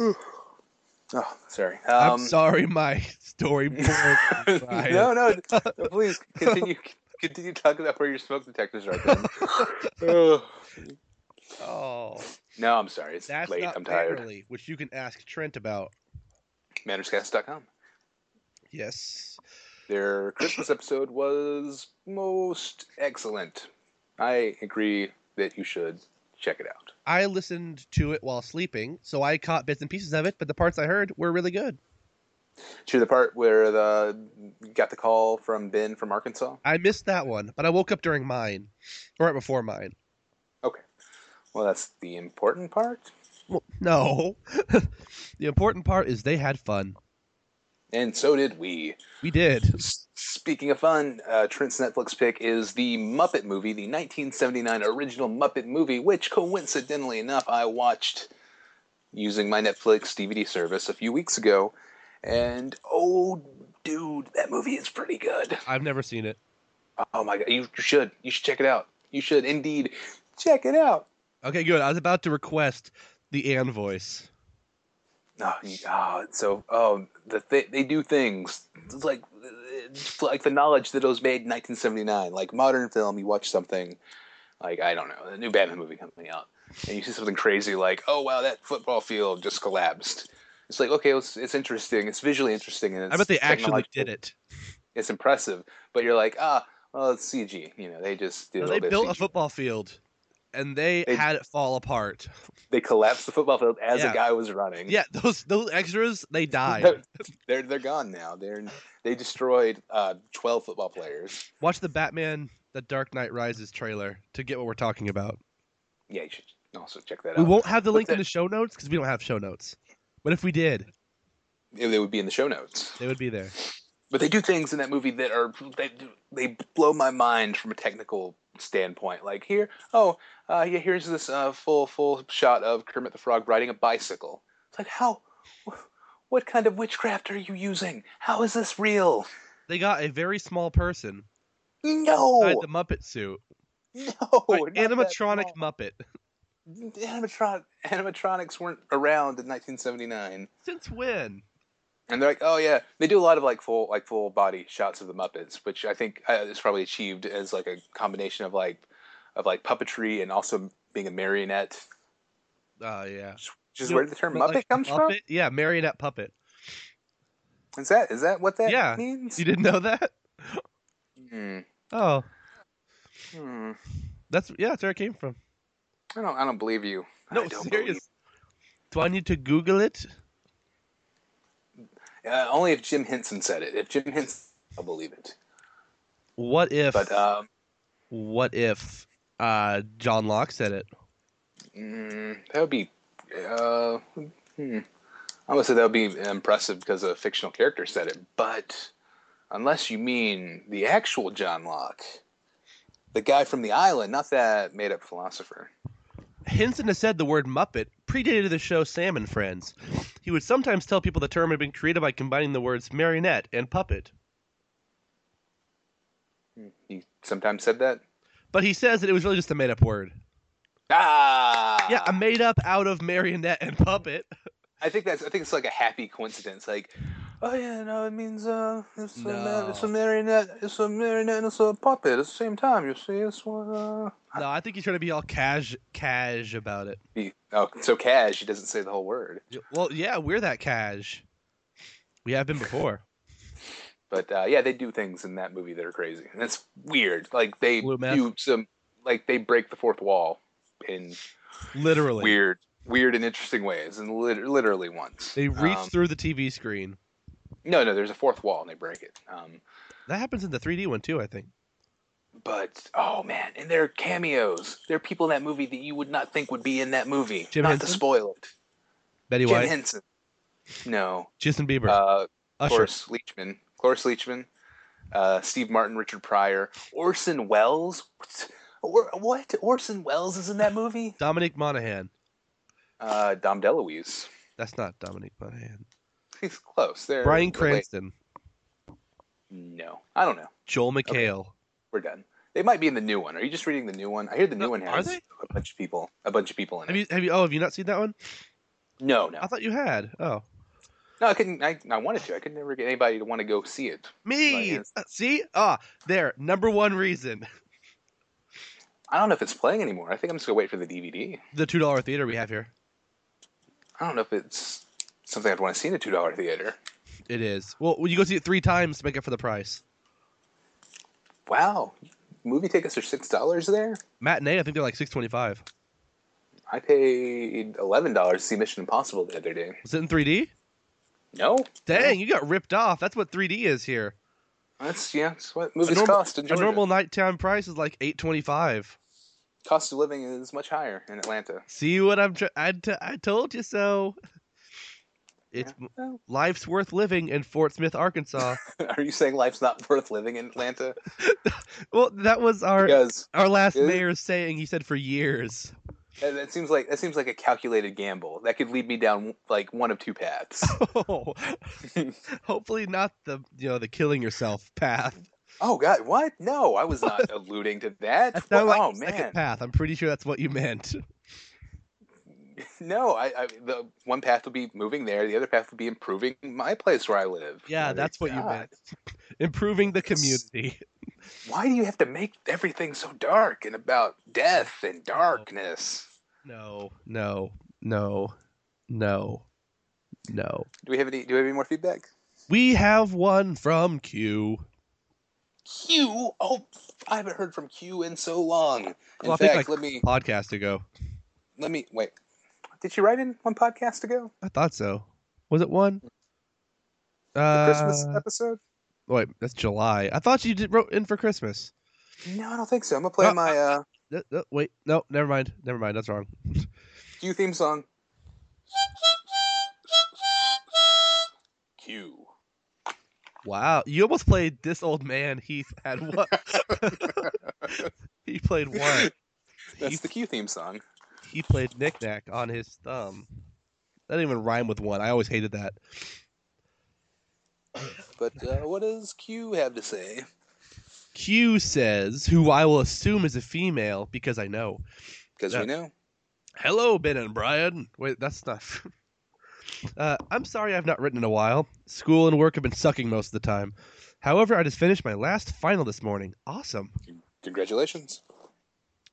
B: Oh, sorry.
C: I'm
B: Um,
C: sorry, my story. broke. Right.
B: no, no, no, please continue. Continue talking about where your smoke detectors are. then. Ugh.
C: Oh,
B: no, I'm sorry. It's
C: that's
B: late.
C: not
B: I'm tired.
C: Barely, which you can ask Trent about.
B: MannersCast.com.
C: Yes.
B: Their Christmas episode was most excellent. I agree that you should check it out.
C: I listened to it while sleeping, so I caught bits and pieces of it, but the parts I heard were really good.
B: To the part where the got the call from Ben from Arkansas.
C: I missed that one, but I woke up during mine, or right before mine.
B: Okay. Well, that's the important part.
C: Well, no. the important part is they had fun.
B: And so did we.
C: We did.
B: S- Speaking of fun, uh, Trent's Netflix pick is the Muppet movie, the 1979 original Muppet movie, which coincidentally enough, I watched using my Netflix DVD service a few weeks ago. And oh, dude, that movie is pretty good.
C: I've never seen it.
B: Oh my God, you should. You should check it out. You should indeed check it out.
C: Okay, good. I was about to request the Ann voice.
B: Oh, you- oh, it's so oh, the th- they do things it's like it's like the knowledge that it was made in 1979. Like modern film, you watch something like I don't know, the new Batman movie coming out, and you see something crazy like, oh wow, that football field just collapsed. It's like okay, it's, it's interesting, it's visually interesting, and it's
C: I bet they actually
B: technological-
C: did it.
B: It's impressive, but you're like, ah, well, it's CG. You know, they just did.
C: No,
B: a
C: they
B: little bit of
C: built a
B: CG.
C: football field, and they,
B: They-
C: had it fall apart.
B: They collapsed the football field as
C: Yeah.
B: a guy was running.
C: Yeah, those those extras they died.
B: they're they're gone now. They're they destroyed uh, twelve football players.
C: Watch the Batman: The Dark Knight Rises trailer to get what we're talking about.
B: Yeah, you should also check that
C: We
B: out.
C: won't have the
B: But uh,
C: link in
B: that-
C: the show notes because we don't have show notes. But if we did,
B: It, it would be in the show notes.
C: they would be there.
B: But they do things in that movie that are they they blow my mind from a technical standpoint. Like here, oh uh, yeah, here's this uh, full full shot of Kermit the Frog riding a bicycle. It's like how. What kind of witchcraft are you using? How is this real?
C: They got a very small person inside
B: No,
C: the Muppet suit,
B: no, not
C: Like,
B: that
C: animatronic
B: small.
C: Muppet.
B: animatron- animatronics weren't around in 1979
C: Since when?
B: and they're like oh yeah they do a lot of like full like full body shots of the muppets which i think uh, is probably achieved as like a combination of like of like puppetry and also being a marionette
C: Oh yeah,
B: which is
C: No,
B: where the term
C: but,
B: muppet
C: like,
B: comes
C: Muppet? Yeah, marionette puppet.
B: from is that is that what that
C: Yeah.
B: means
C: You didn't know that?
B: Hmm.
C: Oh,
B: Hmm.
C: that's yeah, that's where it came from.
B: i don't i don't believe you I
C: No,
B: don't
C: serious. Do I need to Google it?
B: believe- uh, only if jim henson said it if jim henson i'll believe it
C: What if?
B: but um
C: what if? Uh, John Locke said it.
B: Mm, that would be. Uh, hmm. I would say that would be impressive because a fictional character said it, but unless you mean the actual John Locke, the guy from the island, not that made up philosopher.
C: Henson has said the word Muppet predated the show Sam and Friends. He would sometimes tell people the term had been created by combining the words marionette and puppet.
B: He sometimes said that.
C: But he says that it was really just a made up word.
B: Ah,
C: Yeah, a made up out of marionette and puppet.
B: I think that's. I think it's like a happy coincidence. Like, oh yeah, no, it means uh, it's a
C: No.
B: a it's a marionette, it's a marionette, and it's a puppet at the same time. You see, it's one. Uh...
C: No, I think he's trying to be all cash, cash about it.
B: He, oh, so cash. He doesn't say the whole word.
C: Well, yeah, we're that cash. We have been before.
B: But uh, yeah, they do things in that movie that are crazy, and it's weird. Like they
C: Blue meth?
B: do some, like they break the fourth wall in
C: Literally.
B: weird, weird and interesting ways, and lit- literally once
C: They reach
B: Um,
C: through the TV screen.
B: no, no, there's a fourth wall, and they break it. Um,
C: That happens in the 3D one too, I think.
B: but oh man, and there are cameos. There are people in that movie that you would not think would be in that movie.
C: Jim
B: not
C: Henson?
B: to spoil it.
C: Betty
B: Jim
C: White,
B: Henson. No.
C: Justin Bieber,
B: Uh,
C: Usher.
B: Cloris Leachman, Cloris Leachman, uh, Steve Martin, Richard Pryor, Orson Welles. What? Or, what? Orson Welles is in that movie?
C: Dominic Monaghan.
B: Uh, Dom DeLuise.
C: That's not Dominic Monaghan.
B: He's close. There,
C: Brian Cranston,
B: No, I don't know.
C: Joel McHale.
B: We're done. They might be in the new one. Are you just reading the new one? I hear the new
C: No,
B: one
C: are
B: has
C: they?
B: a bunch of people. A bunch of people in
C: Have
B: it.
C: you have you? Oh, have you not seen that one?
B: No, no,
C: I thought you had. Oh,
B: no. I couldn't. I, I wanted to. I could never get anybody to want to go see it.
C: me.
B: Right, yes.
C: Uh, See, ah, there. Number one reason.
B: I don't know if it's playing anymore. I think I'm just gonna wait for the DVD.
C: The two dollar theater we have here.
B: I don't know if it's something I'd want to see in a two dollar theater.
C: It is. Well, you go see it three times to make up for the price.
B: Wow, movie tickets are six dollars there.
C: Matinee, I think they're like six twenty five.
B: I paid eleven dollars to see Mission Impossible the other day.
C: Was it in three D?
B: No,
C: Dang, you got ripped off. That's what 3D is here.
B: that's yeah. That's what movies
C: normal,
B: cost in
C: a
B: Georgia.
C: normal nighttime price is like 825.
B: cost of living is much higher in Atlanta.
C: See what I'm trying? I t- I told you so. It's
B: Well,
C: life's worth living in Fort Smith, Arkansas.
B: Are you saying life's not worth living in Atlanta?
C: well, that was our
B: Because
C: our last
B: Is-
C: mayor's saying. He said for years.
B: that, that seems like that seems like a calculated gamble that could lead me down like one of two paths.
C: Hopefully not the you know the killing yourself path.
B: oh God, what? No, I was not alluding to that.
C: That sounded like
B: oh
C: the second
B: man,
C: path. I'm pretty sure that's what you meant.
B: no. I, I the one path would be moving there. The other path would be improving my place where I live.
C: Yeah,
B: Like,
C: that's what you
B: God,
C: meant. Improving the community.
B: Why do you have to make everything so dark and about death and darkness?
C: No, no, no, no, no.
B: Do we have any? Do we have any more feedback?
C: We have one from Q.
B: Q. Oh, I haven't heard from Q in so long. In
C: Well, I think,
B: fact,
C: like-
B: let me
C: podcast ago.
B: let me wait. Did she write in one podcast ago?
C: I thought so. Was it one?
B: The
C: Uh,
B: Christmas episode?
C: Wait, that's July. I thought you did, wrote in for Christmas.
B: No, I don't think so. I'm gonna play
C: No,
B: my uh,
C: No, no, wait, no, never mind. Never mind. That's wrong.
B: Q theme song. Q.
C: Wow, you almost played this old man. He had one. he played one.
B: That's
C: He-
B: the Q theme song.
C: He played knickknack on his thumb. That didn't even rhyme with one. I always hated that.
B: But uh, what does Q have to say?
C: Q says, who I will assume is a female because I know.
B: Because
C: Yeah.
B: we know.
C: Hello, Ben and Brian. Wait, that's not. uh, I'm sorry I've not written in a while. School and work have been sucking most of the time. However, I just finished my last final this morning. Awesome.
B: Congratulations.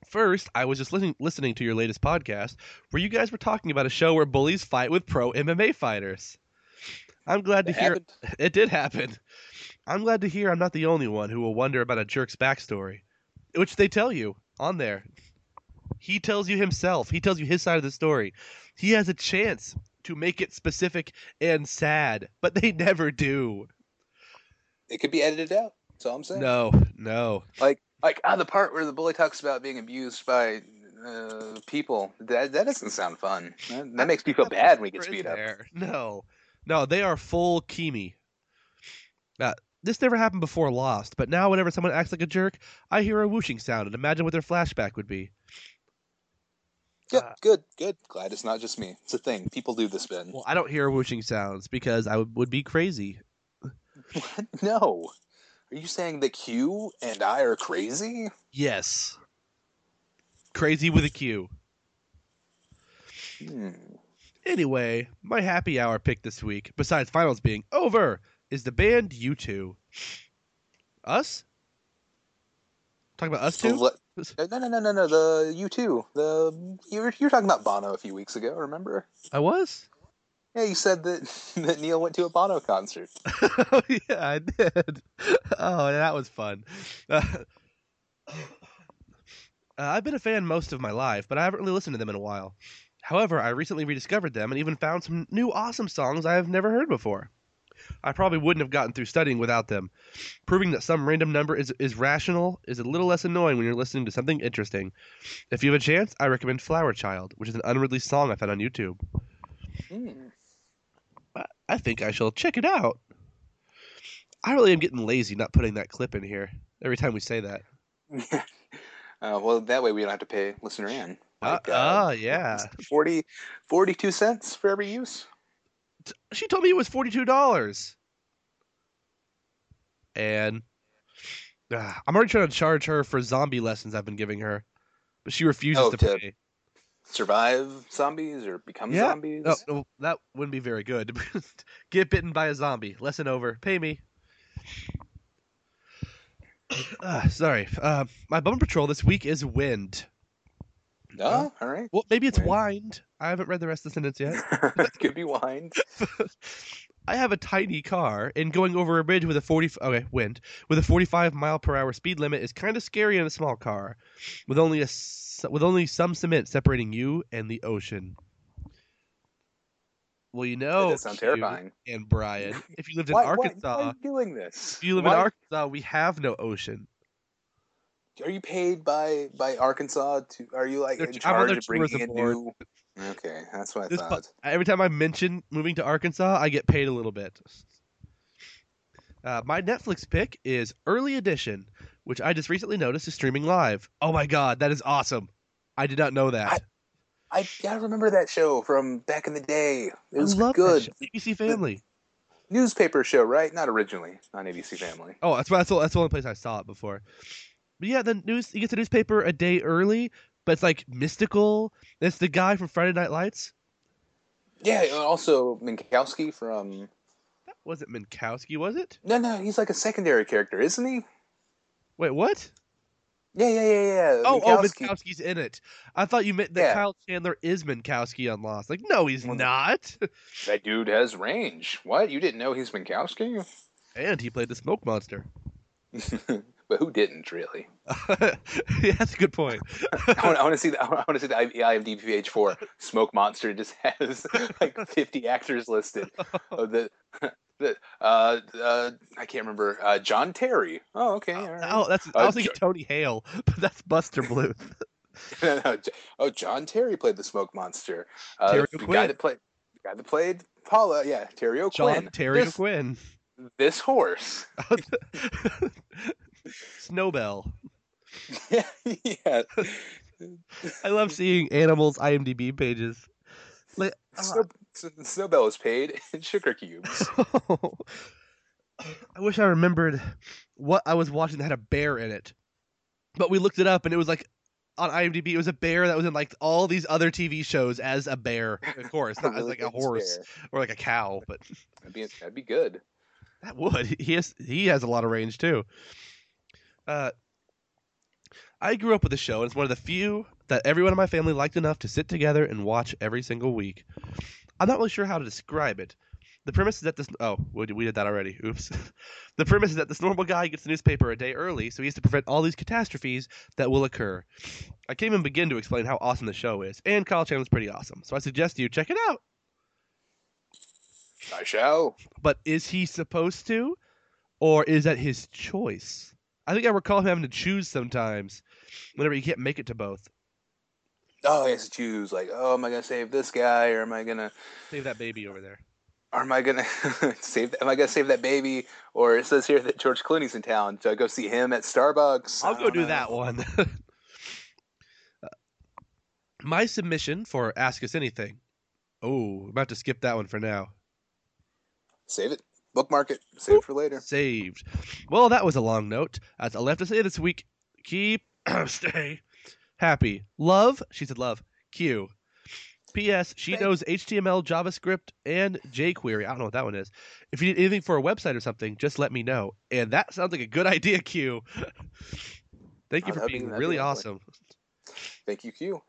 C: First, I was just listening listening to your latest podcast where you guys were talking about a show where bullies fight with pro MMA fighters. I'm glad to
B: It
C: hear
B: happened.
C: it did happen. I'm glad to hear I'm not the only one who will wonder about a jerk's backstory, which they tell you on there. He tells you himself. He tells you his side of the story. He has a chance to make it specific and sad, but they never do.
B: It could be edited out. That's all I'm saying.
C: No, no.
B: Like, like ah, the part where the bully talks about being abused by uh, people. That that doesn't sound fun. That, that makes me feel bad when he gets
C: Is
B: beat up.
C: there? No, no. They are full Kimi. Uh, this never happened before Lost, but now whenever someone acts like a jerk, I hear a whooshing sound and imagine what their flashback would be.
B: Good,
C: Uh,
B: good, good. Glad it's not just me. It's a thing. People do this, Ben.
C: Well, I don't hear whooshing sounds because I would, would be crazy.
B: No. Are you saying that Q and I are crazy?
C: Yes. Crazy with a Q.
B: Hmm.
C: Anyway, my happy hour pick this week, besides finals being over, is the band U2. Us? Talking about us
B: So
C: too?
B: what- No, no, no, no, no. The U two. The you were, you were talking about Bono a few weeks ago. Remember?
C: I was?
B: Yeah, you said that that Neil went to a Bono concert.
C: oh, yeah, I did. Oh, that was fun. Uh, I've been a fan most of my life, but I haven't really listened to them in a while. However, I recently rediscovered them and even found some new awesome songs I have never heard before. I probably wouldn't have gotten through studying without them. Proving that some random number is, is rational is a little less annoying when you're listening to something interesting. If you have a chance, I recommend Flower Child, which is an unreleased song I found on YouTube.
B: Hmm.
C: I- I think I shall check it out. I really am getting lazy not putting that clip in here every time we say that.
B: Uh, well, that way we don't have to pay listener in.
C: Uh,
B: Like, uh,
C: oh, yeah.
B: 40, 42 cents for every use.
C: she told me it was forty two dollars, and uh, I'm already trying to charge her for zombie lessons I've been giving her, but she refuses
B: Oh,
C: to
B: to-
C: pay.
B: Survive zombies or become
C: Yeah. Oh.
B: zombies?
C: No, no, that wouldn't be very good. Get bitten by a zombie. Lesson over. Pay me. Ah, sorry. Uh, my bummer patrol this week is wind.
B: No?
C: Uh-huh.
B: all right.
C: Well, maybe it's
B: Wind.
C: wind. I haven't read the rest of the sentence yet.
B: Could be wine.
C: I have a tiny car, and going over a bridge with a forty okay wind with a forty-five mile per hour speed limit is kind of scary in a small car, with only a s- with only some cement separating you and the ocean. Well, you know,
B: That does sound
C: Hugh
B: terrifying.
C: And Brian, if you lived in
B: Why, why, why
C: Oh, Arkansas,
B: are you doing this?
C: if you live in
B: Why-
C: Arkansas, we have no ocean.
B: Are you paid by by Arkansas to? Are you like
C: They're-
B: in
C: I'm on
B: charge
C: their
B: of bringing in
C: tourism board.
B: new? Okay, that's what I
C: This po-
B: thought.
C: every time I mention moving to Arkansas, I get paid a little bit. Uh, my Netflix pick is Early Edition, which I just recently noticed is streaming live. Oh my god, that is awesome! I did not know that.
B: I I remember that show from back in the day. It
C: I
B: was
C: love that
B: good.
C: show. BBC Family.
B: Newspaper show, right? Not originally on ABC Family.
C: Oh, that's why- that's the, that's the only place I saw it before. But yeah, the news you get the newspaper a day early, but it's like mystical. It's the guy from Friday Night Lights.
B: Yeah. and Also, Minkowski from.
C: That wasn't Minkowski, was it?
B: No, no, he's like a secondary character, isn't he?
C: Wait, what?
B: Yeah, yeah, yeah, yeah.
C: Oh, oh,
B: Minkowski.
C: Minkowski's in it. I thought you meant that
B: Yeah.
C: Kyle Chandler is Minkowski on Lost. Like, no, he's
B: Mm.
C: not.
B: That dude has range. What? You didn't know he's Minkowski?
C: and he played the smoke monster.
B: but who didn't really?
C: yeah, that's a good point.
B: I want, I want to see the I want to see the IMDb page for Smoke Monster. It just has like fifty actors listed. Oh, the the uh, uh, I can't remember uh, John Terry. Oh, okay. all right.
C: Oh, that's I
B: Uh,
C: was thinking Tony Hale, but that's Buster Bluth.
B: No, no, J- oh, John Terry played the Smoke Monster. Uh,
C: Terry
B: the guy
C: O'Quinn.
B: that played the guy that played Paula. Yeah, Terry O'Quinn.
C: John Terry
B: This,
C: Quinn.
B: this horse.
C: Snowbell.
B: yeah.
C: I love seeing animals IMDb pages. Like,
B: Snow, Snowbell was paid in sugar cubes.
C: I wish I remembered what I was watching that had a bear in it. But we looked it up and it was like on IMDb it was a bear that was in like all these other TV shows as a bear, of course, not as
B: Really
C: like a
B: good
C: horse
B: spare.
C: or like a cow, but
B: That'd be that'd be good.
C: that would. He has he has a lot of range too. Uh I grew up with the show and it's one of the few that everyone in my family liked enough to sit together and watch every single week. I'm not really sure how to describe it. The premise is that this oh we did, we did that already. Oops. the premise is that this normal guy gets the newspaper a day early, so he has to prevent all these catastrophes that will occur. I can't even begin to explain how awesome the show is, and Kyle Chandler's pretty awesome. So I suggest you check it out.
B: I shall.
C: But is he supposed to, or is that his choice? I think I recall him having to choose sometimes, whenever he can't make it to both.
B: Oh, he has to choose. Like, oh, am I gonna save this guy, or am I gonna,
C: Save that baby over there.
B: or am I gonna save? Am I gonna save that baby? Or it says here that George Clooney's in town. Do I go see him at Starbucks?
C: I'll
B: I
C: go
B: don't
C: do
B: know.
C: that one. Uh, My submission for Ask Us Anything. Oh, I'm about to skip that one for now.
B: Save it. Bookmark it. Save it for later.
C: Saved. Well, that was a long note. That's all I have to say this week. Keep, stay happy. Love, she said love. Q. P.S. She
B: Thank-
C: knows HTML, JavaScript, and jQuery. I don't know what that one is. If you need anything for a website or something, just let me know. And that sounds like a good idea, Q. Thank
B: Oh,
C: you for
B: that'd be-
C: being
B: that'd be
C: really
B: lovely.
C: awesome.
B: Thank you, Q.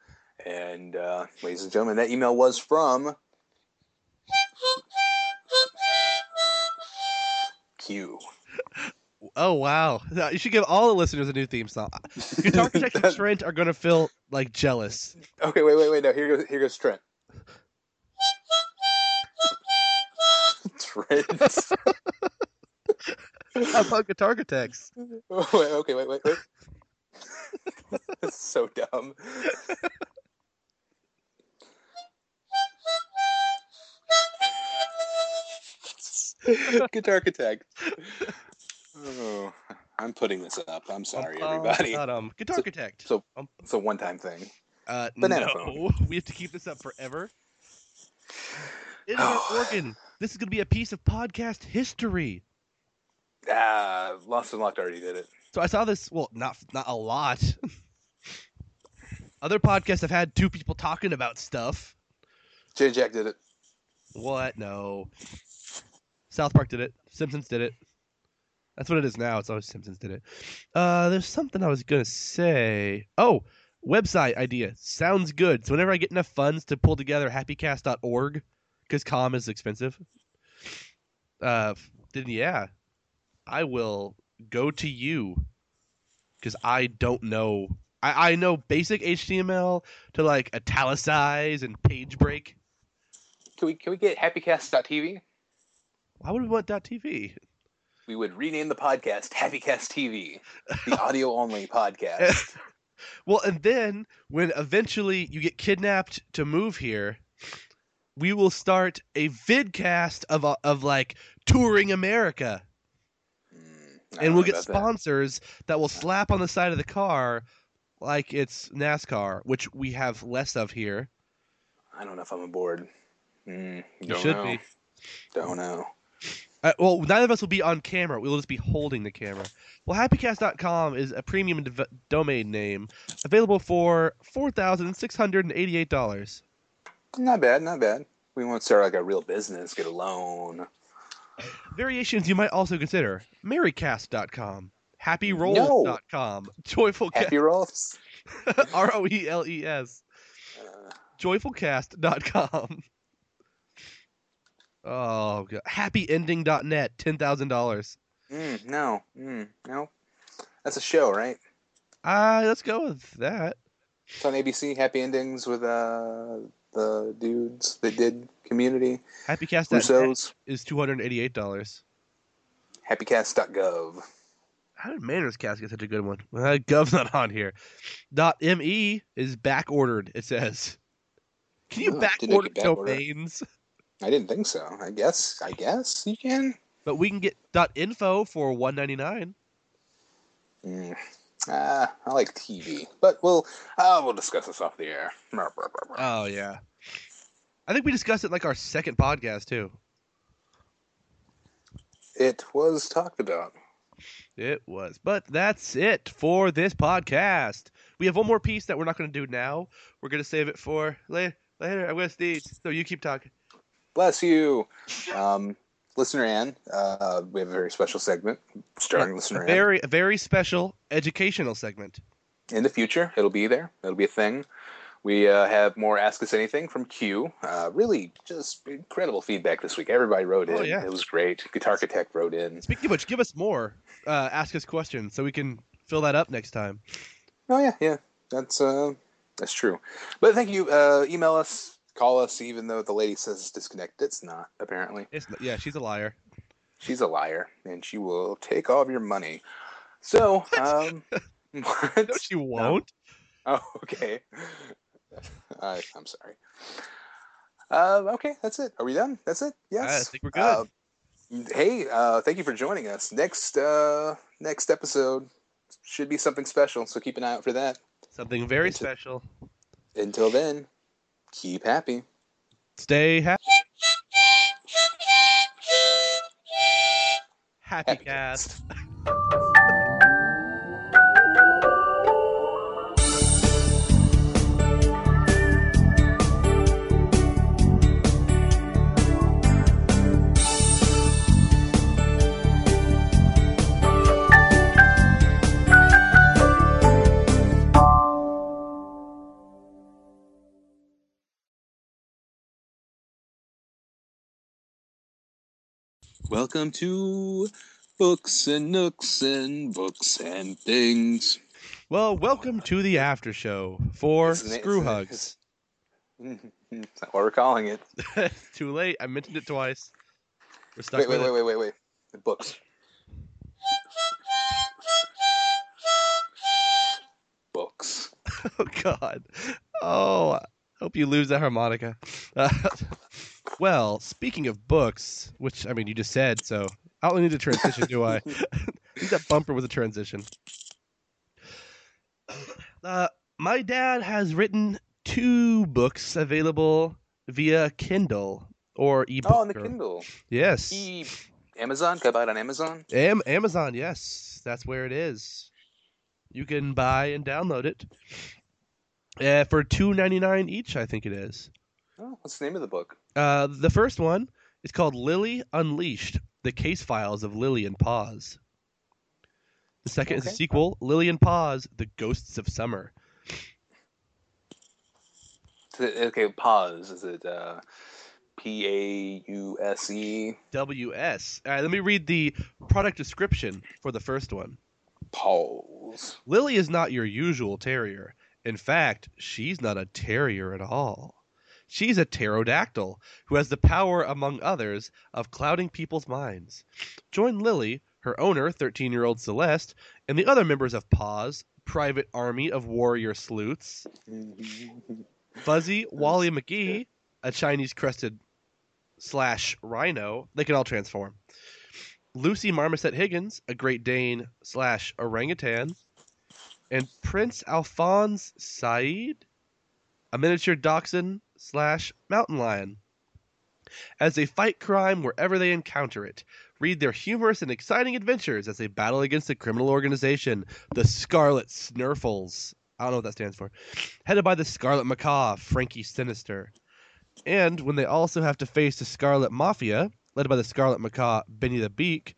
B: And uh, ladies and gentlemen, that email was from Q.
C: Oh wow! Yeah, You should give all the listeners a new theme song. Guitar Tech and
B: That-
C: Trent are gonna feel like jealous.
B: Okay, wait, wait, wait. No, here goes here goes Trent. Trent.
C: I love Guitar Techs.
B: wait, okay, wait, wait, wait. That's so dumb. Guitar Architect. Oh, I'm putting this up. I'm sorry, everybody.
C: Um, Guitar Architect.
B: so-
C: um,
B: It's a one-time thing.
C: uh,
B: banana
C: no, we have to keep this up forever. Is our organ This is going to be a piece of podcast history.
B: Ah, Lost and Locked already did it.
C: So I saw this. Well, not not a lot. Other podcasts have had two people talking about stuff.
B: J Jack did it.
C: What? No. South Park did it. Simpsons did it. That's what it is now. It's always Simpsons did it. Uh, there's something I was gonna say. Oh, website idea sounds good. So whenever I get enough funds to pull together happycast.org, because com is expensive. Uh, then yeah, I will go to you because I don't know. I, I know basic HTML to like italicize and page break.
B: Can we can we get happycast.tv?
C: Why would we want .tv?
B: We would rename the podcast Happycast TV, the audio only podcast.
C: Well, and then when eventually you get kidnapped to move here, we will start a vidcast of uh, of like touring America,
B: I don't
C: and we'll
B: know
C: get
B: about that.
C: sponsors that. will slap on the side of the car, like it's NASCAR, which we have less of here.
B: I don't know if I'm aboard. Mm,
C: You
B: don't
C: should
B: know.
C: be.
B: Don't know.
C: Uh, well, neither of us will be on camera. We'll just be holding the camera. Well, happycast.com is a premium dev- domain name available for $4,688.
B: Not bad. Not bad. We won't start like a real business. Get a loan.
C: Variations you might also consider
B: No.
C: Merrycast.com, HappyRolls.com,
B: Happy
C: Joyfulcast,
B: rolls.
C: R O E L E S, Joyfulcast.com. Oh, God. HappyEnding.net, $10,000.
B: Mm, no. Mm, no. That's a show, right?
C: Ah, let's go with that.
B: It's on ABC. Happy endings with uh the dudes that did Community.
C: HappyCast.net
B: Russo's.
C: is $288.
B: Happycast.gov.
C: How did Manners Cast get such a good one? Uh, Gov's not on here. Dot me is back ordered. It says, can you
B: Oh,
C: back
B: did they
C: order
B: get back order?
C: domains?
B: I didn't think so. I guess. I guess you can.
C: But we can get info for one ninety nine.
B: Mm. Ah, I like TV, but we'll uh, we'll discuss this off the air.
C: Oh yeah. I think we discussed it like our second podcast too.
B: It was talked about.
C: It was. But that's it for this podcast. We have one more piece that we're not gonna do now. We're gonna save it for later later. I'm gonna sneeze. So you keep talking.
B: Bless you, um, listener Anne. Uh, we have a very special segment starring listener Anne.
C: Very a very special educational segment.
B: in the future. It'll be there. It'll be a thing. We uh, have more Ask Us Anything from Q. Uh, really, just incredible feedback this week. Everybody wrote in.
C: Oh, yeah.
B: It was great. Guitar Architect wrote in.
C: Speaking of which, give us more. Uh, ask us questions so we can fill that up next time.
B: Oh yeah, yeah. That's uh, that's true. But thank you. Uh, email us, call us. Even though the lady says it's disconnected, it's not. Apparently.
C: It's not, yeah, she's a liar.
B: She's a liar, and she will take all of your money. So, um, what?
C: No, she won't.
B: Oh, okay. I, I'm sorry. Uh, okay, that's it. Are we done? That's it. Yes.
C: think we're good.
B: Uh, hey, uh, thank you for joining us. Next, uh, next episode should be something special. So keep an eye out for that.
C: Something very
B: It's a-
C: special.
B: Until then, keep happy.
C: Stay happy. Happy,
B: Happy
C: cast.
B: Welcome to books and nooks and books and things.
C: Well, welcome to the after show for
B: Isn't it-
C: Screw
B: isn't it-
C: Hugs.
B: That's not what we're calling it.
C: It's too late. I mentioned it twice. We're stuck
B: Wait,
C: with
B: wait, wait, wait, wait, wait. The books. Books.
C: it. Oh God. Oh, I hope you lose that harmonica. Uh, well, speaking of books, which I mean, you just said, so I don't need a transition, do I? I think that bumper was a transition. Uh, my dad has written two books available via Kindle or ebook.
B: Oh, on the
C: or-
B: Kindle.
C: Yes.
B: E- Amazon. Can I buy it on Amazon?
C: Am- Amazon, yes, that's where it is. You can buy and download it uh, for two ninety nine each. I think it is.
B: Oh, what's the name of the book?
C: Uh, the first one is called Lily Unleashed: The Case Files of Lillian Paws. The second is a
B: Okay.
C: sequel, Lillian Paws: The Ghosts of Summer.
B: Is it- Okay, pause. Is it uh, P A U S E?
C: WS. All right, Uh, let me read the product description for the first one.
B: Pause.
C: Lily is not your usual terrier. In fact, she's not a terrier at all. She's a pterodactyl who has the power, among others, of clouding people's minds. Join Lily, her owner, 13 year old Celeste, and the other members of Paws, private army of warrior sleuths, Fuzzy, Wally McGee, a Chinese crested slash rhino, they can all transform. Lucy Marmoset Higgins, a Great Dane slash orangutan, and Prince Alphonse Said, a miniature dachshund slash mountain lion. As they fight crime wherever they encounter it, read their humorous and exciting adventures as they battle against the criminal organization, the Scarlet Snurfles. I don't know what that stands for headed by the Scarlet Macaw, Frankie Sinister. And when they also have to face the Scarlet Mafia, led by the Scarlet Macaw, Benny the Beak,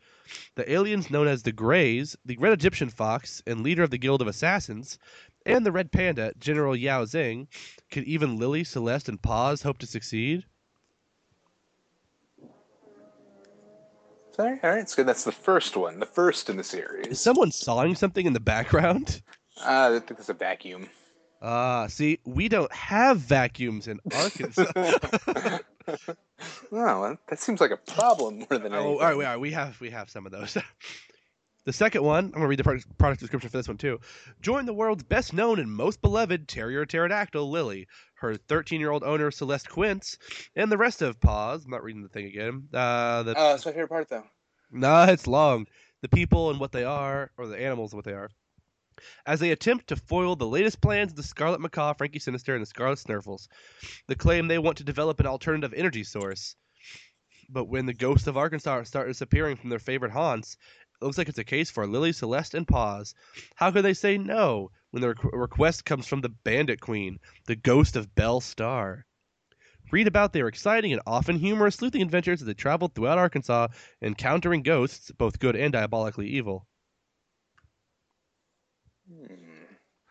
C: the aliens known as the Greys, the Red Egyptian Fox, and leader of the Guild of Assassins, and the Red Panda, General Yao Zing, could even Lily, Celeste, and Paws hope to succeed?
B: Sorry. All right, it's good. That's the first one, the first in the series.
C: Is someone sawing something in the background?
B: Uh, I think it's a vacuum.
C: Ah, see, we don't have vacuums in Arkansas.
B: No, Oh, that seems like a problem more than anything.
C: Oh, all right, we are. We have we have some of those. the second one, I'm gonna read the product, product description for this one too. Join the world's best known and most beloved terrier pterodactyl Lily, her 13 year old owner Celeste Quince, and the rest of Paws. I'm not reading the thing again. Uh, the
B: Uh, that's my favorite part, though.
C: Nah, it's long. The people and what they are, or the animals and what they are, as they attempt to foil the latest plans of the Scarlet Macaw, Frankie Sinister, and the Scarlet Snurfles. They claim they want to develop an alternative energy source. But when the ghosts of Arkansas start disappearing from their favorite haunts, it looks like it's a case for Lily, Celeste, and Paws. How could they say no when the requ- request comes from the Bandit Queen, the ghost of Belle Star? Read about their exciting and often humorous sleuthing adventures as they travel throughout Arkansas encountering ghosts, both good and diabolically evil.
B: Hmm.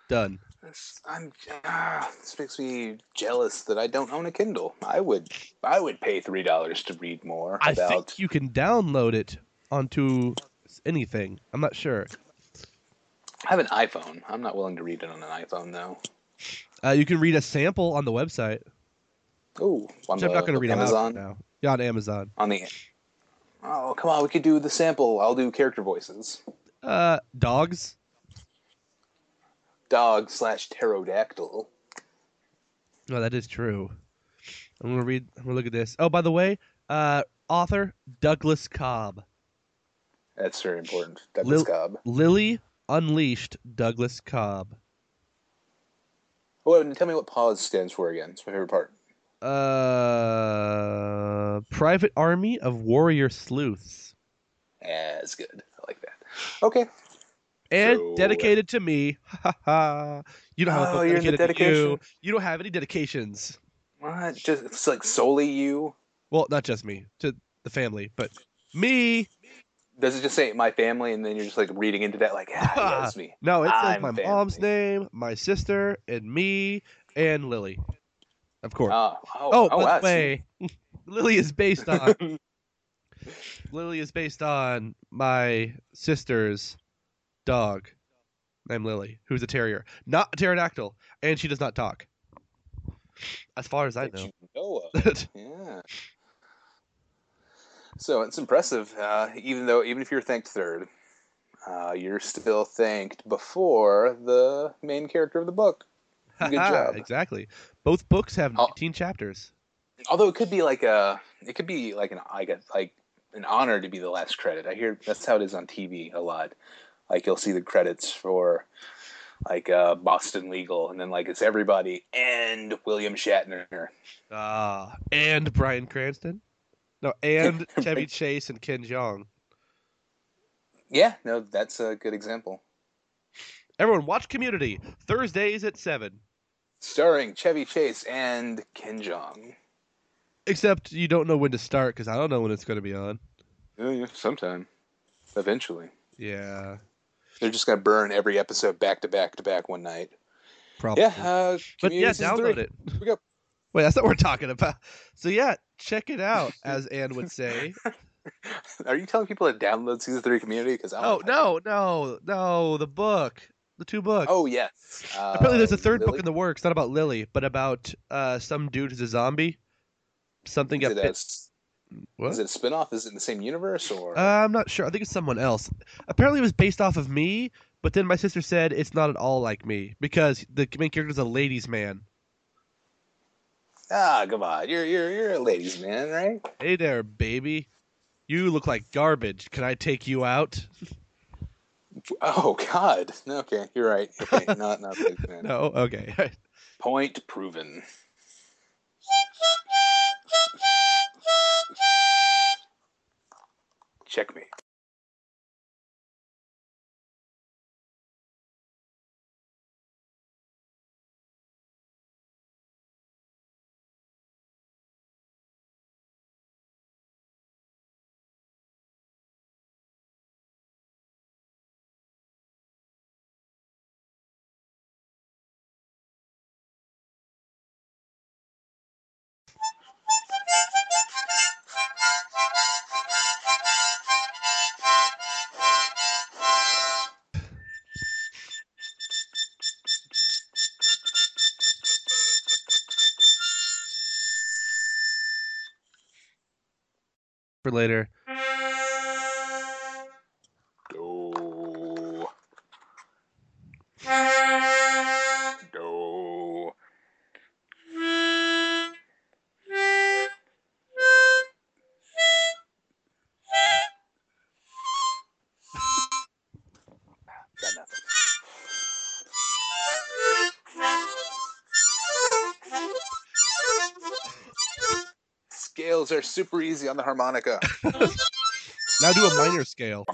C: Done.
B: This, I'm, ah, this makes me jealous that I don't own a Kindle. I would, I would pay three dollars to read more
C: I
B: about.
C: think you can download it onto anything. I'm not sure.
B: I have an iPhone. I'm not willing to read it on an iPhone though.
C: Uh, you can read a sample on the website,
B: Oh, on
C: which I'm
B: the-
C: not going to read
B: Amazon
C: out now. Yeah, on Amazon.
B: on the. Oh come on, we could do the sample. I'll do character voices.
C: Uh, dogs.
B: Dog slash pterodactyl.
C: No, Oh, that is true. I'm going to read. I'm going to look at this. Oh, by the way, uh, author Douglas Cobb.
B: That's very important. Douglas
C: Lil-
B: Cobb.
C: Lily Unleashed. Douglas Cobb.
B: Oh, and tell me what pause stands for again. It's my favorite part.
C: Uh, private army of warrior sleuths.
B: Yeah, it's good. I like that. Okay.
C: and
B: So-
C: dedicated to me. Ha ha. You don't have
B: Oh,
C: a
B: you're in the
C: dedicated to you.
B: dedication.
C: You don't have any dedications.
B: What? Just it's like solely you.
C: Well, not just me, to the family, but me.
B: Does it just say my family, and then you're just like reading into that, like, ah, yeah, that's me.
C: No, it's like
B: I'm
C: my
B: family.
C: mom's name, my sister, and me, and Lily. Of course.
B: Ah,
C: oh,
B: oh,
C: by
B: I
C: the way, Lily is based on Lily is based on my sister's dog named Lily, who's a terrier, not a pterodactyl, and she does not talk. As far as I
B: see.
C: know.
B: That you know of. Yeah. So it's impressive. Uh, even though, even if you're thanked third, uh, you're still thanked before the main character of the book. Good job.
C: exactly. Both books have
B: Oh.
C: 19 chapters.
B: Although it could be like a, it could be like an, I guess, like an honor to be the last credit. I hear that's how it is on TV a lot. Like you'll see the credits for like uh, Boston Legal, and then like it's everybody and William Shatner.
C: Ah, and Brian Cranston. No, and Chevy Chase and Ken Jeong.
B: Yeah, no, that's a good example.
C: Everyone, watch Community Thursdays at seven.
B: Starring Chevy Chase and Ken Jong.
C: Except you don't know when to start because I don't know when it's going to be on.
B: Yeah, yeah, sometime, eventually,
C: Yeah,
B: they're just gonna burn every episode back to back to back one night.
C: probably.
B: Yeah, uh,
C: but
B: Community
C: yeah,
B: season
C: download
B: three.
C: it.
B: Here we go.
C: Wait, that's not what we're talking about. So yeah, check it out, as Anne would say.
B: Are you telling people to download season three Community? Because
C: oh no, no, no! The book, the two books.
B: Oh yes. Uh,
C: Apparently, there's a third book
B: Lily?
C: in the works, not about Lily, but about uh, some dude who's a zombie. Something got
B: Is it, a,
C: bit.
B: s-
C: What?
B: is it a spin-off? Is it in the same universe or?
C: Uh, I'm not sure. I think it's someone else. Apparently, it was based off of me, but then my sister said it's not at all like me because the main character is a ladies' man.
B: ah, come on, you're you're you're a ladies' man, right?
C: Hey there, baby. You look like garbage. Can I take you out?
B: Oh God. No, Okay, you're right. Okay, not not ladies' man.
C: No. Okay.
B: Point proven. Checkmate.
C: For later.
B: Do. Do. Scales are super easy on the harmonica.
C: Now do a minor scale.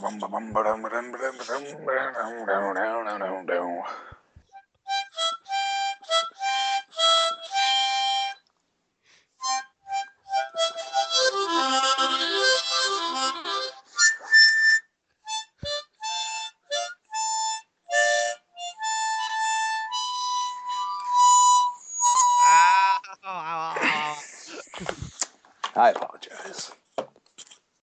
B: I apologize.